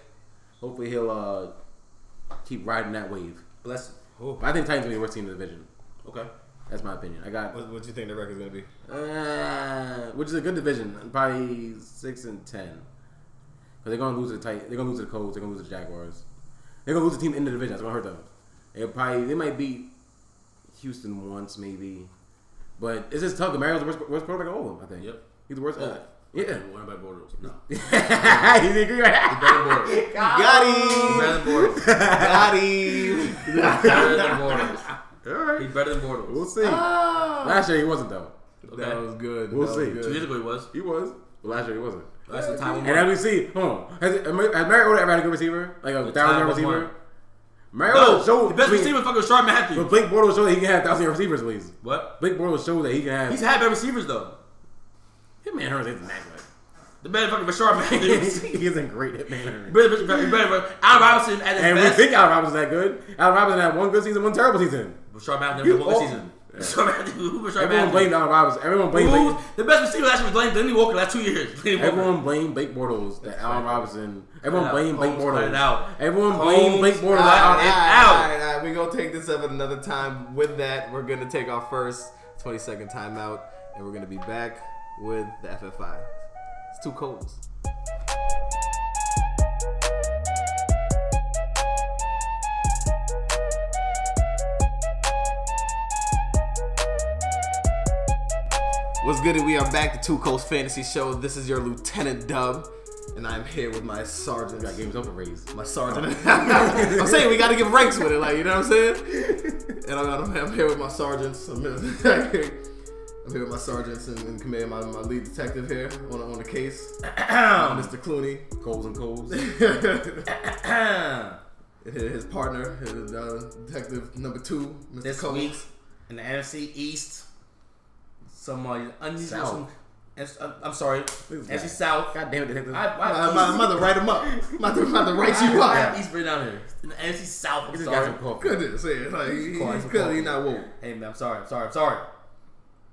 Hopefully, he'll uh, keep riding that wave.
Bless him.
But I think Titans will be the worst team in the division.
Okay.
That's my opinion. I got,
What, what do you think the record's gonna be?
uh, which is a good division, probably six and ten. But they're gonna lose to the tight. They're gonna lose to the Colts. They're gonna lose to the Jaguars. They're gonna lose the team in the division. That's gonna hurt them. They probably they might beat Houston once, maybe. But it's just tough. Gamario's the worst, worst quarterback of all of them, I think.
Yep.
He's the worst. Uh, yeah.
We're by Bortles. [laughs] No.
He's the agree right
Better than [laughs] Bortles. He's
Got him.
better than Bortles.
Got
[laughs]
him.
He's
[laughs]
better than Bortles.
All right.
He's better than
We'll
Bortles.
see. Last year he wasn't, though.
That was good.
We'll
That was
see.
good.
Two years ago he was.
He was. But last year he wasn't.
That's the time we
And
won.
as we see, hold on. Has, has Mariota ever had a good receiver? Like a thousand yard
time was
receiver?
one.
Mariota
No,
showed.
the best
I mean,
receiver fucking was Sharp
Oh, But
Matthews.
Blake Bortles showed that he can have thousand yard receivers, please.
What?
Blake Bortles showed that he can have.
He's had better receivers though.
Hitman Hurts isn't that [laughs] good.
The better fucking Rashard Matthews.
he isn't great at Hitman Hurts.
better, better, better, better. Al Robinson at his
And we
best.
think Allen Robinson's that good. Allen Robinson had one good season, one terrible season.
Rashard Matthews never won this
all-
season. Rashard Matthews. Who was Rashard
Everyone
Matthews?
blamed Allen Robinson. Everyone blamed
Who's
Blake.
the best receiver last year was Lane Delaney Walker last two years. Delaney Walker.
Everyone blamed Blake Bortles that Allen Robinson.
it
Everyone
out.
blamed Blake
Holmes, cut it
Bortles.
out.
Everyone
Holmes,
blamed Blake Bortles.
All right, all
that Allen-
right,
out.
all right, all right. We're going to take this up at another time. With that, we're going to take our first 20 second timeout and we're going to be back with the FFI. It's too cold. What's good? And we are back to Two Coast Fantasy Show. This is your Lieutenant Dub, and I'm here with my sergeant
[laughs] Got games up for raise.
my sergeant. [laughs] I'm saying we got to give ranks with it, like you know what I'm [laughs] saying. And I'm, I'm, I'm here with my sergeants. I'm here, [laughs] I'm here with my sergeants and, and command my, my lead detective here on on the [clears throat] case, Mr. [clears throat] Clooney,
Coles and Coles.
and his his partner, his, uh, detective number two, Mr.
this
Coles.
week in the NFC East. Some uh, unusual.
South.
Some, it's- uh, I'm sorry,
is
NFC
that?
South.
God damn it, detective.
I, I,
My, Uh, my
East,
mother, write him [laughs] up. My mother, mother, write you
I
up.
have East right down here. In the NFC South. I'm
This got
sorry.
some cough.
[laughs] Goodness, yeah, like he,
Call it
he's
some
clearly
coffee.
not woke.
Hey man, I'm sorry. I'm sorry. I'm sorry.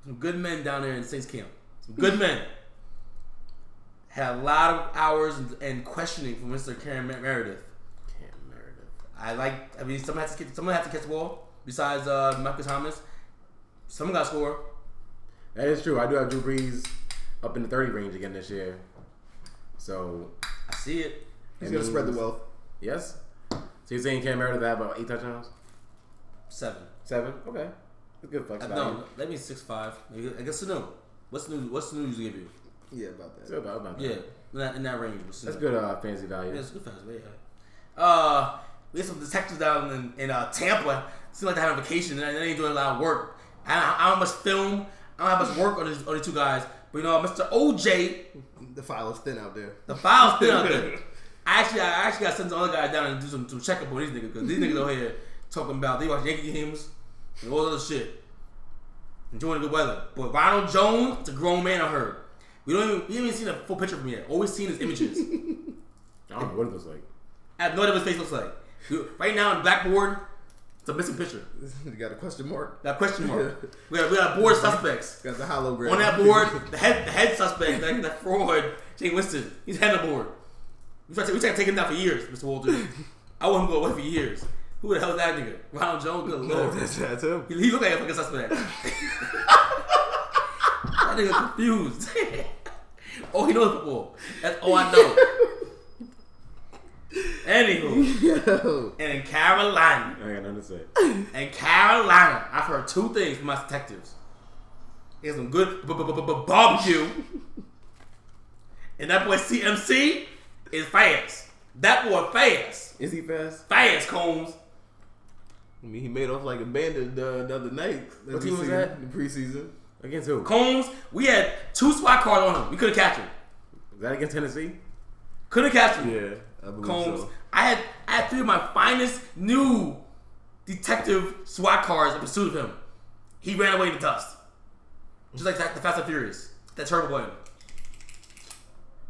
Some good men down there in Saints camp. Some good men. Had a lot of hours and, and questioning from Mr. Karen Mer- Meredith.
Damn, Meredith.
I like. I mean, someone has to get, someone has to catch the ball. Besides uh, Michael Thomas, someone got to score.
That is true. I do have Drew Brees up in the 30 range again this year. So,
I see it.
He's gonna spread the wealth.
yes. So you're saying Cam Meredith had about eight touchdowns?
Seven.
Seven? Okay. That's good flex
Uh,
value.
no, that means six five. I guess the new. What's the new? What's the news give you?
Yeah, about
That's
that.
good, about, about
Yeah,
that.
in that, in that range. What's the
That's
new?
good uh, fantasy value.
Yeah, it's a good fans, but yeah. Uh, we had some detectives down in, in uh, Tampa. Seem like they had a vacation and they ain't doing a lot of work. I don't, I don't have much film. I don't have much work on these, on these two guys. But you know, Mr. OJ,
The file is thin out there. [laughs]
the file's still out there. I actually, I actually got to send some other guys down and do some, some checkup on these niggas because these niggas over here talking about they watch Yankee games and all this other shit, enjoying the good weather. But Ronald Jones, it's a grown man I heard. We don't even, we haven't even seen a full picture from him yet. Always seen his images.
I don't know what it looks like.
I have no idea what his face looks like. Dude, Right now on Blackboard, it's a missing picture.
you got a question mark?
That question mark. We got, we got board suspects.
Got the hologram
On that board, the head the head suspect, that, that fraud, Jay Winston, he's head on the board. We tried, to, we tried to take him down for years, Mr. Walter. I want him to go away for years. Who the hell is that nigga? Ronald Jones, good
[laughs]
lord.
That's, that's him.
He, he looked like a fucking suspect. that nigga confused. [laughs] oh, he knows football. That's all I know. Anywho, and in Carolina,
I ain't got nothing to say.
in Carolina, I've heard two things from my detectives. He has some good b- b- b- b- barbecue, and that boy CMC is fast. That boy fast,
Is he fast?
fast Combs.
I mean, he made off like a bandit the, the other night. What
team was that?
The preseason.
Against who?
Combs, we had two SWAT cars on him. We couldn't catch him.
Is that against Tennessee?
Couldn't catch him.
Yeah, I believe
Combs.
so.
I had I had three of my finest new detective SWAT cars in pursuit of him. He ran away in the dust, just like that, the Fast and Furious. That turbo boy.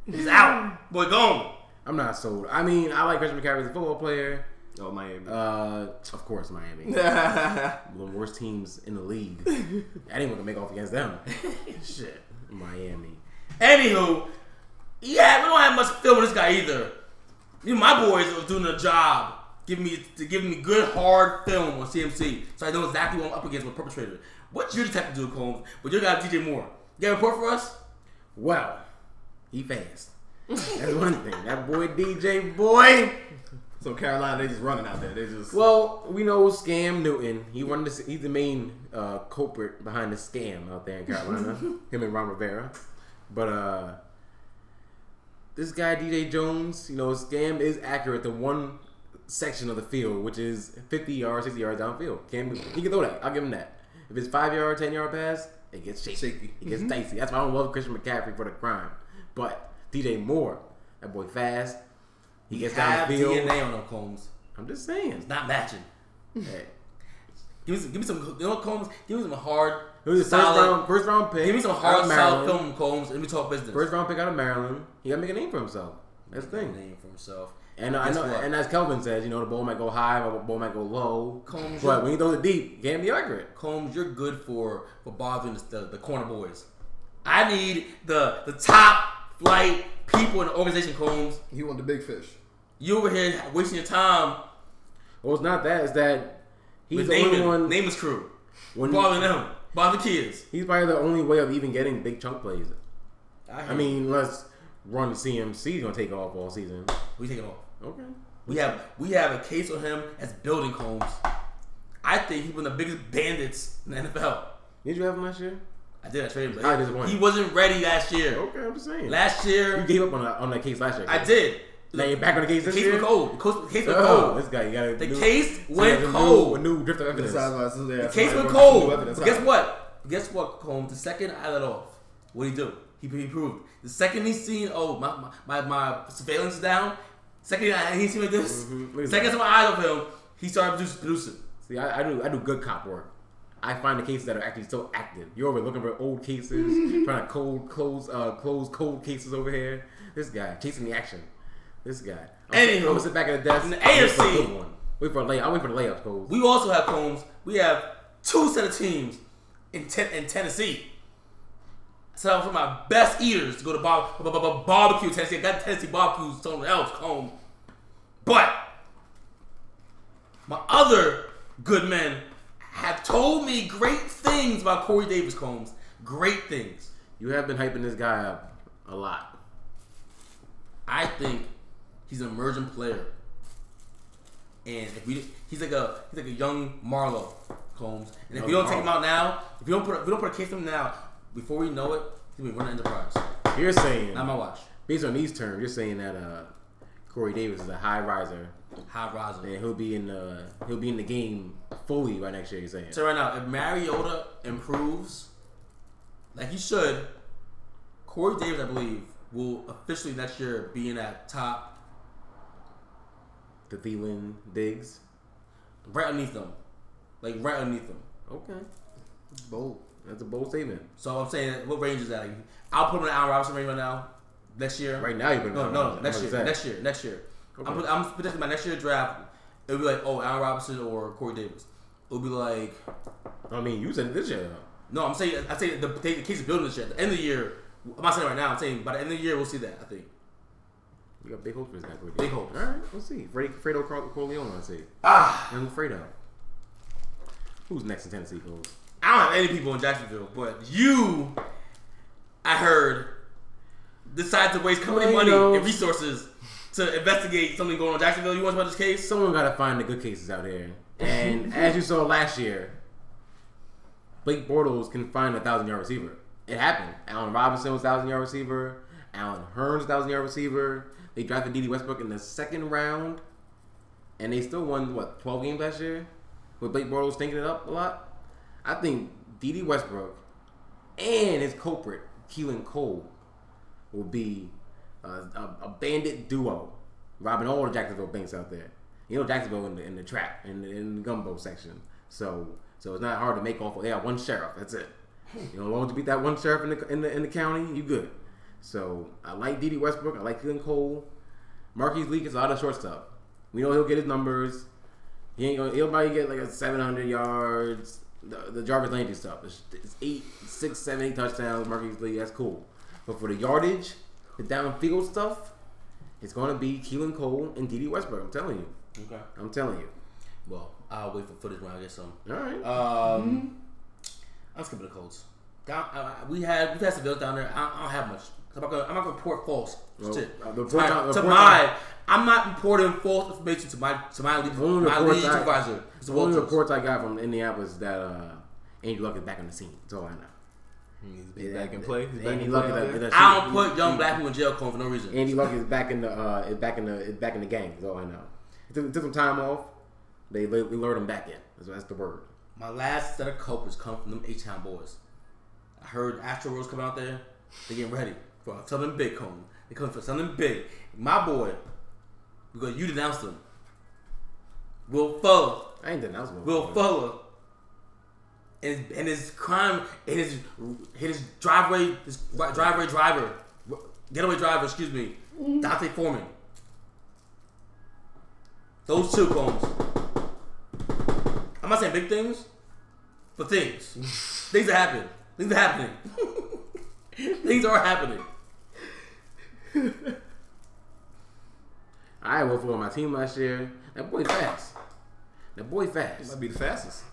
He's out. Boy, gone.
I'm not sold. I mean, I like Christian McCaffrey as a football player.
Oh, Miami.
Uh, of
[laughs]
course, Miami. One of the worst teams in the league. Anyone can make off against them.
Shit.
Miami.
Anywho, yeah, we don't have much film with this guy either. You know, my boys are doing their job, giving me to giving me good hard film on CMC, so I know exactly what I'm up against with perpetrator. What you detective do, Combs? But you got DJ Moore. You got a report for us?
Well, he fast. That's one thing. That boy DJ boy
So Carolina, they just running out there. They just
Well, we know Scam Newton. He wanted to, he's the main uh, culprit behind the scam out there in Carolina. him and Ron Rivera. But uh, this guy DJ Jones, you know, his scam is accurate to one section of the field, which is 50 yards, 60 yards downfield. Cam, he can throw that. I'll give him that. If it's five yard, 10 yard pass, it gets shaky.
Shaky.
It
Mm-hmm.
gets dicey. That's why I don't love Christian McCaffrey for the crime. But DJ Moore, that boy fast. He gets
Have
downfield.
DNA on them Combs.
I'm just saying.
Not matching.
Hey.
Give me some, give me some, you know, Combs. Give me some hard,
It was a first
solid.
round, first round pick.
Give me some
out
hard,
of
solid film,
Maryland.
Combs, and we talk business.
First round pick out of Maryland. He got to make a name for himself. That's the thing.
name for himself.
And I
Guess
know,
what?
and as Kelvin says, you know, the ball might go high, the ball might go low.
Combs-
but when you throw the deep, you can't be accurate.
Combs, you're good for for bothering the, the, corner boys. I need the the top flight people in the organization, Combs.
you want the big fish.
You over here wasting your time
Well, it's not that. It's that he's
with
the only
naming,
one.
naming his crew,
when-
bothering them, bothering kids.
he's probably the only way of even getting big chunk plays. I mean, unless run CMC's gonna take off all season.
we take it off.
Okay.
We have we have a case on him as building Combs. I think he's one of the biggest bandits in the NFL.
Did you have him last year?
I did. I traded him.
I just won.
He wasn't ready last year.
Okay, I'm just saying.
Last
Oh. you
year,
gave up on that on that case last year.
I did.
Now you're back on the case
The
this
case
year.
went cold. The case- the case went
Oh,
cold.
this guy, you got
The case went cold.
A new drift of evidence.
The
Case went cold. But guess what? Guess what, Combs? The second I let off, what did he do? He, he proved. The second he seen, oh, my my, my, my surveillance is down. Second I, he seen like this.
Mhm. Look at
Second
that.
time my eyes on him, he started producing. producing.
See, I, I do I do good cop work. I find the cases that are actually still active. You're over looking for old cases, trying to cold close uh close cold cases over here. This guy chasing the action. This guy. I'm,
Anywho.
I'm gonna sit back at the desk.
In the
I'll wait for a
AFC.
good one. Wait for a lay. I wait for the layup, Coles.
We also have Combs. We have two set of teams in ten, in Tennessee. So that was one of my best eaters to go to bar, b- b- b- barbecue in Tennessee. I got Tennessee barbecue somewhere else, Combs. But my other good men have told me great things about Corey Davis, Combs. Great things.
You have been hyping this guy up a lot.
I think he's an emerging player. And if we he's like a he's like a young Marlo Combs. And if we don't take him out now, if we don't put if we don't put a case on him now, before we know it, he'll be running enterprise.
You're saying
Not my watch.
based on these terms, you're saying that uh Corey Davis is a high riser
High riser.
and he'll be in uh he'll be in the game fully by next year. You're saying.
So right now, if Mariota improves, like he should, Corey Davis, I believe, will officially next year be in that top
The Thielen Diggs.
right underneath them. Like right underneath them.
Okay.
Bold.
That's a bold statement.
So I'm saying, what range is that? Like, I'll put him in Allen Robinson range right now. Next year,
Right now, you're putting
No,
him
no,
in
next
Allen
year,
Robinson.
next year, next year.
Okay.
I'm, put, I'm predicting my next year draft. It'll be like, oh, Allen Robinson or Corey Davis. It'll be like,
I mean, you said it this year though.
no, I'm saying, I say the, the case is building this year. At the end of the year, I'm not saying right now. I'm saying by the end of the year, we'll see that. I think.
You got big hopes for this guy, Corey.
Big hopes.
All right, we'll see. Fred, Fredo Cor- Corleone, I see.
Ah,
Young Fredo. Who's next in Tennessee, Coles?
I don't have any people in Jacksonville, but you, I heard, decided to waste company
Well, you
money
know-
and resources to investigate something going on in Jacksonville. You want to about this case?
Someone got to find the good cases out here. And as you saw last year, Blake Bortles can find a thousand yard receiver. It happened. Allen Robinson was a thousand yard receiver. Allen Hearns a thousand yard receiver. They drafted D.D. Westbrook in the second round, and they still won what twelve games last year with Blake Bortles stinking it up a lot. I think D.D. Westbrook and his culprit Keelan Cole will be a, a, a bandit duo, robbing all the Jacksonville banks out there. You know Jacksonville in the, in the trap in the, in the gumbo section, so so it's not hard to make off. They got one sheriff. That's it. You know, as long as you beat that one sheriff in the in the, in the county, you good. So I like D.D. Westbrook. I like Keelan Cole. Marquise Leak is a lot of short stuff. We know he'll get his numbers. He ain't gonna. He'll probably get like a 700 yards. The, the Jarvis Landry stuff. It's, it's eight, six, seven, eight touchdowns. Marquise Lee. That's cool. But for the yardage, the downfield stuff, it's gonna be Keelan Cole and D.D. Westbrook. I'm telling you.
Okay.
I'm telling you.
Well, I'll wait for footage when I get some.
All right.
Um, I'm skipping the Colts. Down, I, I- we had we had some bills down there. I, I don't have much. I'm not gonna, I'm not gonna report false.
Well,
Shit.
uh, the
to
report
my,
down- the
to
report
my
down-
I'm not reporting false information to my to my lead,
Only
my lead
reports I-
supervisor. It's the
The only
Walters.
reports I got from Indianapolis is that uh, Andy Luck is back on the scene. That's all I know.
He's back in play. He's back
Andy
in
Luck
play.
is
out
that,
there.
that
I don't
shooting-
put young black people in jail cone for no reason.
Andy Luck is back in the uh, is back in the is back in the game. That's all I know. He took, took some time off. They they lured him back in. That's, that's the word.
My last set of culprits come from them H Town boys. I heard Astro Rose coming out there. They getting ready for something big coming. They coming for something big. My boy, because you denounced them. Will Fuller,
I ain't denounce him.
Will Fuller, and his, and his crime, and his his driveway, his driveway driver, getaway driver, excuse me, Dante Foreman. Those two combs. I'm not saying big things, but things. things that happen. Things are happening. [laughs] things are happening.
I had Will Fuller on my team last year. That boy fast. That boy fast.
Might be the fastest.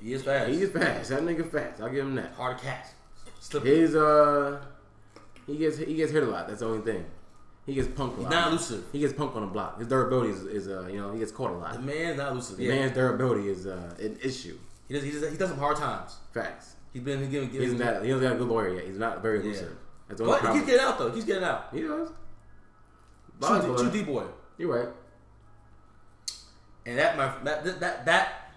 He is fast.
He is fast. That nigga fast. I'll give him that.
hard to catch. Slippery.
His uh, he gets he gets hit a lot. That's the only thing. He gets punked a lot.
not elusive.
He gets punked on the block. His durability is, is uh, you know, he gets caught a lot.
The man's not elusive.
The
Yeah.
man's durability is uh, an issue.
He does, he does he does some hard times.
Facts.
He's been giving
He
giving
isn't that. He doesn't got a good lawyer yet. He's not very elusive. That's the only
But
problem.
he's getting out though. He's getting out.
he does.
True,
Bob's
true
lawyer.
D boy.
You're right.
And that my that that, that that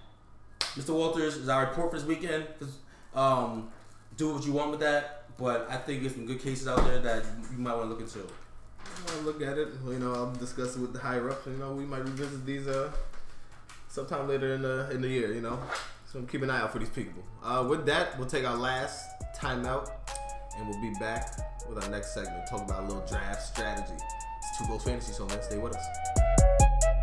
Mr. Walters is our report for this weekend. Just, Um, do what you want with that, but I think there's some good cases out there that you might want to look into.
I'll look at it. You know, I'll discuss it with the higher ups. You know, we might revisit these uh sometime later in the in the year. You know, so keep an eye out for these people. Uh, with that, we'll take our last timeout, and we'll be back with our next segment. Talk about a little draft strategy. It's two goals fantasy, so man, stay with us.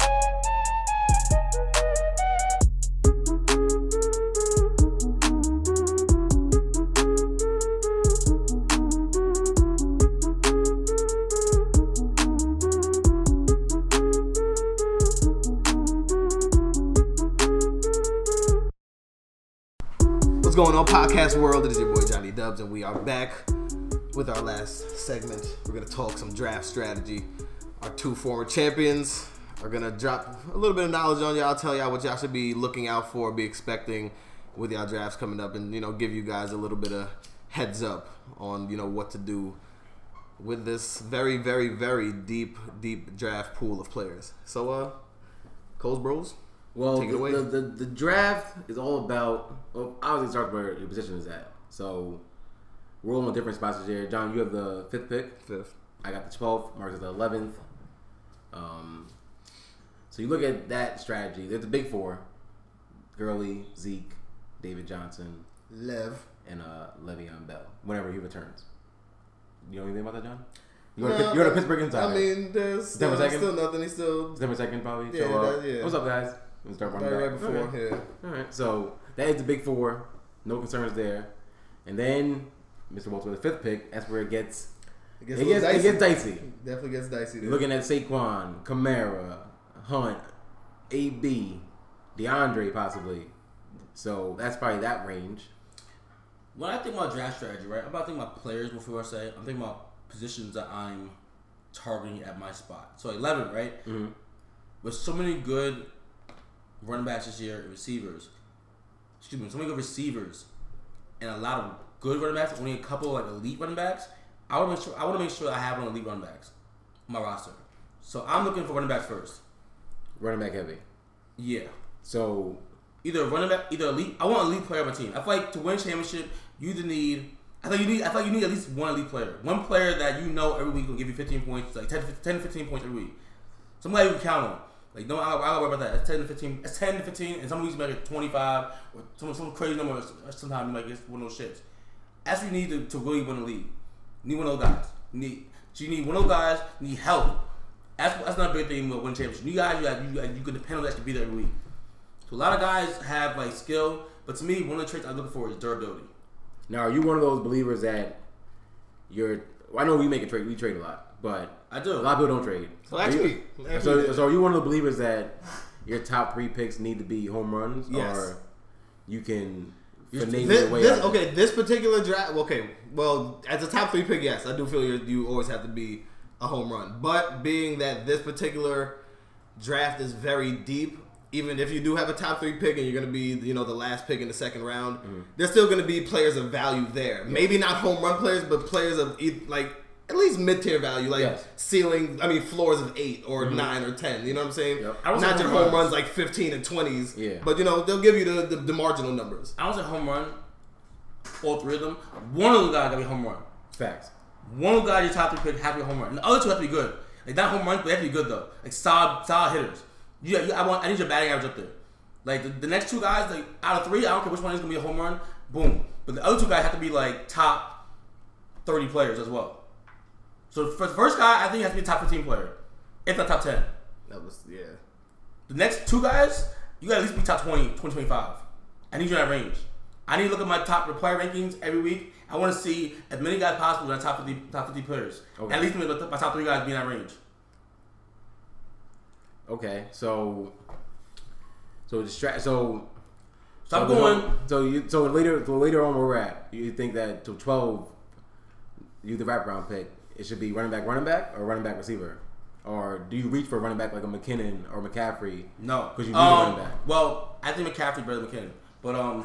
What's going on, podcast world? It is your boy Johnny Dubs, and we are back with our last segment. We're gonna talk some draft strategy. Our two former champions are gonna drop a little bit of knowledge on y'all, tell y'all what y'all should be looking out for, be expecting with y'all drafts coming up, and you know, give you guys a little bit of heads up on you know what to do with this very, very, very deep, deep draft pool of players. So, uh, Coles Bros,
Well,
Take it
the,
away.
The, the the draft is all about. Well, obviously, it starts where your position is at. So we're all in different spots this year. John, you have the fifth pick.
fifth.
I got the 12th. Mark is the 11th. Um, so you look at that strategy. There's the big four: Gurley, Zeke, David Johnson,
Lev.
and uh, Le'Veon Bell. Whenever he returns. You know anything about that, John? You go to, Pit- you go to Pittsburgh inside.
I mean, there's
December
still,
second?
still nothing. He's still
September second, probably.
Yeah,
show up.
that- yeah.
What's up, guys? Let's start running
right, right
back.
before.
Okay.
Yeah.
All right. So that is the big four. No concerns there. And then Mr. Walter with the fifth pick. That's where it gets
It
it
gets,
gets,
a little
it
dicey.
gets dicey.
Definitely gets dicey. There.
You're looking at Saquon, Kamara, Hunt, AB, DeAndre possibly. So that's probably that range.
When I think about draft strategy, right, I'm about thinking about players before I say. I'm thinking about positions that I'm targeting at my spot. So 11, right? Mm-hmm. With so many good running backs this year and receivers. Excuse me, so many good receivers and a lot of good running backs. Only a couple like elite running backs. I want to make sure. I want to make sure I have one elite running backs on my roster. So I'm looking for running backs first.
Running back heavy.
Yeah,
So
either running back, either elite. I want an elite player on my team. I feel like to win championship, you either need. I think you need. I feel like you need at least one elite player, one player that you know every week will give you 15 points, like 10, to 10 to 15 points every week. Somebody you can count on. Like don't I, I don't worry about that. It's 10 to 15. It's 10 to 15, and some weeks you might get 25 or some some crazy number. Or sometimes you might get one of those shits. That's what you need to, to really win the league. You need one of those guys. You need so you need one of those guys. You need help. That's that's not a big thing with winning championship. You guys, you have, you, you can depend on that to be there every week. So a lot of guys have like skill, but to me, one of the traits I'm looking for is durability.
now are you one of those believers that you're well, I know we make a trade we trade a lot, but
I do.
A lot of people don't trade. So
last
are you,
week- last
so,
week-
so are you one of the believers that your top three picks need to be home runs
Yes.
or you can finagle
This,
your way
this-
out of it?
okay, this particular draft. Okay, well, as a top three pick, yes, I do feel you. You always have to be a home run. But being that this particular draft is very deep, even if you do have a top three pick and you're going to be, you know, the last pick in the second round, there's still going to be players of value there. Maybe not home run players, but players of e- like at least mid tier value, like
Yes.
ceiling. I mean, floors of eight or nine or ten. You know what I'm saying?
Yep.
I would
Not
say
your
home
home runs
runs.
like 15 and 20s.
Yeah.
But you know they'll give you the the, the marginal numbers.
I was at home run. All three of them. One of them guys got me home run.
Facts.
One of the guys your top three pick have to be a home run. And the other two have to be good. Like not home runs, but they have to be good though. Like solid, solid hitters. You, you, I want. I need your batting average up there. Like the, the next two guys, like out of three, I don't care which one is gonna be a home run. Boom. But the other two guys have to be like top thirty players as well. So for the first guy, I think he has to be a top fifteen player, if not top ten.
That was yeah.
The next two guys, you gotta at least be top 20, 20, 25. I need you in that range. I need to look at my top player rankings every week. I want to see as many guys possible in the top 50, top 50 players.
Okay.
At least my, my top three guys be in that range.
Okay, so so distract. So
So I'm
so we
going.
don't- So you so later so later on where we're at, you think that to twelve, you the wraparound pick. It should be running back, running back, or running back receiver, or do you reach for running back like a McKinnon or McCaffrey?
No,
because you need
um,
a running back.
Well, I think McCaffrey better than McKinnon, but um,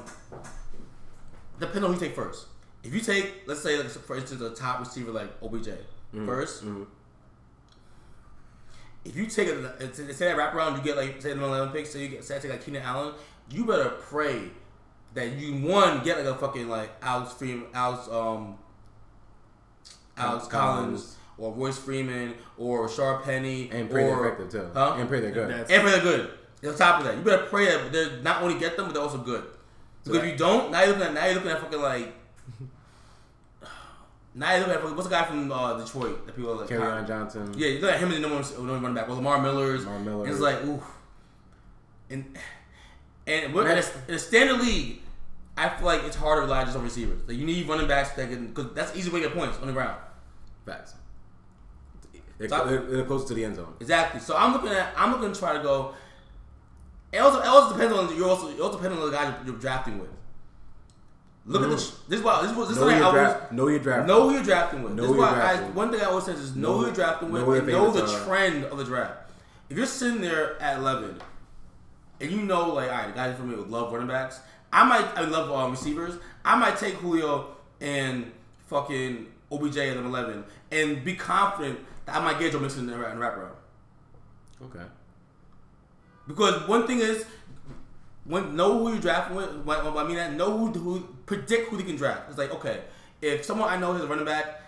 depending on who you take first. If you take, let's say, like, for instance, a top receiver like OBJ 1st
Mm-hmm.
If you take a a- say that wraparound, you get like say an eleven pick, so you get say I take like Keenan Allen. You better pray that you one get like a fucking like Alex Freeman, Alex um, Alex
Alex
Collins.
Collins.
Or Royce Freeman, or Shar Penny,
And pray they're
or-
effective too.
Huh?
And pray they're good.
That's-
And pray they're good. And On top of that, you better pray that they're not only get them, but they're also good. Because if you don't, now you're looking at now you're looking at fucking like [sighs] now you're looking at fucking, what's the guy from uh, Detroit that people are like
Carry on Johnson.
yeah, you look at him and the number one, number one running back. Well, Lamar Miller's.
Lamar Miller.
And it's like, ooh. And [sighs] and we're, in,
Man.
a, in a standard league, I feel like it's harder to rely just on receivers. Like you need running backs that can because that's the easy way to get points on the ground.
Facts. They're,
Stop.
they're, they're close to the end zone.
Exactly. So I'm looking at I'm looking to try to go. It also it also depends on you also it also depends on the guy you're, you're drafting with. Look at this. This is why this was this is
Know
why I
your,
always
draft, know your draft.
know who you're drafting with.
Know
this is
who you're
why I,
drafting with.
one thing I always say is know,
Know-
who you're drafting with
know your
and know the
favorites are.
trend of the draft. If you're sitting there at eleven and you know like all right, the guys for me would love running backs. I might I love um, receivers. I might take Julio and fucking OBJ at number eleven and be confident that I might get Joe Mixon in the, in the wraparound.
Okay.
Because one thing is, when know who you draft. When, when, I mean, that know who, who predict who they can draft. It's like okay, if someone I know is a running back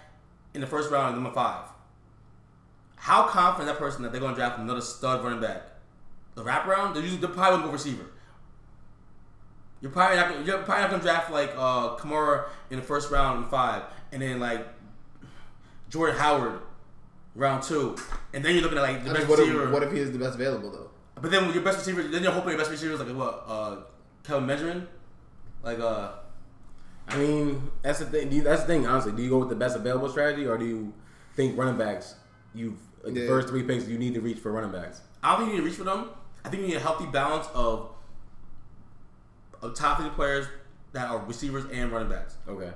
in the first round, number five, how confident that person that they're going to draft another stud running back? The wraparound, they're usually they're probably going to go receiver. You're probably not gonna, you're probably not going to draft like uh, Kamara in the first round in five, and then like Jordan Howard round two, and then you're looking at like the
I mean,
best
what,
receiver.
if, what if he is the best available though?
But then with your best receiver, then you're hoping your best receiver is like what? Uh, Kevin Measuring, like uh,
I mean, that's the thing. Do you, that's the thing. Honestly, do you go with the best available strategy, or do you think running backs? You like, the
Yeah.
first three picks, you need to reach for running backs.
I don't think you need to reach for them. I think you need a healthy balance of of top fifty players that are receivers and running backs.
Okay.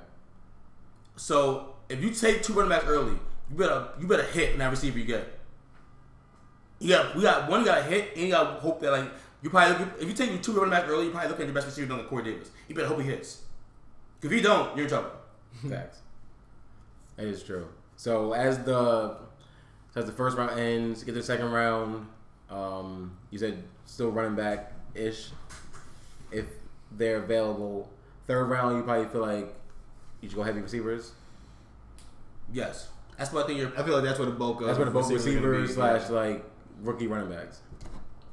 So if you take two running backs early, you better you better hit in that receiver you get. You got we got one you got to hit and you got to hope that like you probably if you take two running backs early, you probably look at your best receiver on the Corey Davis. You better hope he hits. 'Cause If you don't, you're in trouble.
Facts. That is true. So as the so as the first round ends, get to the second round. Um, you said still running back ish, if they're available. Third round, you probably feel like you should go heavy receivers.
Yes, that's what I think you're.
I feel like that's where the bulk of
That's where the both
are gonna
receivers
be.
slash like rookie running backs.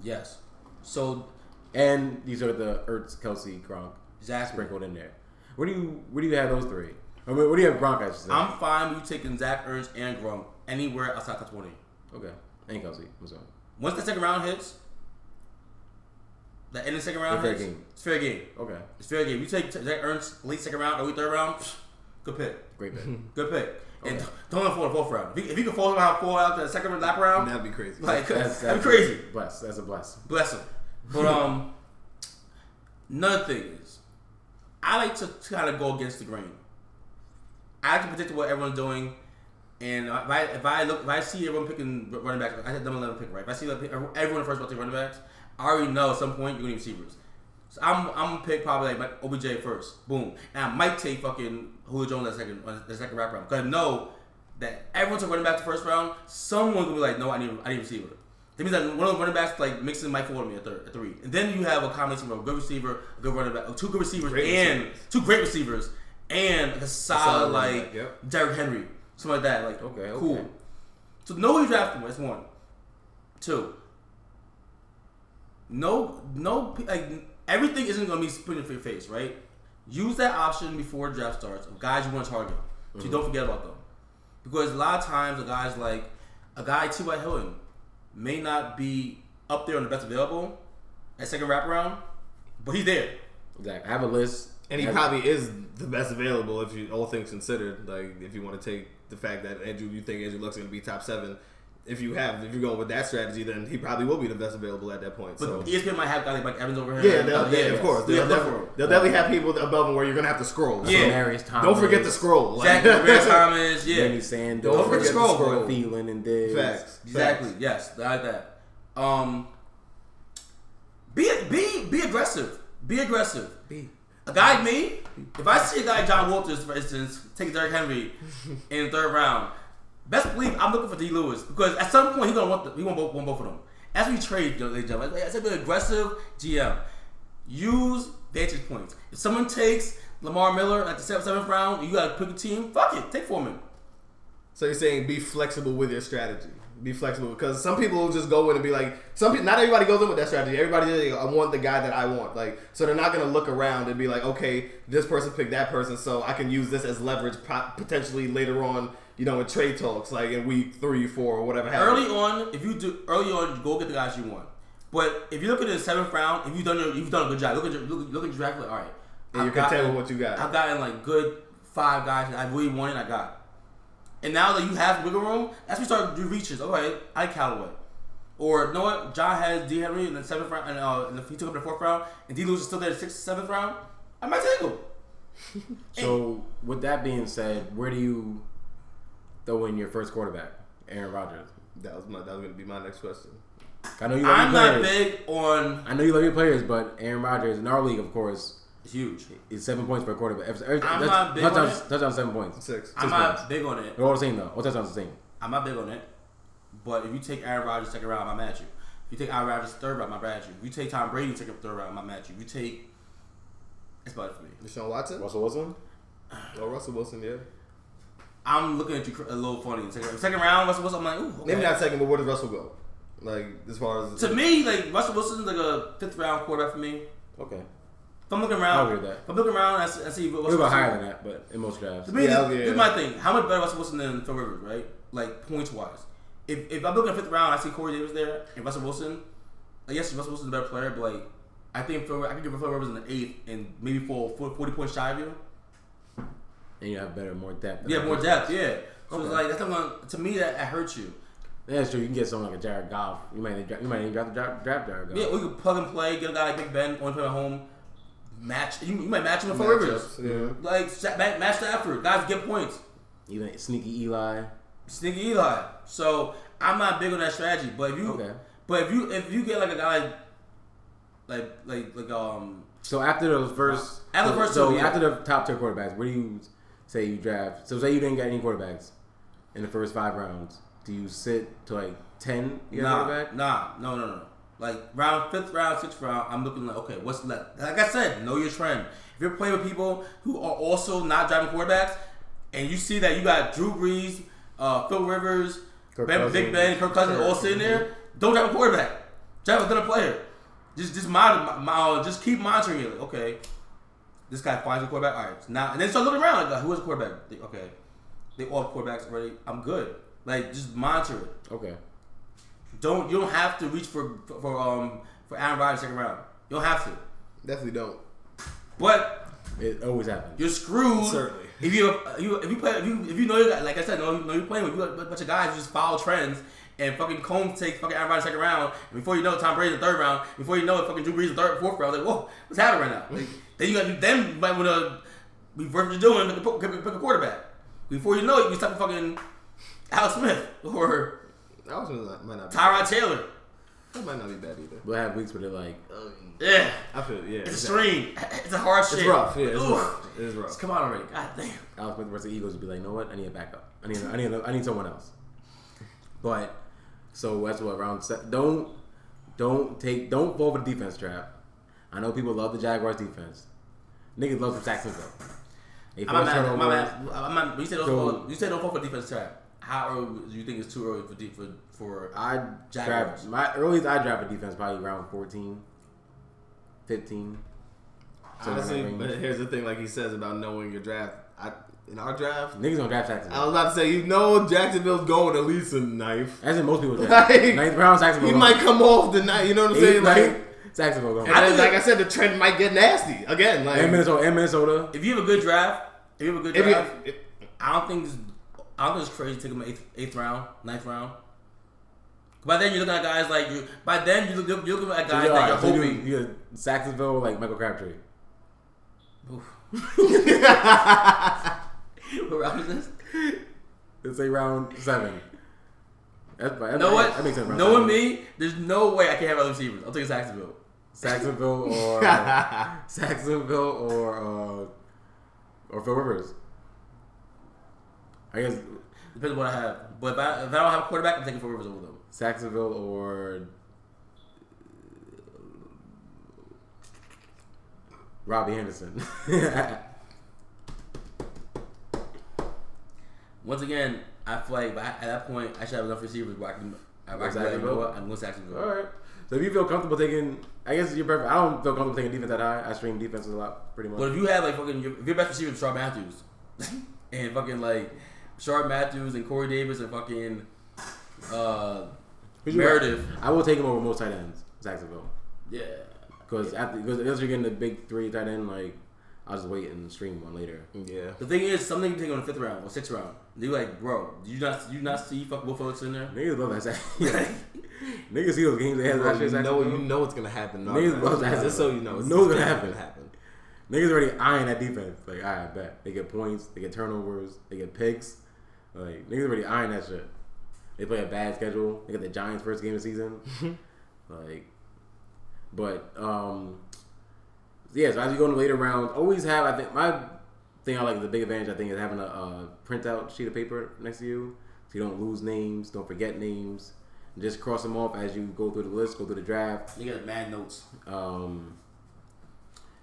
Yes. So
And these are the Ertz, Kelsey, Gronk
Exactly.
sprinkled in there. Where do you where do you have those three? I mean, where do you have Gronk? I should say.
I'm fine with you taking Zach Ertz and Gronk anywhere outside top 20.
okay, and Kelsey. What's up?
Once the second round hits, the end of the second round
Fair
hits,
game.
it's fair game.
Okay,
It's fair game. You take Zach Ertz late second round, early third round, psh, good pick.
[laughs]
great pick.
Good pick. And don't let him fall in the fourth round. If you, if you can fall somehow fall out the second lap round,
That'd be crazy.
[laughs] like,
That's,
that'd
that's
be crazy.
Bless. That's a bless.
Bless him.
[laughs]
But um, another thing is, I like to kind of go against the grain. I like to predict what everyone's doing, And if I if I look if I see everyone picking running backs, I had number eleven pick right. If I see like, everyone first about to running backs, I already know at some point you're gonna need receivers. So I'm I'm gonna pick probably like OBJ first, boom, and I might take fucking Julio Jones that second on the second wrap round because I know that everyone's running back the first round. Someone's gonna be like, no, I need I need a receiver. That means that one of the running backs like mixing Mike Ford with me at, third, at three, and then you have a combination of a good receiver, a good running back, two good receivers,
Great
and
receivers.
two great receivers, and like a solid,
solid running
like
back, yep.
Derrick Henry, something like that. Like
Okay, okay.
cool. So know who you drafting. That's one. Two. No, no, like everything isn't going to be put in your face, right? Use that option before draft starts of guys you want to target, so
Mm-hmm.
you don't forget about them. Because a lot of times, the guys like a guy T.Y. Hilton may not be up there on the best available at second wraparound, but he's there.
Exactly. I have a list.
And he
I have-
probably is the best available if you all things considered. Like if you want to take the fact that Andrew, you think Andrew Luck's going to be top seven. If you have, if you're going with that strategy, then he probably will be the best available at that point.
But
so.
ESPN might have guys like Mike Evans over here.
Yeah, they'll,
Uh,
they- of course. They'll,
Yeah,
definitely,
for him.
they'll definitely have people above them where you're gonna have to scroll.
Yeah.
Marius Thomas.
Don't forget to scroll. Like, [laughs]
Zach Rivera Thomas. Yeah,
Danny Sanders.
Don't forget to
Jordan
scroll.
Thielen and Diggs.
Facts.
Exactly.
Facts.
Yes, I like that. Um, be be be aggressive. Be aggressive. Be a guy like me. If I see a guy John Walters, for instance, take Derrick Henry in the third round, best believe I'm looking for D. Lewis because at some point he's gonna want the, he want both want both of them. As we trade, you know, they jump. As an aggressive GM, use vantage points. If someone takes Lamar Miller at the seventh, seventh round, you gotta pick a team. Fuck it, take Foreman.
so you're saying be flexible with your strategy. Be flexible because some people will just go in and be like, some people. Not everybody goes in with that strategy. Everybody, is like, I want the guy that I want. Like, so they're not gonna look around and be like, okay, this person picked that person, so I can use this as leverage pot- potentially later on. You know, in trade talks, like in week three, four, or whatever. happened.
early on, if you do early on, you go get the guys you want. But if you look at the seventh round, if you've done your, you've done a good job. Look at your, look, look at your draft. Like, all right,
And you're content with what you got.
I've gotten like good five guys that I really wanted. I got, and now that you have wiggle room, that's when you start your reaches. All right, I like Callaway, or you know what? John has D Henry in the seventh round, and, uh, and if he took him in the fourth round, and D Lewis is still there in the sixth, seventh round, I might take him.
So, with that being said, where do you throw in your first quarterback, Aaron Rodgers?
That was my. That was gonna be my next question.
I know you love
I'm
your
not
players.
big on
I know you love your players, but Aaron Rodgers in our league, of course,
huge.
is seven points per quarterback. Every- every-
I'm
touch-
not big on
touchdowns,
it.
touchdowns, seven points.
Six.
I'm
points.
not big on it.
They're all the same though. All touchdowns are the same.
I'm not big on it. But if you take Aaron Rodgers second round, I'm mad at you. If you take Aaron Rodgers third round, I'm mad at you. If you take Tom Brady second third round, I'm mad at you. If you take that's about it for me.
Deshaun Watson
Russell Wilson.
or Russell Wilson? Yeah.
I'm looking at you cr- a little funny. in Second, second round, Russell Wilson. I'm like, ooh. okay.
Maybe not second, but where does Russell go? Like as far as
To me, like Russell Wilson's like a fifth round quarterback for me. If
Okay.
I'm looking
I'll
around,
agree with that.
if I'm looking around, I see, I see Russell
We were
Wilson.
higher than that, but in most drafts.
To me,
Yeah,
this,
yeah.
this is my thing. How much better Russell Wilson than Phil Rivers, right? Like points wise. If, if I'm looking at fifth round, I see Corey Davis there and Russell Wilson. Like, yes, Russell Wilson's a better player, but like I think Phil, I could give Phil Rivers an eighth and maybe fall for- forty points shy of you.
And you have better, more depth.
Yeah, more depth. Yeah. So it's
Okay.
like that's not gonna to me that, that hurts you.
That's true. You can get someone like a Jared Goff. You might you might even draft draft, draft Jared Goff.
Yeah, or you could plug and play, get a guy like Big Ben, only play at home, match. You, you might match him with Phil Rivers.
Yeah.
Like sa- ma- match Stafford, guys get points.
Even sneaky Eli.
Sneaky Eli. So I'm not big on that strategy. But if you,
Okay.
but if you if you get like a guy like like like, like um
So after the first,
After the first
so
two, yeah.
after the top tier quarterbacks, where do you say you draft? So say you didn't get any quarterbacks in the first five rounds. Do you sit to like ten? You get a
nah
quarterback?
nah no no no like round fifth round sixth round I'm looking like okay what's left like I said know your trend if you're playing with people who are also not driving quarterbacks and you see that you got Drew Brees uh, Phil Rivers
Kirk
ben, Big
Cousins.
Ben Kirk Cousins all sitting there don't drive a quarterback drive another player just just monitor, mo- uh, just keep monitoring it like, okay this guy finds a quarterback. All right, now and then start looking around. Like, who is a quarterback? They- okay, they all have quarterbacks already. I'm good. Like, just monitor it.
Okay.
Don't you don't have to reach for for um for Aaron Rodgers second round. You don't have to.
Definitely don't.
But
It always happens.
you're screwed.
Certainly.
If you if you if you play if you if you know you got like I said know, know you're playing with you got a bunch of guys who just follow trends. And fucking Combs takes fucking Aaron Rodgers second round. And before you know, it, Tom Brady's the third round. Before you know, it, fucking Drew Brees the third, fourth round. Like, whoa, what's happening right now? Like, then you got to then you might want to reverse what you're doing and pick a pick a quarterback. Before you know it, you stop fucking Al Smith or
That was might not. Be,
Tyrod Taylor.
that might not be bad either.
We'll have weeks where they're like,
Yeah,
I feel yeah.
it's a
exactly.
stream. It's a hard shit.
It's rough. Yeah, it's
Ooh.
rough. It's rough.
Come on already. God damn.
Alex Smith versus the Eagles would be like, you know what? I need a backup. I need, I need, I need someone else. But so that's what round seven. Don't, don't take, don't fall for the defense trap. I know people love the Jaguars defense. Niggas love the sacks and stuff. They
I'm not
force
mad. I'm not
turnovers.
mad. I'm not. Uh, You said don't
So-
fall. You said don't fall for defense trap. How early do you think it's too early for deep for for?
I
Jaguars.
draft my earliest I draft a defense probably round 14, 15. somewhere in that
Honestly,
range.
but here's the thing, like he says about knowing your draft. I in our draft,
niggas don't draft sacks. and
I
stuff.
was about to say you know Jacksonville's going at least a knife.
That's in
[laughs]
most people draft.
Like,
Ninth round sacks.
He might come off the night. You know what I'm saying? Like,
sacks. and goals.
and then, like I said, the trend might get nasty again. Like
And Minnesota. And Minnesota.
If you have a good draft, if you have a good
if you-
draft,
if-
I don't think it's, I don't think it's crazy to take him eighth, eighth round, ninth round. By then you're looking at guys like you. By then you look you're looking at guys
Yeah,
that you're
so you do-
hoping.
you do Saxonville like Michael Crabtree.
[laughs] What round
[laughs]
is this?
It's like round seven. That's, that's
Know what?
That makes sense. round
Knowing
seven.
me, there's no way I can't have other receivers. I'll take Saxonville. [laughs]
Saxonville or uh, Saxonville or uh, or Phil Rivers. I guess
Depends on what I have. But if I, if I don't have a quarterback, I'm taking four rivers over them.
Saxonville or Robbie Anderson. [laughs]
Once again, I feel like by, at that point I should have enough receivers where I can. I can be like, you
Saxonville?
know what? I'm going Saxonville.
All right. So if you feel comfortable taking, I guess your preference. I don't feel comfortable taking defense that high. I stream defenses a lot, pretty much.
But if you have like fucking your, if your best receiver is Sharp Matthews, [laughs] and fucking like Sharp Matthews and Corey Davis and fucking uh,
Who's your-
Meredith.
I will take him over most tight ends, Saxonville.
yeah,
Because after because unless you're getting the big three tight end, like I'll just wait and stream one later.
yeah.
the thing is, something you take on the fifth round or sixth round, you like, bro, do you not do you not see fuck Will Phillips in there?
Niggas love that sack. [laughs] Niggas see those games they had
Bro,
last year.
you know, you
Saxonville.
know what's gonna happen. in our
Niggas
draft.
love that.
Just so you know, it's
Know what's
it's
gonna
gonna
happen.
happen.
Niggas already eyeing that defense. Like I bet they get points, they get turnovers, they get picks. Like niggas already eyeing that shit. They play a bad schedule. They got the Giants first game of the season. like, but um, yeah. So as you go into later rounds, always have I think my thing I like the big advantage I think is having a, uh printout sheet of paper next to you, so you don't lose names, don't forget names, and just cross them off as you go through the list, go through the draft.
They got mad notes.
Um,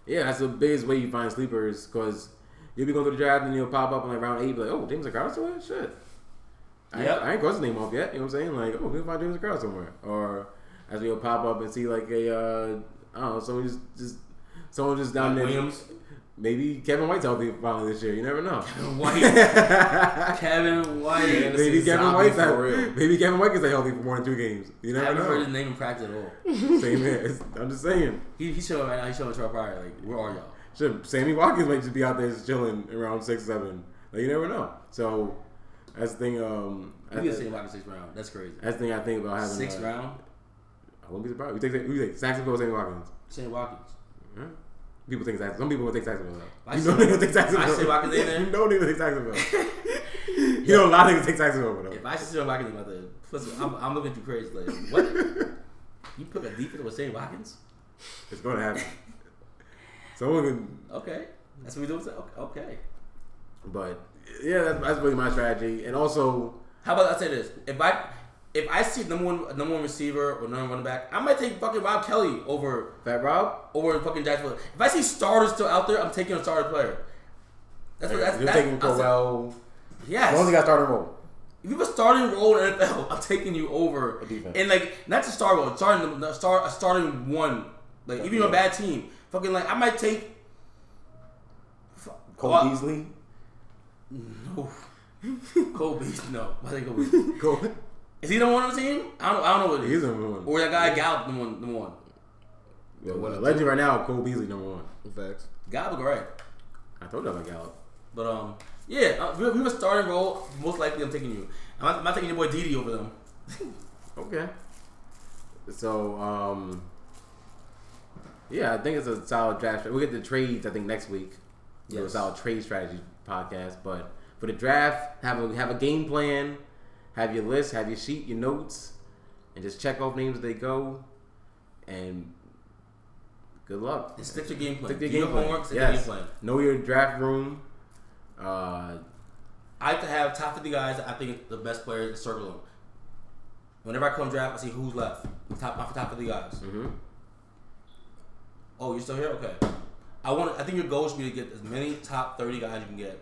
yeah, that's the biggest way you find sleepers because you'll be going through the draft and you'll pop up in like round eight, be like, oh, James Crowder somewhere? Shit. I,
Yep.
ain't I ain't crossed his name off yet. You know what I'm saying? Like, oh, we can find James Crowder somewhere. Or as we'll pop up and see like a, uh, I don't know, someone just, just someone just down there.
Williams,
Maybe Kevin White's healthy finally this year. You never know. [laughs]
White, Kevin White.
Maybe
He's
Kevin
zombie
White's
for
healthy.
real.
Maybe Kevin White can stay healthy for more than two games. You
I
never
haven't heard his
know.
name in practice at all.
[laughs] Same here. It's- I'm just saying.
He, he's showing right now. He's showing Troy Pryor. Like, where are y'all?
Shit, Sammy Watkins might just be out there just chilling around six, seven. Like you never know. So that's the thing. Um,
We
that's,
get same
the,
like a sixth round. That's crazy.
that's the thing I think about having.
Sixth
uh,
round,
I wouldn't be surprised. We take we take Saxonville, Sammy Watkins.
Shane Watkins.
Huh? People think Saxonville. Some people will take Saxonville. Though.
I
You
see-
know niggas take Saxonville.
I see Watkins in there.
[laughs] You know niggas take
[laughs]
Saxonville. you know a lot of niggas take Saxonville though.
If I should see Watkins about the, listen, I'm, I'm looking at you crazy. Like, what?
[laughs]
you put a defense with Shane Watkins?
It's
[laughs]
gonna happen. Someone can
Okay, that's what we do. with that? Okay, okay.
But yeah, that's, that's really my strategy. And also,
How about I say this? If I if I see number one number one receiver or number one running back, I might take fucking Rob Kelly over
Fat Rob,
over fucking Jacksonville. If I see starters still out there, I'm taking a starter player. That's what that's,
you're
that's
taking
I'll say-
Crowell.
Yes.
As long as he got starting role.
If you have a starting role in NFL, I'm taking you over.
defense.
And like, not to start role, starting the start a starting one. Like, even on a bad team, fucking like I might take.
Cole
Well,
Beasley. [laughs]
No. Cole Beasley, no. I think Cole Beasley.
Cole.
Is he the one on the team? I don't. I don't know what it
[laughs] He's
is.
number one.
Or that guy Gallup, the one, the one.
Yeah, well, legend right now, Cole Beasley number one.
Facts.
Gallup, right?
I told you about Gallup.
But um, yeah. uh, If you if you have a starting role, most likely I'm taking you. I'm not, I'm not taking your boy Didi over them.
Okay. So, um, yeah, I think it's a solid draft. We get the trades, I think, next week. Yes. A
Yes.
solid trade strategy podcast, but for the draft, have a have a game plan, Have your list, have your sheet, your notes, and just check off names as they go. And good luck.
Stick to your game plan.
Stick to
Do your
game plan.
homework. Stick to your
Yes.
game plan.
Know your draft room. Uh,
I like to have top 50 guys that I think are the best players and circle them. Whenever I come draft, I see who's left. Top my top 50 guys. Mm-hmm. Oh, you're still here? Okay. I want. I think your goal should be to get as many top 30 guys you can get,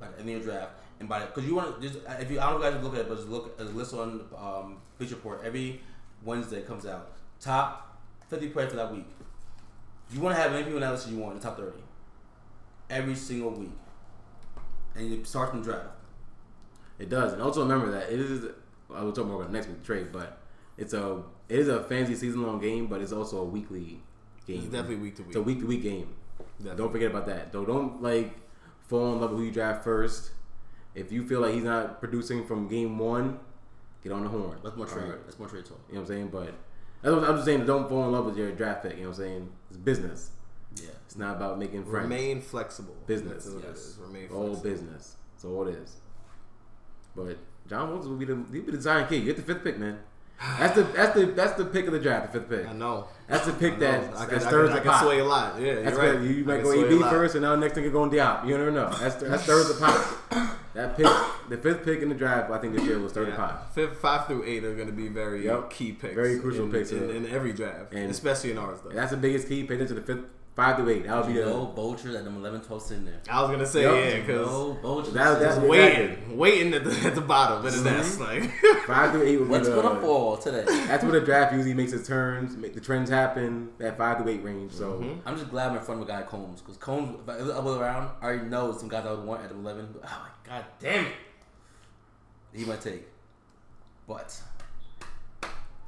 like in your draft, and by because you want to. Just, uh, if you, I don't know if you guys look at it, but just look at the list on um, Pitch Report every Wednesday it comes out. Top 50 players for that week. You want to have any people in that list you want in the top 30 every single week, and it starts from draft.
It does, and also remember that it is. I will talk more about next week trade, but it's a it is a fantasy season long game, but it's also a weekly game.
It's definitely week to week.
It's a week to week game.
Definitely.
Don't forget about that. Don't don't like fall in love with who you draft first. If you feel like he's not producing from game one, get on the horn.
That's more
All
trade.
right.
That's more trade talk.
You know what I'm saying? But that's what I'm just saying don't fall in love with your draft pick. You know what I'm saying? It's business.
Yeah.
It's not about making friends.
Remain flexible.
Business.
That's what it
Yes.
is. Remain
All
flexible.
business. That's all it is. But John Wilkes will be the he'll be the Zion kid. You get the fifth pick, man. That's the that's the that's the pick of the draft, the fifth pick.
I know.
That's the
I
pick
know.
that,
I
that
can, I
stirs
can, I
the
can
pot.
sway a lot. Yeah, you're
That's
right.
right. You
I
might
can
go
sway a
AB
lot.
first, and now next thing you're going Diop. You never know. That's that stirs the pot. That pick, the fifth pick in the draft, I think this year was third
Yeah.
yeah. pot.
Fifth, five through eight are going to be very
Yep.
key picks.
Very crucial
in,
picks,
in,
yeah.
in every draft,
And-
especially in ours though.
That's the biggest key. Pay attention to the fifth, five to eight. That would be the
No vultures at number 11, 12 sitting there.
I was going to say yeah
Yep.
because
No vultures.
that, that's
waiting,
exactly. Mm-hmm.
waiting at the, at the bottom, and that's like [laughs]
Five to eight would be
What's
the,
gonna fall today?
That's where the draft usually makes its turns, make the trends happen. That five to eight range. So
Mm-hmm.
I'm just glad I'm in front of a guy Combs because Combs, if I- if it was the other way around, I already know some guys I would want at 11. But, oh my god, damn it! He might take, but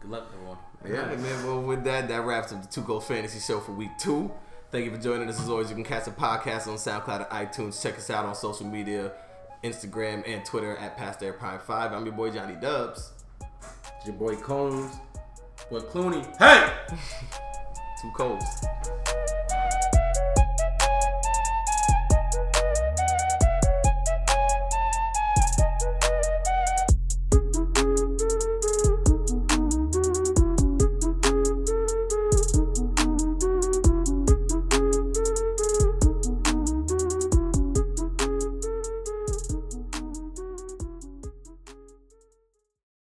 good luck everyone.
yeah,
Hey, man, well, with that, that wraps up the Two Goal Fantasy Show for week two. Thank you for joining us. As always, you can catch the podcast on SoundCloud and iTunes. Check us out on social media, Instagram and Twitter at Past Air Prime 5. I'm your boy, Johnny Dubs.
it's your boy Combs. [laughs]
But Clooney, hey!
Two Coles.